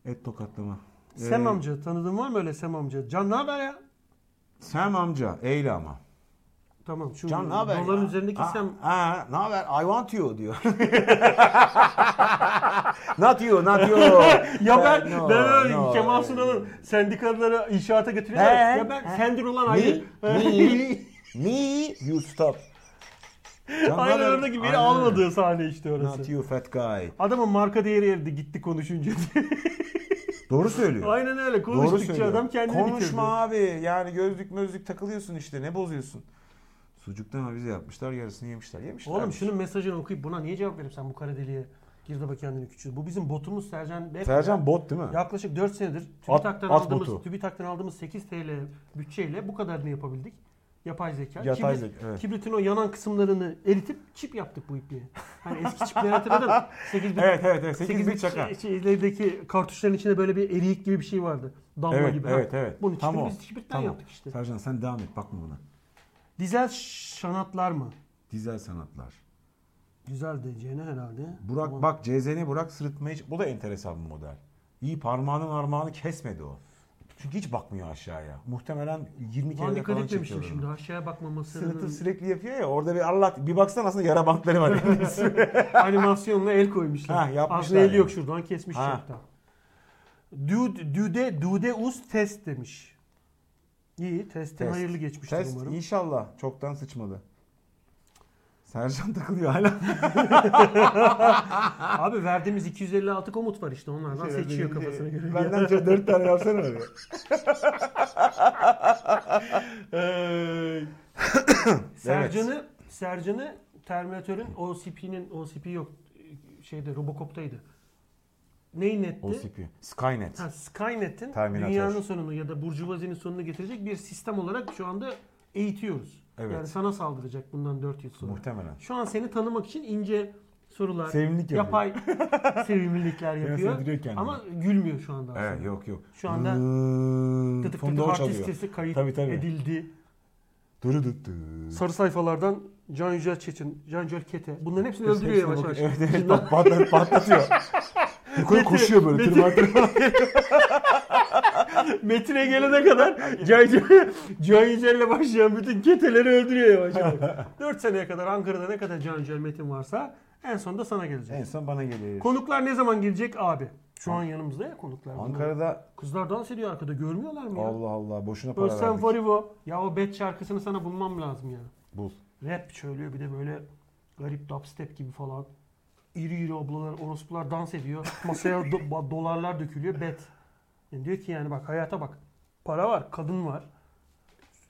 Et tokatlama. Sem Ee, amca tanıdığın var mı öyle Sem amca? Can ne haber ya? Sam amca eyle ama. Tamam şu Can ne haber doların ya? üzerindeki Ha, Sem Ha, ne haber? I want you diyor. not you, not you. Ya ben, No, ben öyle no. Kemal Sunal'ın sendikaları inşaata götürüyorlar. He, ya ben he. sendir ulan Me, hayır. me, me, you stop. Can ne Aynen haber? oradaki beni Aynen. almadığı sahne işte Not orası. you fat guy. Adamın marka değeri eridi gitti konuşunca. Doğru söylüyor. Aynen öyle Doğru konuştukça söylüyor. adam kendini Konuşma bitirdi. abi. Yani gözlük mözlük takılıyorsun işte. Ne bozuyorsun? Sucuktan avize yapmışlar. Yarısını yemişler. Yemişler. Oğlum abi. şunun mesajını okuyup buna niye cevap verip sen bu kara deliğe girdi bak kendini küçül. Bu bizim botumuz Sercan Bey. Sercan bot değil mi? Yaklaşık 4 senedir At- TÜBİTAK'tan at aldığımız, botu. TÜBİTAK'tan aldığımız 8 TL bütçeyle bu kadarını yapabildik. Yapay zeka. Yapay Kibrit- zeka, evet. Kibritin o yanan kısımlarını eritip çip yaptık bu ipliğe. Hani eski çipleri hatırladın. 8 bit, Evet evet evet. 8 bit bit şaka. şey- şey, ilerideki kartuşların içinde böyle bir eriyik gibi bir şey vardı. Damla Evet gibi. Ha, evet evet. Bunun Tam çipini o. biz kibritten Tam o. yaptık işte. Sercan sen devam et. Bakma buna. Dizel şanatlar mı? Dizel sanatlar. Güzel diyeceğine herhalde. Burak Ama- bak CZN Burak sırıtmayı bu da enteresan bir model. İyi parmağının parmağını kesmedi o. Çünkü hiç bakmıyor aşağıya. Muhtemelen 20 Ulan kere de dikkat falan etmemişim çekiyorlar. şimdi aşağıya bakmamasının Sırıtı sürekli yapıyor ya orada bir Allah bir baksan aslında yara bantları var. animasyonla el koymuşlar. Ha, yapmışlar Aslında el yani. yok şuradan kesmiş Ha. çoktan. Dude, dude, dude us test demiş. İyi, testin Test. hayırlı geçmiştir Test umarım. inşallah çoktan sıçmadı. Sercan takılıyor hala. Abi verdiğimiz 256 komut var işte onlardan seçiyor kafasına göre. Benden çok dört tane yapsana öyle. Sercan'ı Sercan'ı Terminator'ın OCP'nin OCP yok şeyde Robocop'taydı. Neyin etti? OCP. Skynet. Ha, Skynet'in Terminator. dünyanın sonunu ya da Burjuvazi'nin sonunu getirecek bir sistem olarak şu anda eğitiyoruz. Evet. Yani sana saldıracak bundan 4 yıl sonra. Muhtemelen. Şu an seni tanımak için ince sorular, Sevimlilik yapıyor. yapay sevimlilikler yapıyor. sevdiriyor kendini. Ama gülmüyor şu anda aslında. Evet yok yok. Şu anda Iıı, Tık tık tık fondor harf çalıyor. listesi kayıt Tabii, tabii. edildi. Dırı dıt dıt. Sarı sayfalardan Can Yücel Çetin, Can Yücel Kete. Bunların hepsini öldürüyor Hepsine yavaş bakıyor. yavaş. Evet evet bak patlat, patlatıyor. Yukarı koşuyor böyle Metin- tırman tırman. Metine gelene kadar Can Yücel- Can Yücel'le başlayan bütün keteleri öldürüyor yavaş yavaş. 4 seneye kadar Ankara'da ne kadar Can Yücel Metin varsa en sonunda sana gelecek. En son bana geliyor. Konuklar ne zaman gelecek abi? Şu an yanımızda ya konuklar. bunlar. Ankara'da Kızlar dans ediyor arkada görmüyorlar mı ya? Allah Allah boşuna para Özlem verdik. Farivo. Ya o bet şarkısını sana bulmam lazım ya. Bul. Rap söylüyor bir de böyle garip dubstep gibi falan. İri iri ablalar, orospular dans ediyor. Masaya do- ba- dolarlar dökülüyor. Bet. Yani diyor ki yani bak hayata bak. Para var, kadın var.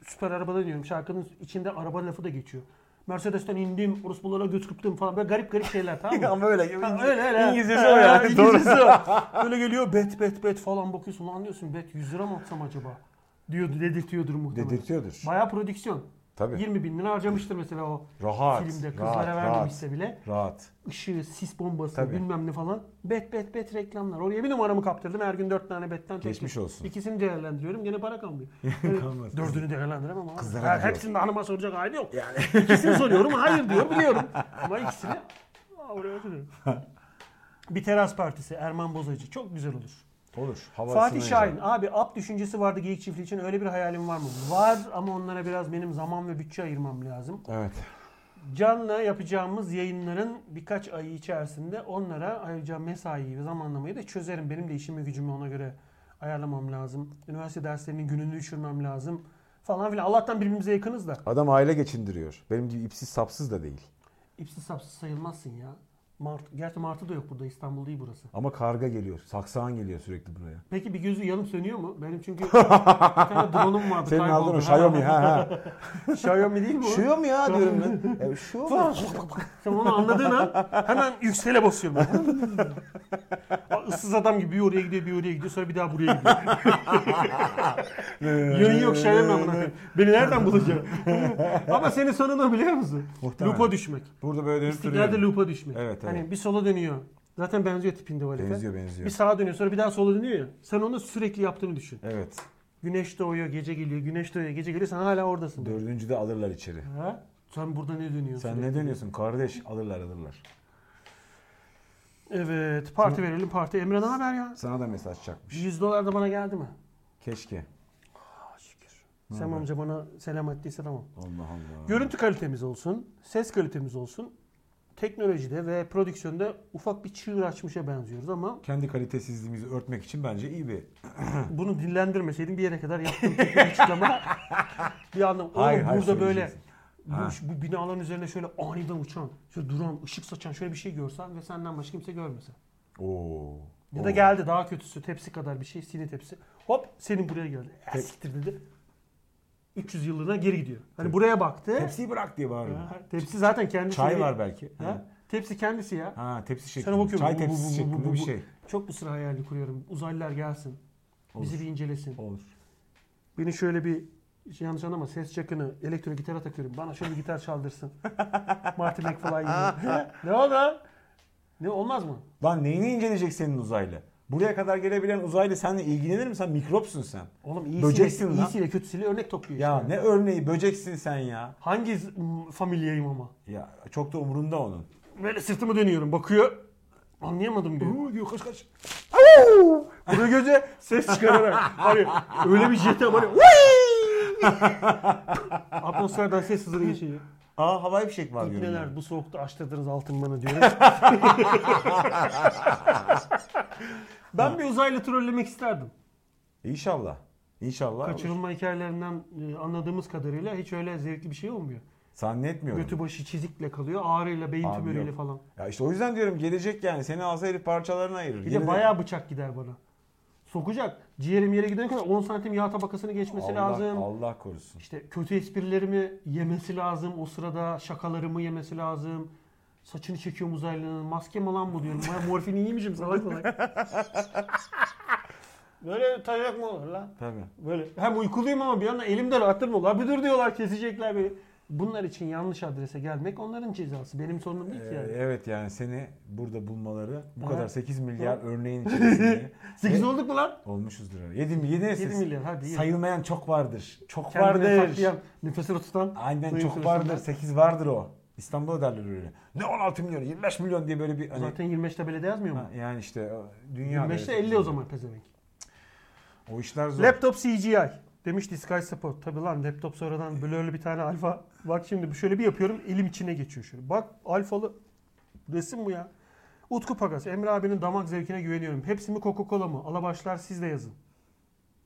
Süper arabada iniyorum. Şarkının içinde araba lafı da geçiyor. Mercedes'ten indim, orospulara göz kırptım falan. Böyle garip garip şeyler tamam mı? Ama öyle. Ha, öyle öyle. İngilizcesi Ha, o yani. İngilizcesi o. Böyle geliyor bet bet bet falan bakıyorsun. Lan diyorsun bet 100 lira mı atsam acaba? Diyordu dedirtiyordur muhtemelen. Dedirtiyordur. Baya prodüksiyon. Tabii. 20 bin lira harcamıştır mesela o Rahat. filmde kızlara rahat, rahat. vermemişse bile. Rahat. Işığı, sis bombası Tabii. bilmem ne falan. Bet bet bet reklamlar. Oraya bir numaramı kaptırdım. Her gün 4 tane betten tek Geçmiş tek. olsun. İkisini değerlendiriyorum. Gene para kalmıyor. Yani Kalmaz. Dördünü değerlendiremem ama. Kızlara Her, diyor. hepsini de hanıma soracak hali yok. İkisini soruyorum. Hayır diyor biliyorum. Ama ikisini Aa, oraya oturuyorum. Bir teras partisi Erman Bozacı. Çok güzel olur. Olur. Havasını Fatih yiyeceğim. Şahin abi ap düşüncesi vardı geyik çiftliği için öyle bir hayalim var mı? Var ama onlara biraz benim zaman ve bütçe ayırmam lazım. Evet. Can'la yapacağımız yayınların birkaç ayı içerisinde onlara ayıracağım mesaiyi ve zamanlamayı da çözerim. Benim de işimi gücümü ona göre ayarlamam lazım. Üniversite derslerinin gününü düşürmem lazım falan filan. Allah'tan birbirimize yakınız da. Adam aile geçindiriyor. Benim gibi ipsiz sapsız da değil. İpsiz sapsız sayılmazsın ya. Mart, gerçi Martı da yok burada İstanbul değil burası. Ama karga geliyor. Saksağın geliyor sürekli buraya. Peki bir gözü yanıp sönüyor mu? Benim çünkü bir tane drone'um vardı. Senin aldığın o kayboldu. Xiaomi ha ha. Xiaomi değil mi o? Şuyor mu ya diyorum ben. E, şu mu? Sen onu anladığın an hemen yüksele basıyorum. Aa, Issız adam gibi bir oraya gidiyor bir oraya gidiyor sonra bir daha buraya gidiyor. Yön yok şey yapmam buna. Beni nereden bulacak? Ama senin sorunun o biliyor musun? Muhtemelen. Lupa düşmek. Burada böyle dönüp duruyor. İstiklalde lupa düşmek. Evet, Hani evet. bir sola dönüyor. Zaten benziyor tipinde o herife. Benziyor, benziyor. Bir sağa dönüyor sonra bir daha sola dönüyor ya. Sen onu sürekli yaptığını düşün. Evet. Güneş doğuyor gece geliyor. Güneş doğuyor gece geliyor. Sen hala oradasın. Dördüncüde alırlar içeri. Ha? Sen burada ne dönüyorsun? Sen ne dönüyorsun kardeş? Alırlar alırlar. Evet parti verelim parti. Emre ne haber ya? Sana da mesaj çakmış. 100 dolar da bana geldi mi? Keşke. Şükür. Sem amca bana selam ettiyse tamam. Allah Allah. Görüntü kalitemiz olsun, ses kalitemiz olsun. Teknolojide ve prodüksiyonda ufak bir çığır açmışa benziyoruz ama Kendi kalitesizliğimizi örtmek için bence iyi bir. bunu dillendirmeseydin bir yere kadar yaptığım teknik açıklama bir anlam. Oğlum Hayır, hayır, burada böyle söyleyeceksin. bu, şu- bu binaların üzerine şöyle aniden uçan, şöyle duran, ışık saçan şöyle bir şey görsen ve senden başka kimse görmese. Oo. Ya da geldi daha kötüsü tepsi kadar bir şey sini tepsi. Hop senin buraya geldi. Ya siktir dedi. 300 yıllığına geri gidiyor. Hani buraya baktı. Tepsi, Tepsiyi bırak diye bağırıyor. tepsi zaten kendisi. Çay var belki. şey- Ha? Ha? Tepsi kendisi ya. Ha, tepsi Sana şeklinde. bakıyorum. Çay Bu- bu- bu- tepsisi bu- şeklinde bu- bir bu- şey. Çok bu sıra hayalini kuruyorum. Uzaylılar gelsin. Bizi bir incelesin. Olur. Beni şöyle bir şey yanlış anlama ses çakını elektro gitara takıyorum. Bana şöyle bir gitar çaldırsın. Martin McFly gibi. ne oldu? Ne olmaz mı? Lan neyini inceleyecek senin uzaylı? Buraya kadar gelebilen uzaylı seninle ilgilenir mi? Sen mikropsun sen. Oğlum iyisiyle, Böceksin lan. iyisiyle kötüsüyle örnek topluyor Ya işte. ne örneği böceksin sen ya. Hangi z- m- familyayım ama? Ya çok da umurunda onun. Böyle sırtımı dönüyorum bakıyor. Anlayamadım diyor. diyor kaç kaç. Buraya göze ses çıkararak. Hani öyle bir jeti ama hani. Atmosferden ses hızına geçiyor. Aa havai fişek var diyorum. İbneler ben. bu soğukta açtırdınız altın bana diyor. ben bir uzaylı trollemek isterdim. İnşallah. İnşallah. Kaçırılma hikayelerinden e, anladığımız kadarıyla hiç öyle zevkli bir şey olmuyor. Zannetmiyorum. Götü başı çizikle kalıyor, ağrıyla, beyin Abi tümörüyle yok. falan. Ya işte o yüzden diyorum gelecek yani. Seni ağza herif parçalarına ayırır. Bir Yeniden- de bayağı bıçak gider bana. Sokacak. Ciğerim yere gidene kadar 10 santim yağ tabakasını geçmesi Allah, şey lazım. Allah korusun. İşte kötü esprilerimi yemesi lazım. O sırada şakalarımı yemesi lazım. Saçını çekiyorum uzaylının. Maske mi lan bu diyorum. Baya morfini yemişim salak salak. Böyle tarak mı olur lan? Tabii. Böyle. Hem uykuluyum ama bir yandan elimde rahatım olur. Abi dur diyorlar kesecekler beni. Bunlar için yanlış adrese gelmek onların cezası. Benim sorunum değil ki Ee, yani. evet yani seni burada bulmaları bu Ha. kadar 8 milyar örneğin içerisinde 8 E, olduk mu lan? olmuşuzdur. 7 milyar 7 milyar hadi. yedi. Sayılmayan çok vardır. Çok Kendine vardır. saklayan, nefesini tutan. Aynen sayı çok sırasında. vardır. 8 vardır o. İstanbul'da derler öyle. Ne 16 milyon, 25 milyon diye böyle bir hani Zaten 25 tabelede yazmıyor mu? Ha, yani işte dünya 25'te 50 o zaman pezevenk. O işler zor. Laptop CGI demiş Sky Support. Tabi lan laptop sonradan blurlı bir tane alfa. Bak şimdi şöyle bir yapıyorum elim içine geçiyor şöyle. Bak alfalı resim bu ya. Utku Pagas, Emre abinin damak zevkine güveniyorum. Hepsi mi Coca-Cola mı? Alabaşlar siz de yazın.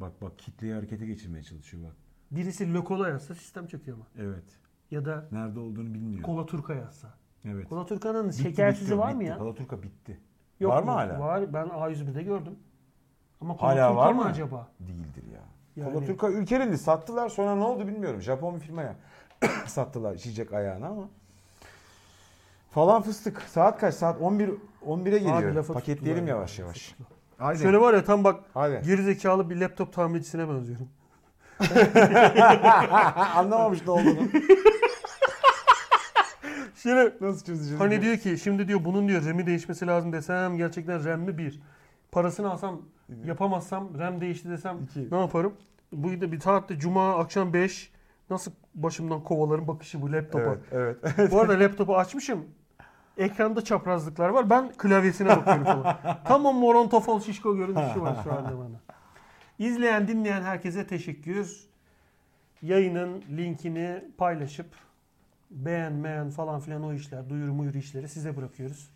Bak bak kitleyi harekete geçirmeye çalışıyor bak. Birisi Lokola yazsa sistem çöküyor ama. Evet. Ya da Nerede olduğunu bilmiyor. Kola Turka yazsa. evet. Kola Turka'nın Bitti, şekersizi bitti, var mı bitti. ya? Alaturka bitti. Yok var mı mu? hala? Var. Ben A101'de gördüm. Ama Kola Hala Turka var mı mı? acaba? Değildir ya. Yani- Kola Turka ülkelerinde sattılar sonra ne oldu bilmiyorum. Japon bir firmaya sattılar içecek ayağına ama. Falan fıstık. Saat kaç? Saat 11 11'e Abi geliyor. lafa Paketleyelim tuttular ya. yavaş yavaş. Şöyle var ya tam bak Hadi. gerizekalı bir laptop tamircisine benziyorum. Anlamamış ne olduğunu. Şimdi Nasıl çözeceğiz? Hani diyor ki şimdi diyor bunun diyor RAM'i değişmesi lazım desem gerçekten RAM mi bir? Parasını alsam yapamazsam RAM değişti desem İki. ne yaparım? Bu da bir saatte cuma akşam 5 nasıl başımdan kovalarım bakışı bu laptopa. Evet, evet. Bu arada laptopu açmışım. Ekranda çaprazlıklar var. Ben klavyesine bakıyorum falan. Tam o moron tofol şişko görüntüsü var şu anda bana. İzleyen dinleyen herkese teşekkür. Yayının linkini paylaşıp beğenmeyen falan filan o işler, duyuru muyuru işleri size bırakıyoruz.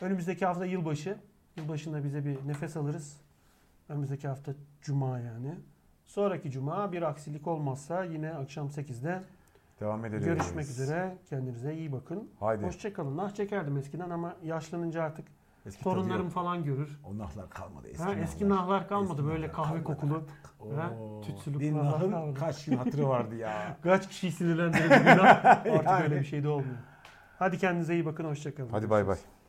Önümüzdeki hafta yılbaşı. Yılbaşında bize bir nefes alırız. Önümüzdeki hafta cuma yani. Sonraki cuma bir aksilik olmazsa yine akşam 8'de Devam edelim. Görüşmek üzere. Kendinize iyi bakın. Haydi. Hoşçakalın. Nah Ah, çekerdim eskiden ama yaşlanınca artık Eski tadı torunlarım E, yok. falan görür. O nahlar kalmadı. Eski, Ha, nahlar. eski nahlar kalmadı. Eski Böyle nahlar kahve kalmadı. kokulu. Ha, Oo, tütsülü bir kulaklar nahın kalmadı. kaç yıl hatırı vardı ya. Kaç kişiyi sinirlendirir bir nah? Artık öyle bir şey de olmuyor. Hadi kendinize iyi bakın. Hoşçakalın. Hadi bay bay.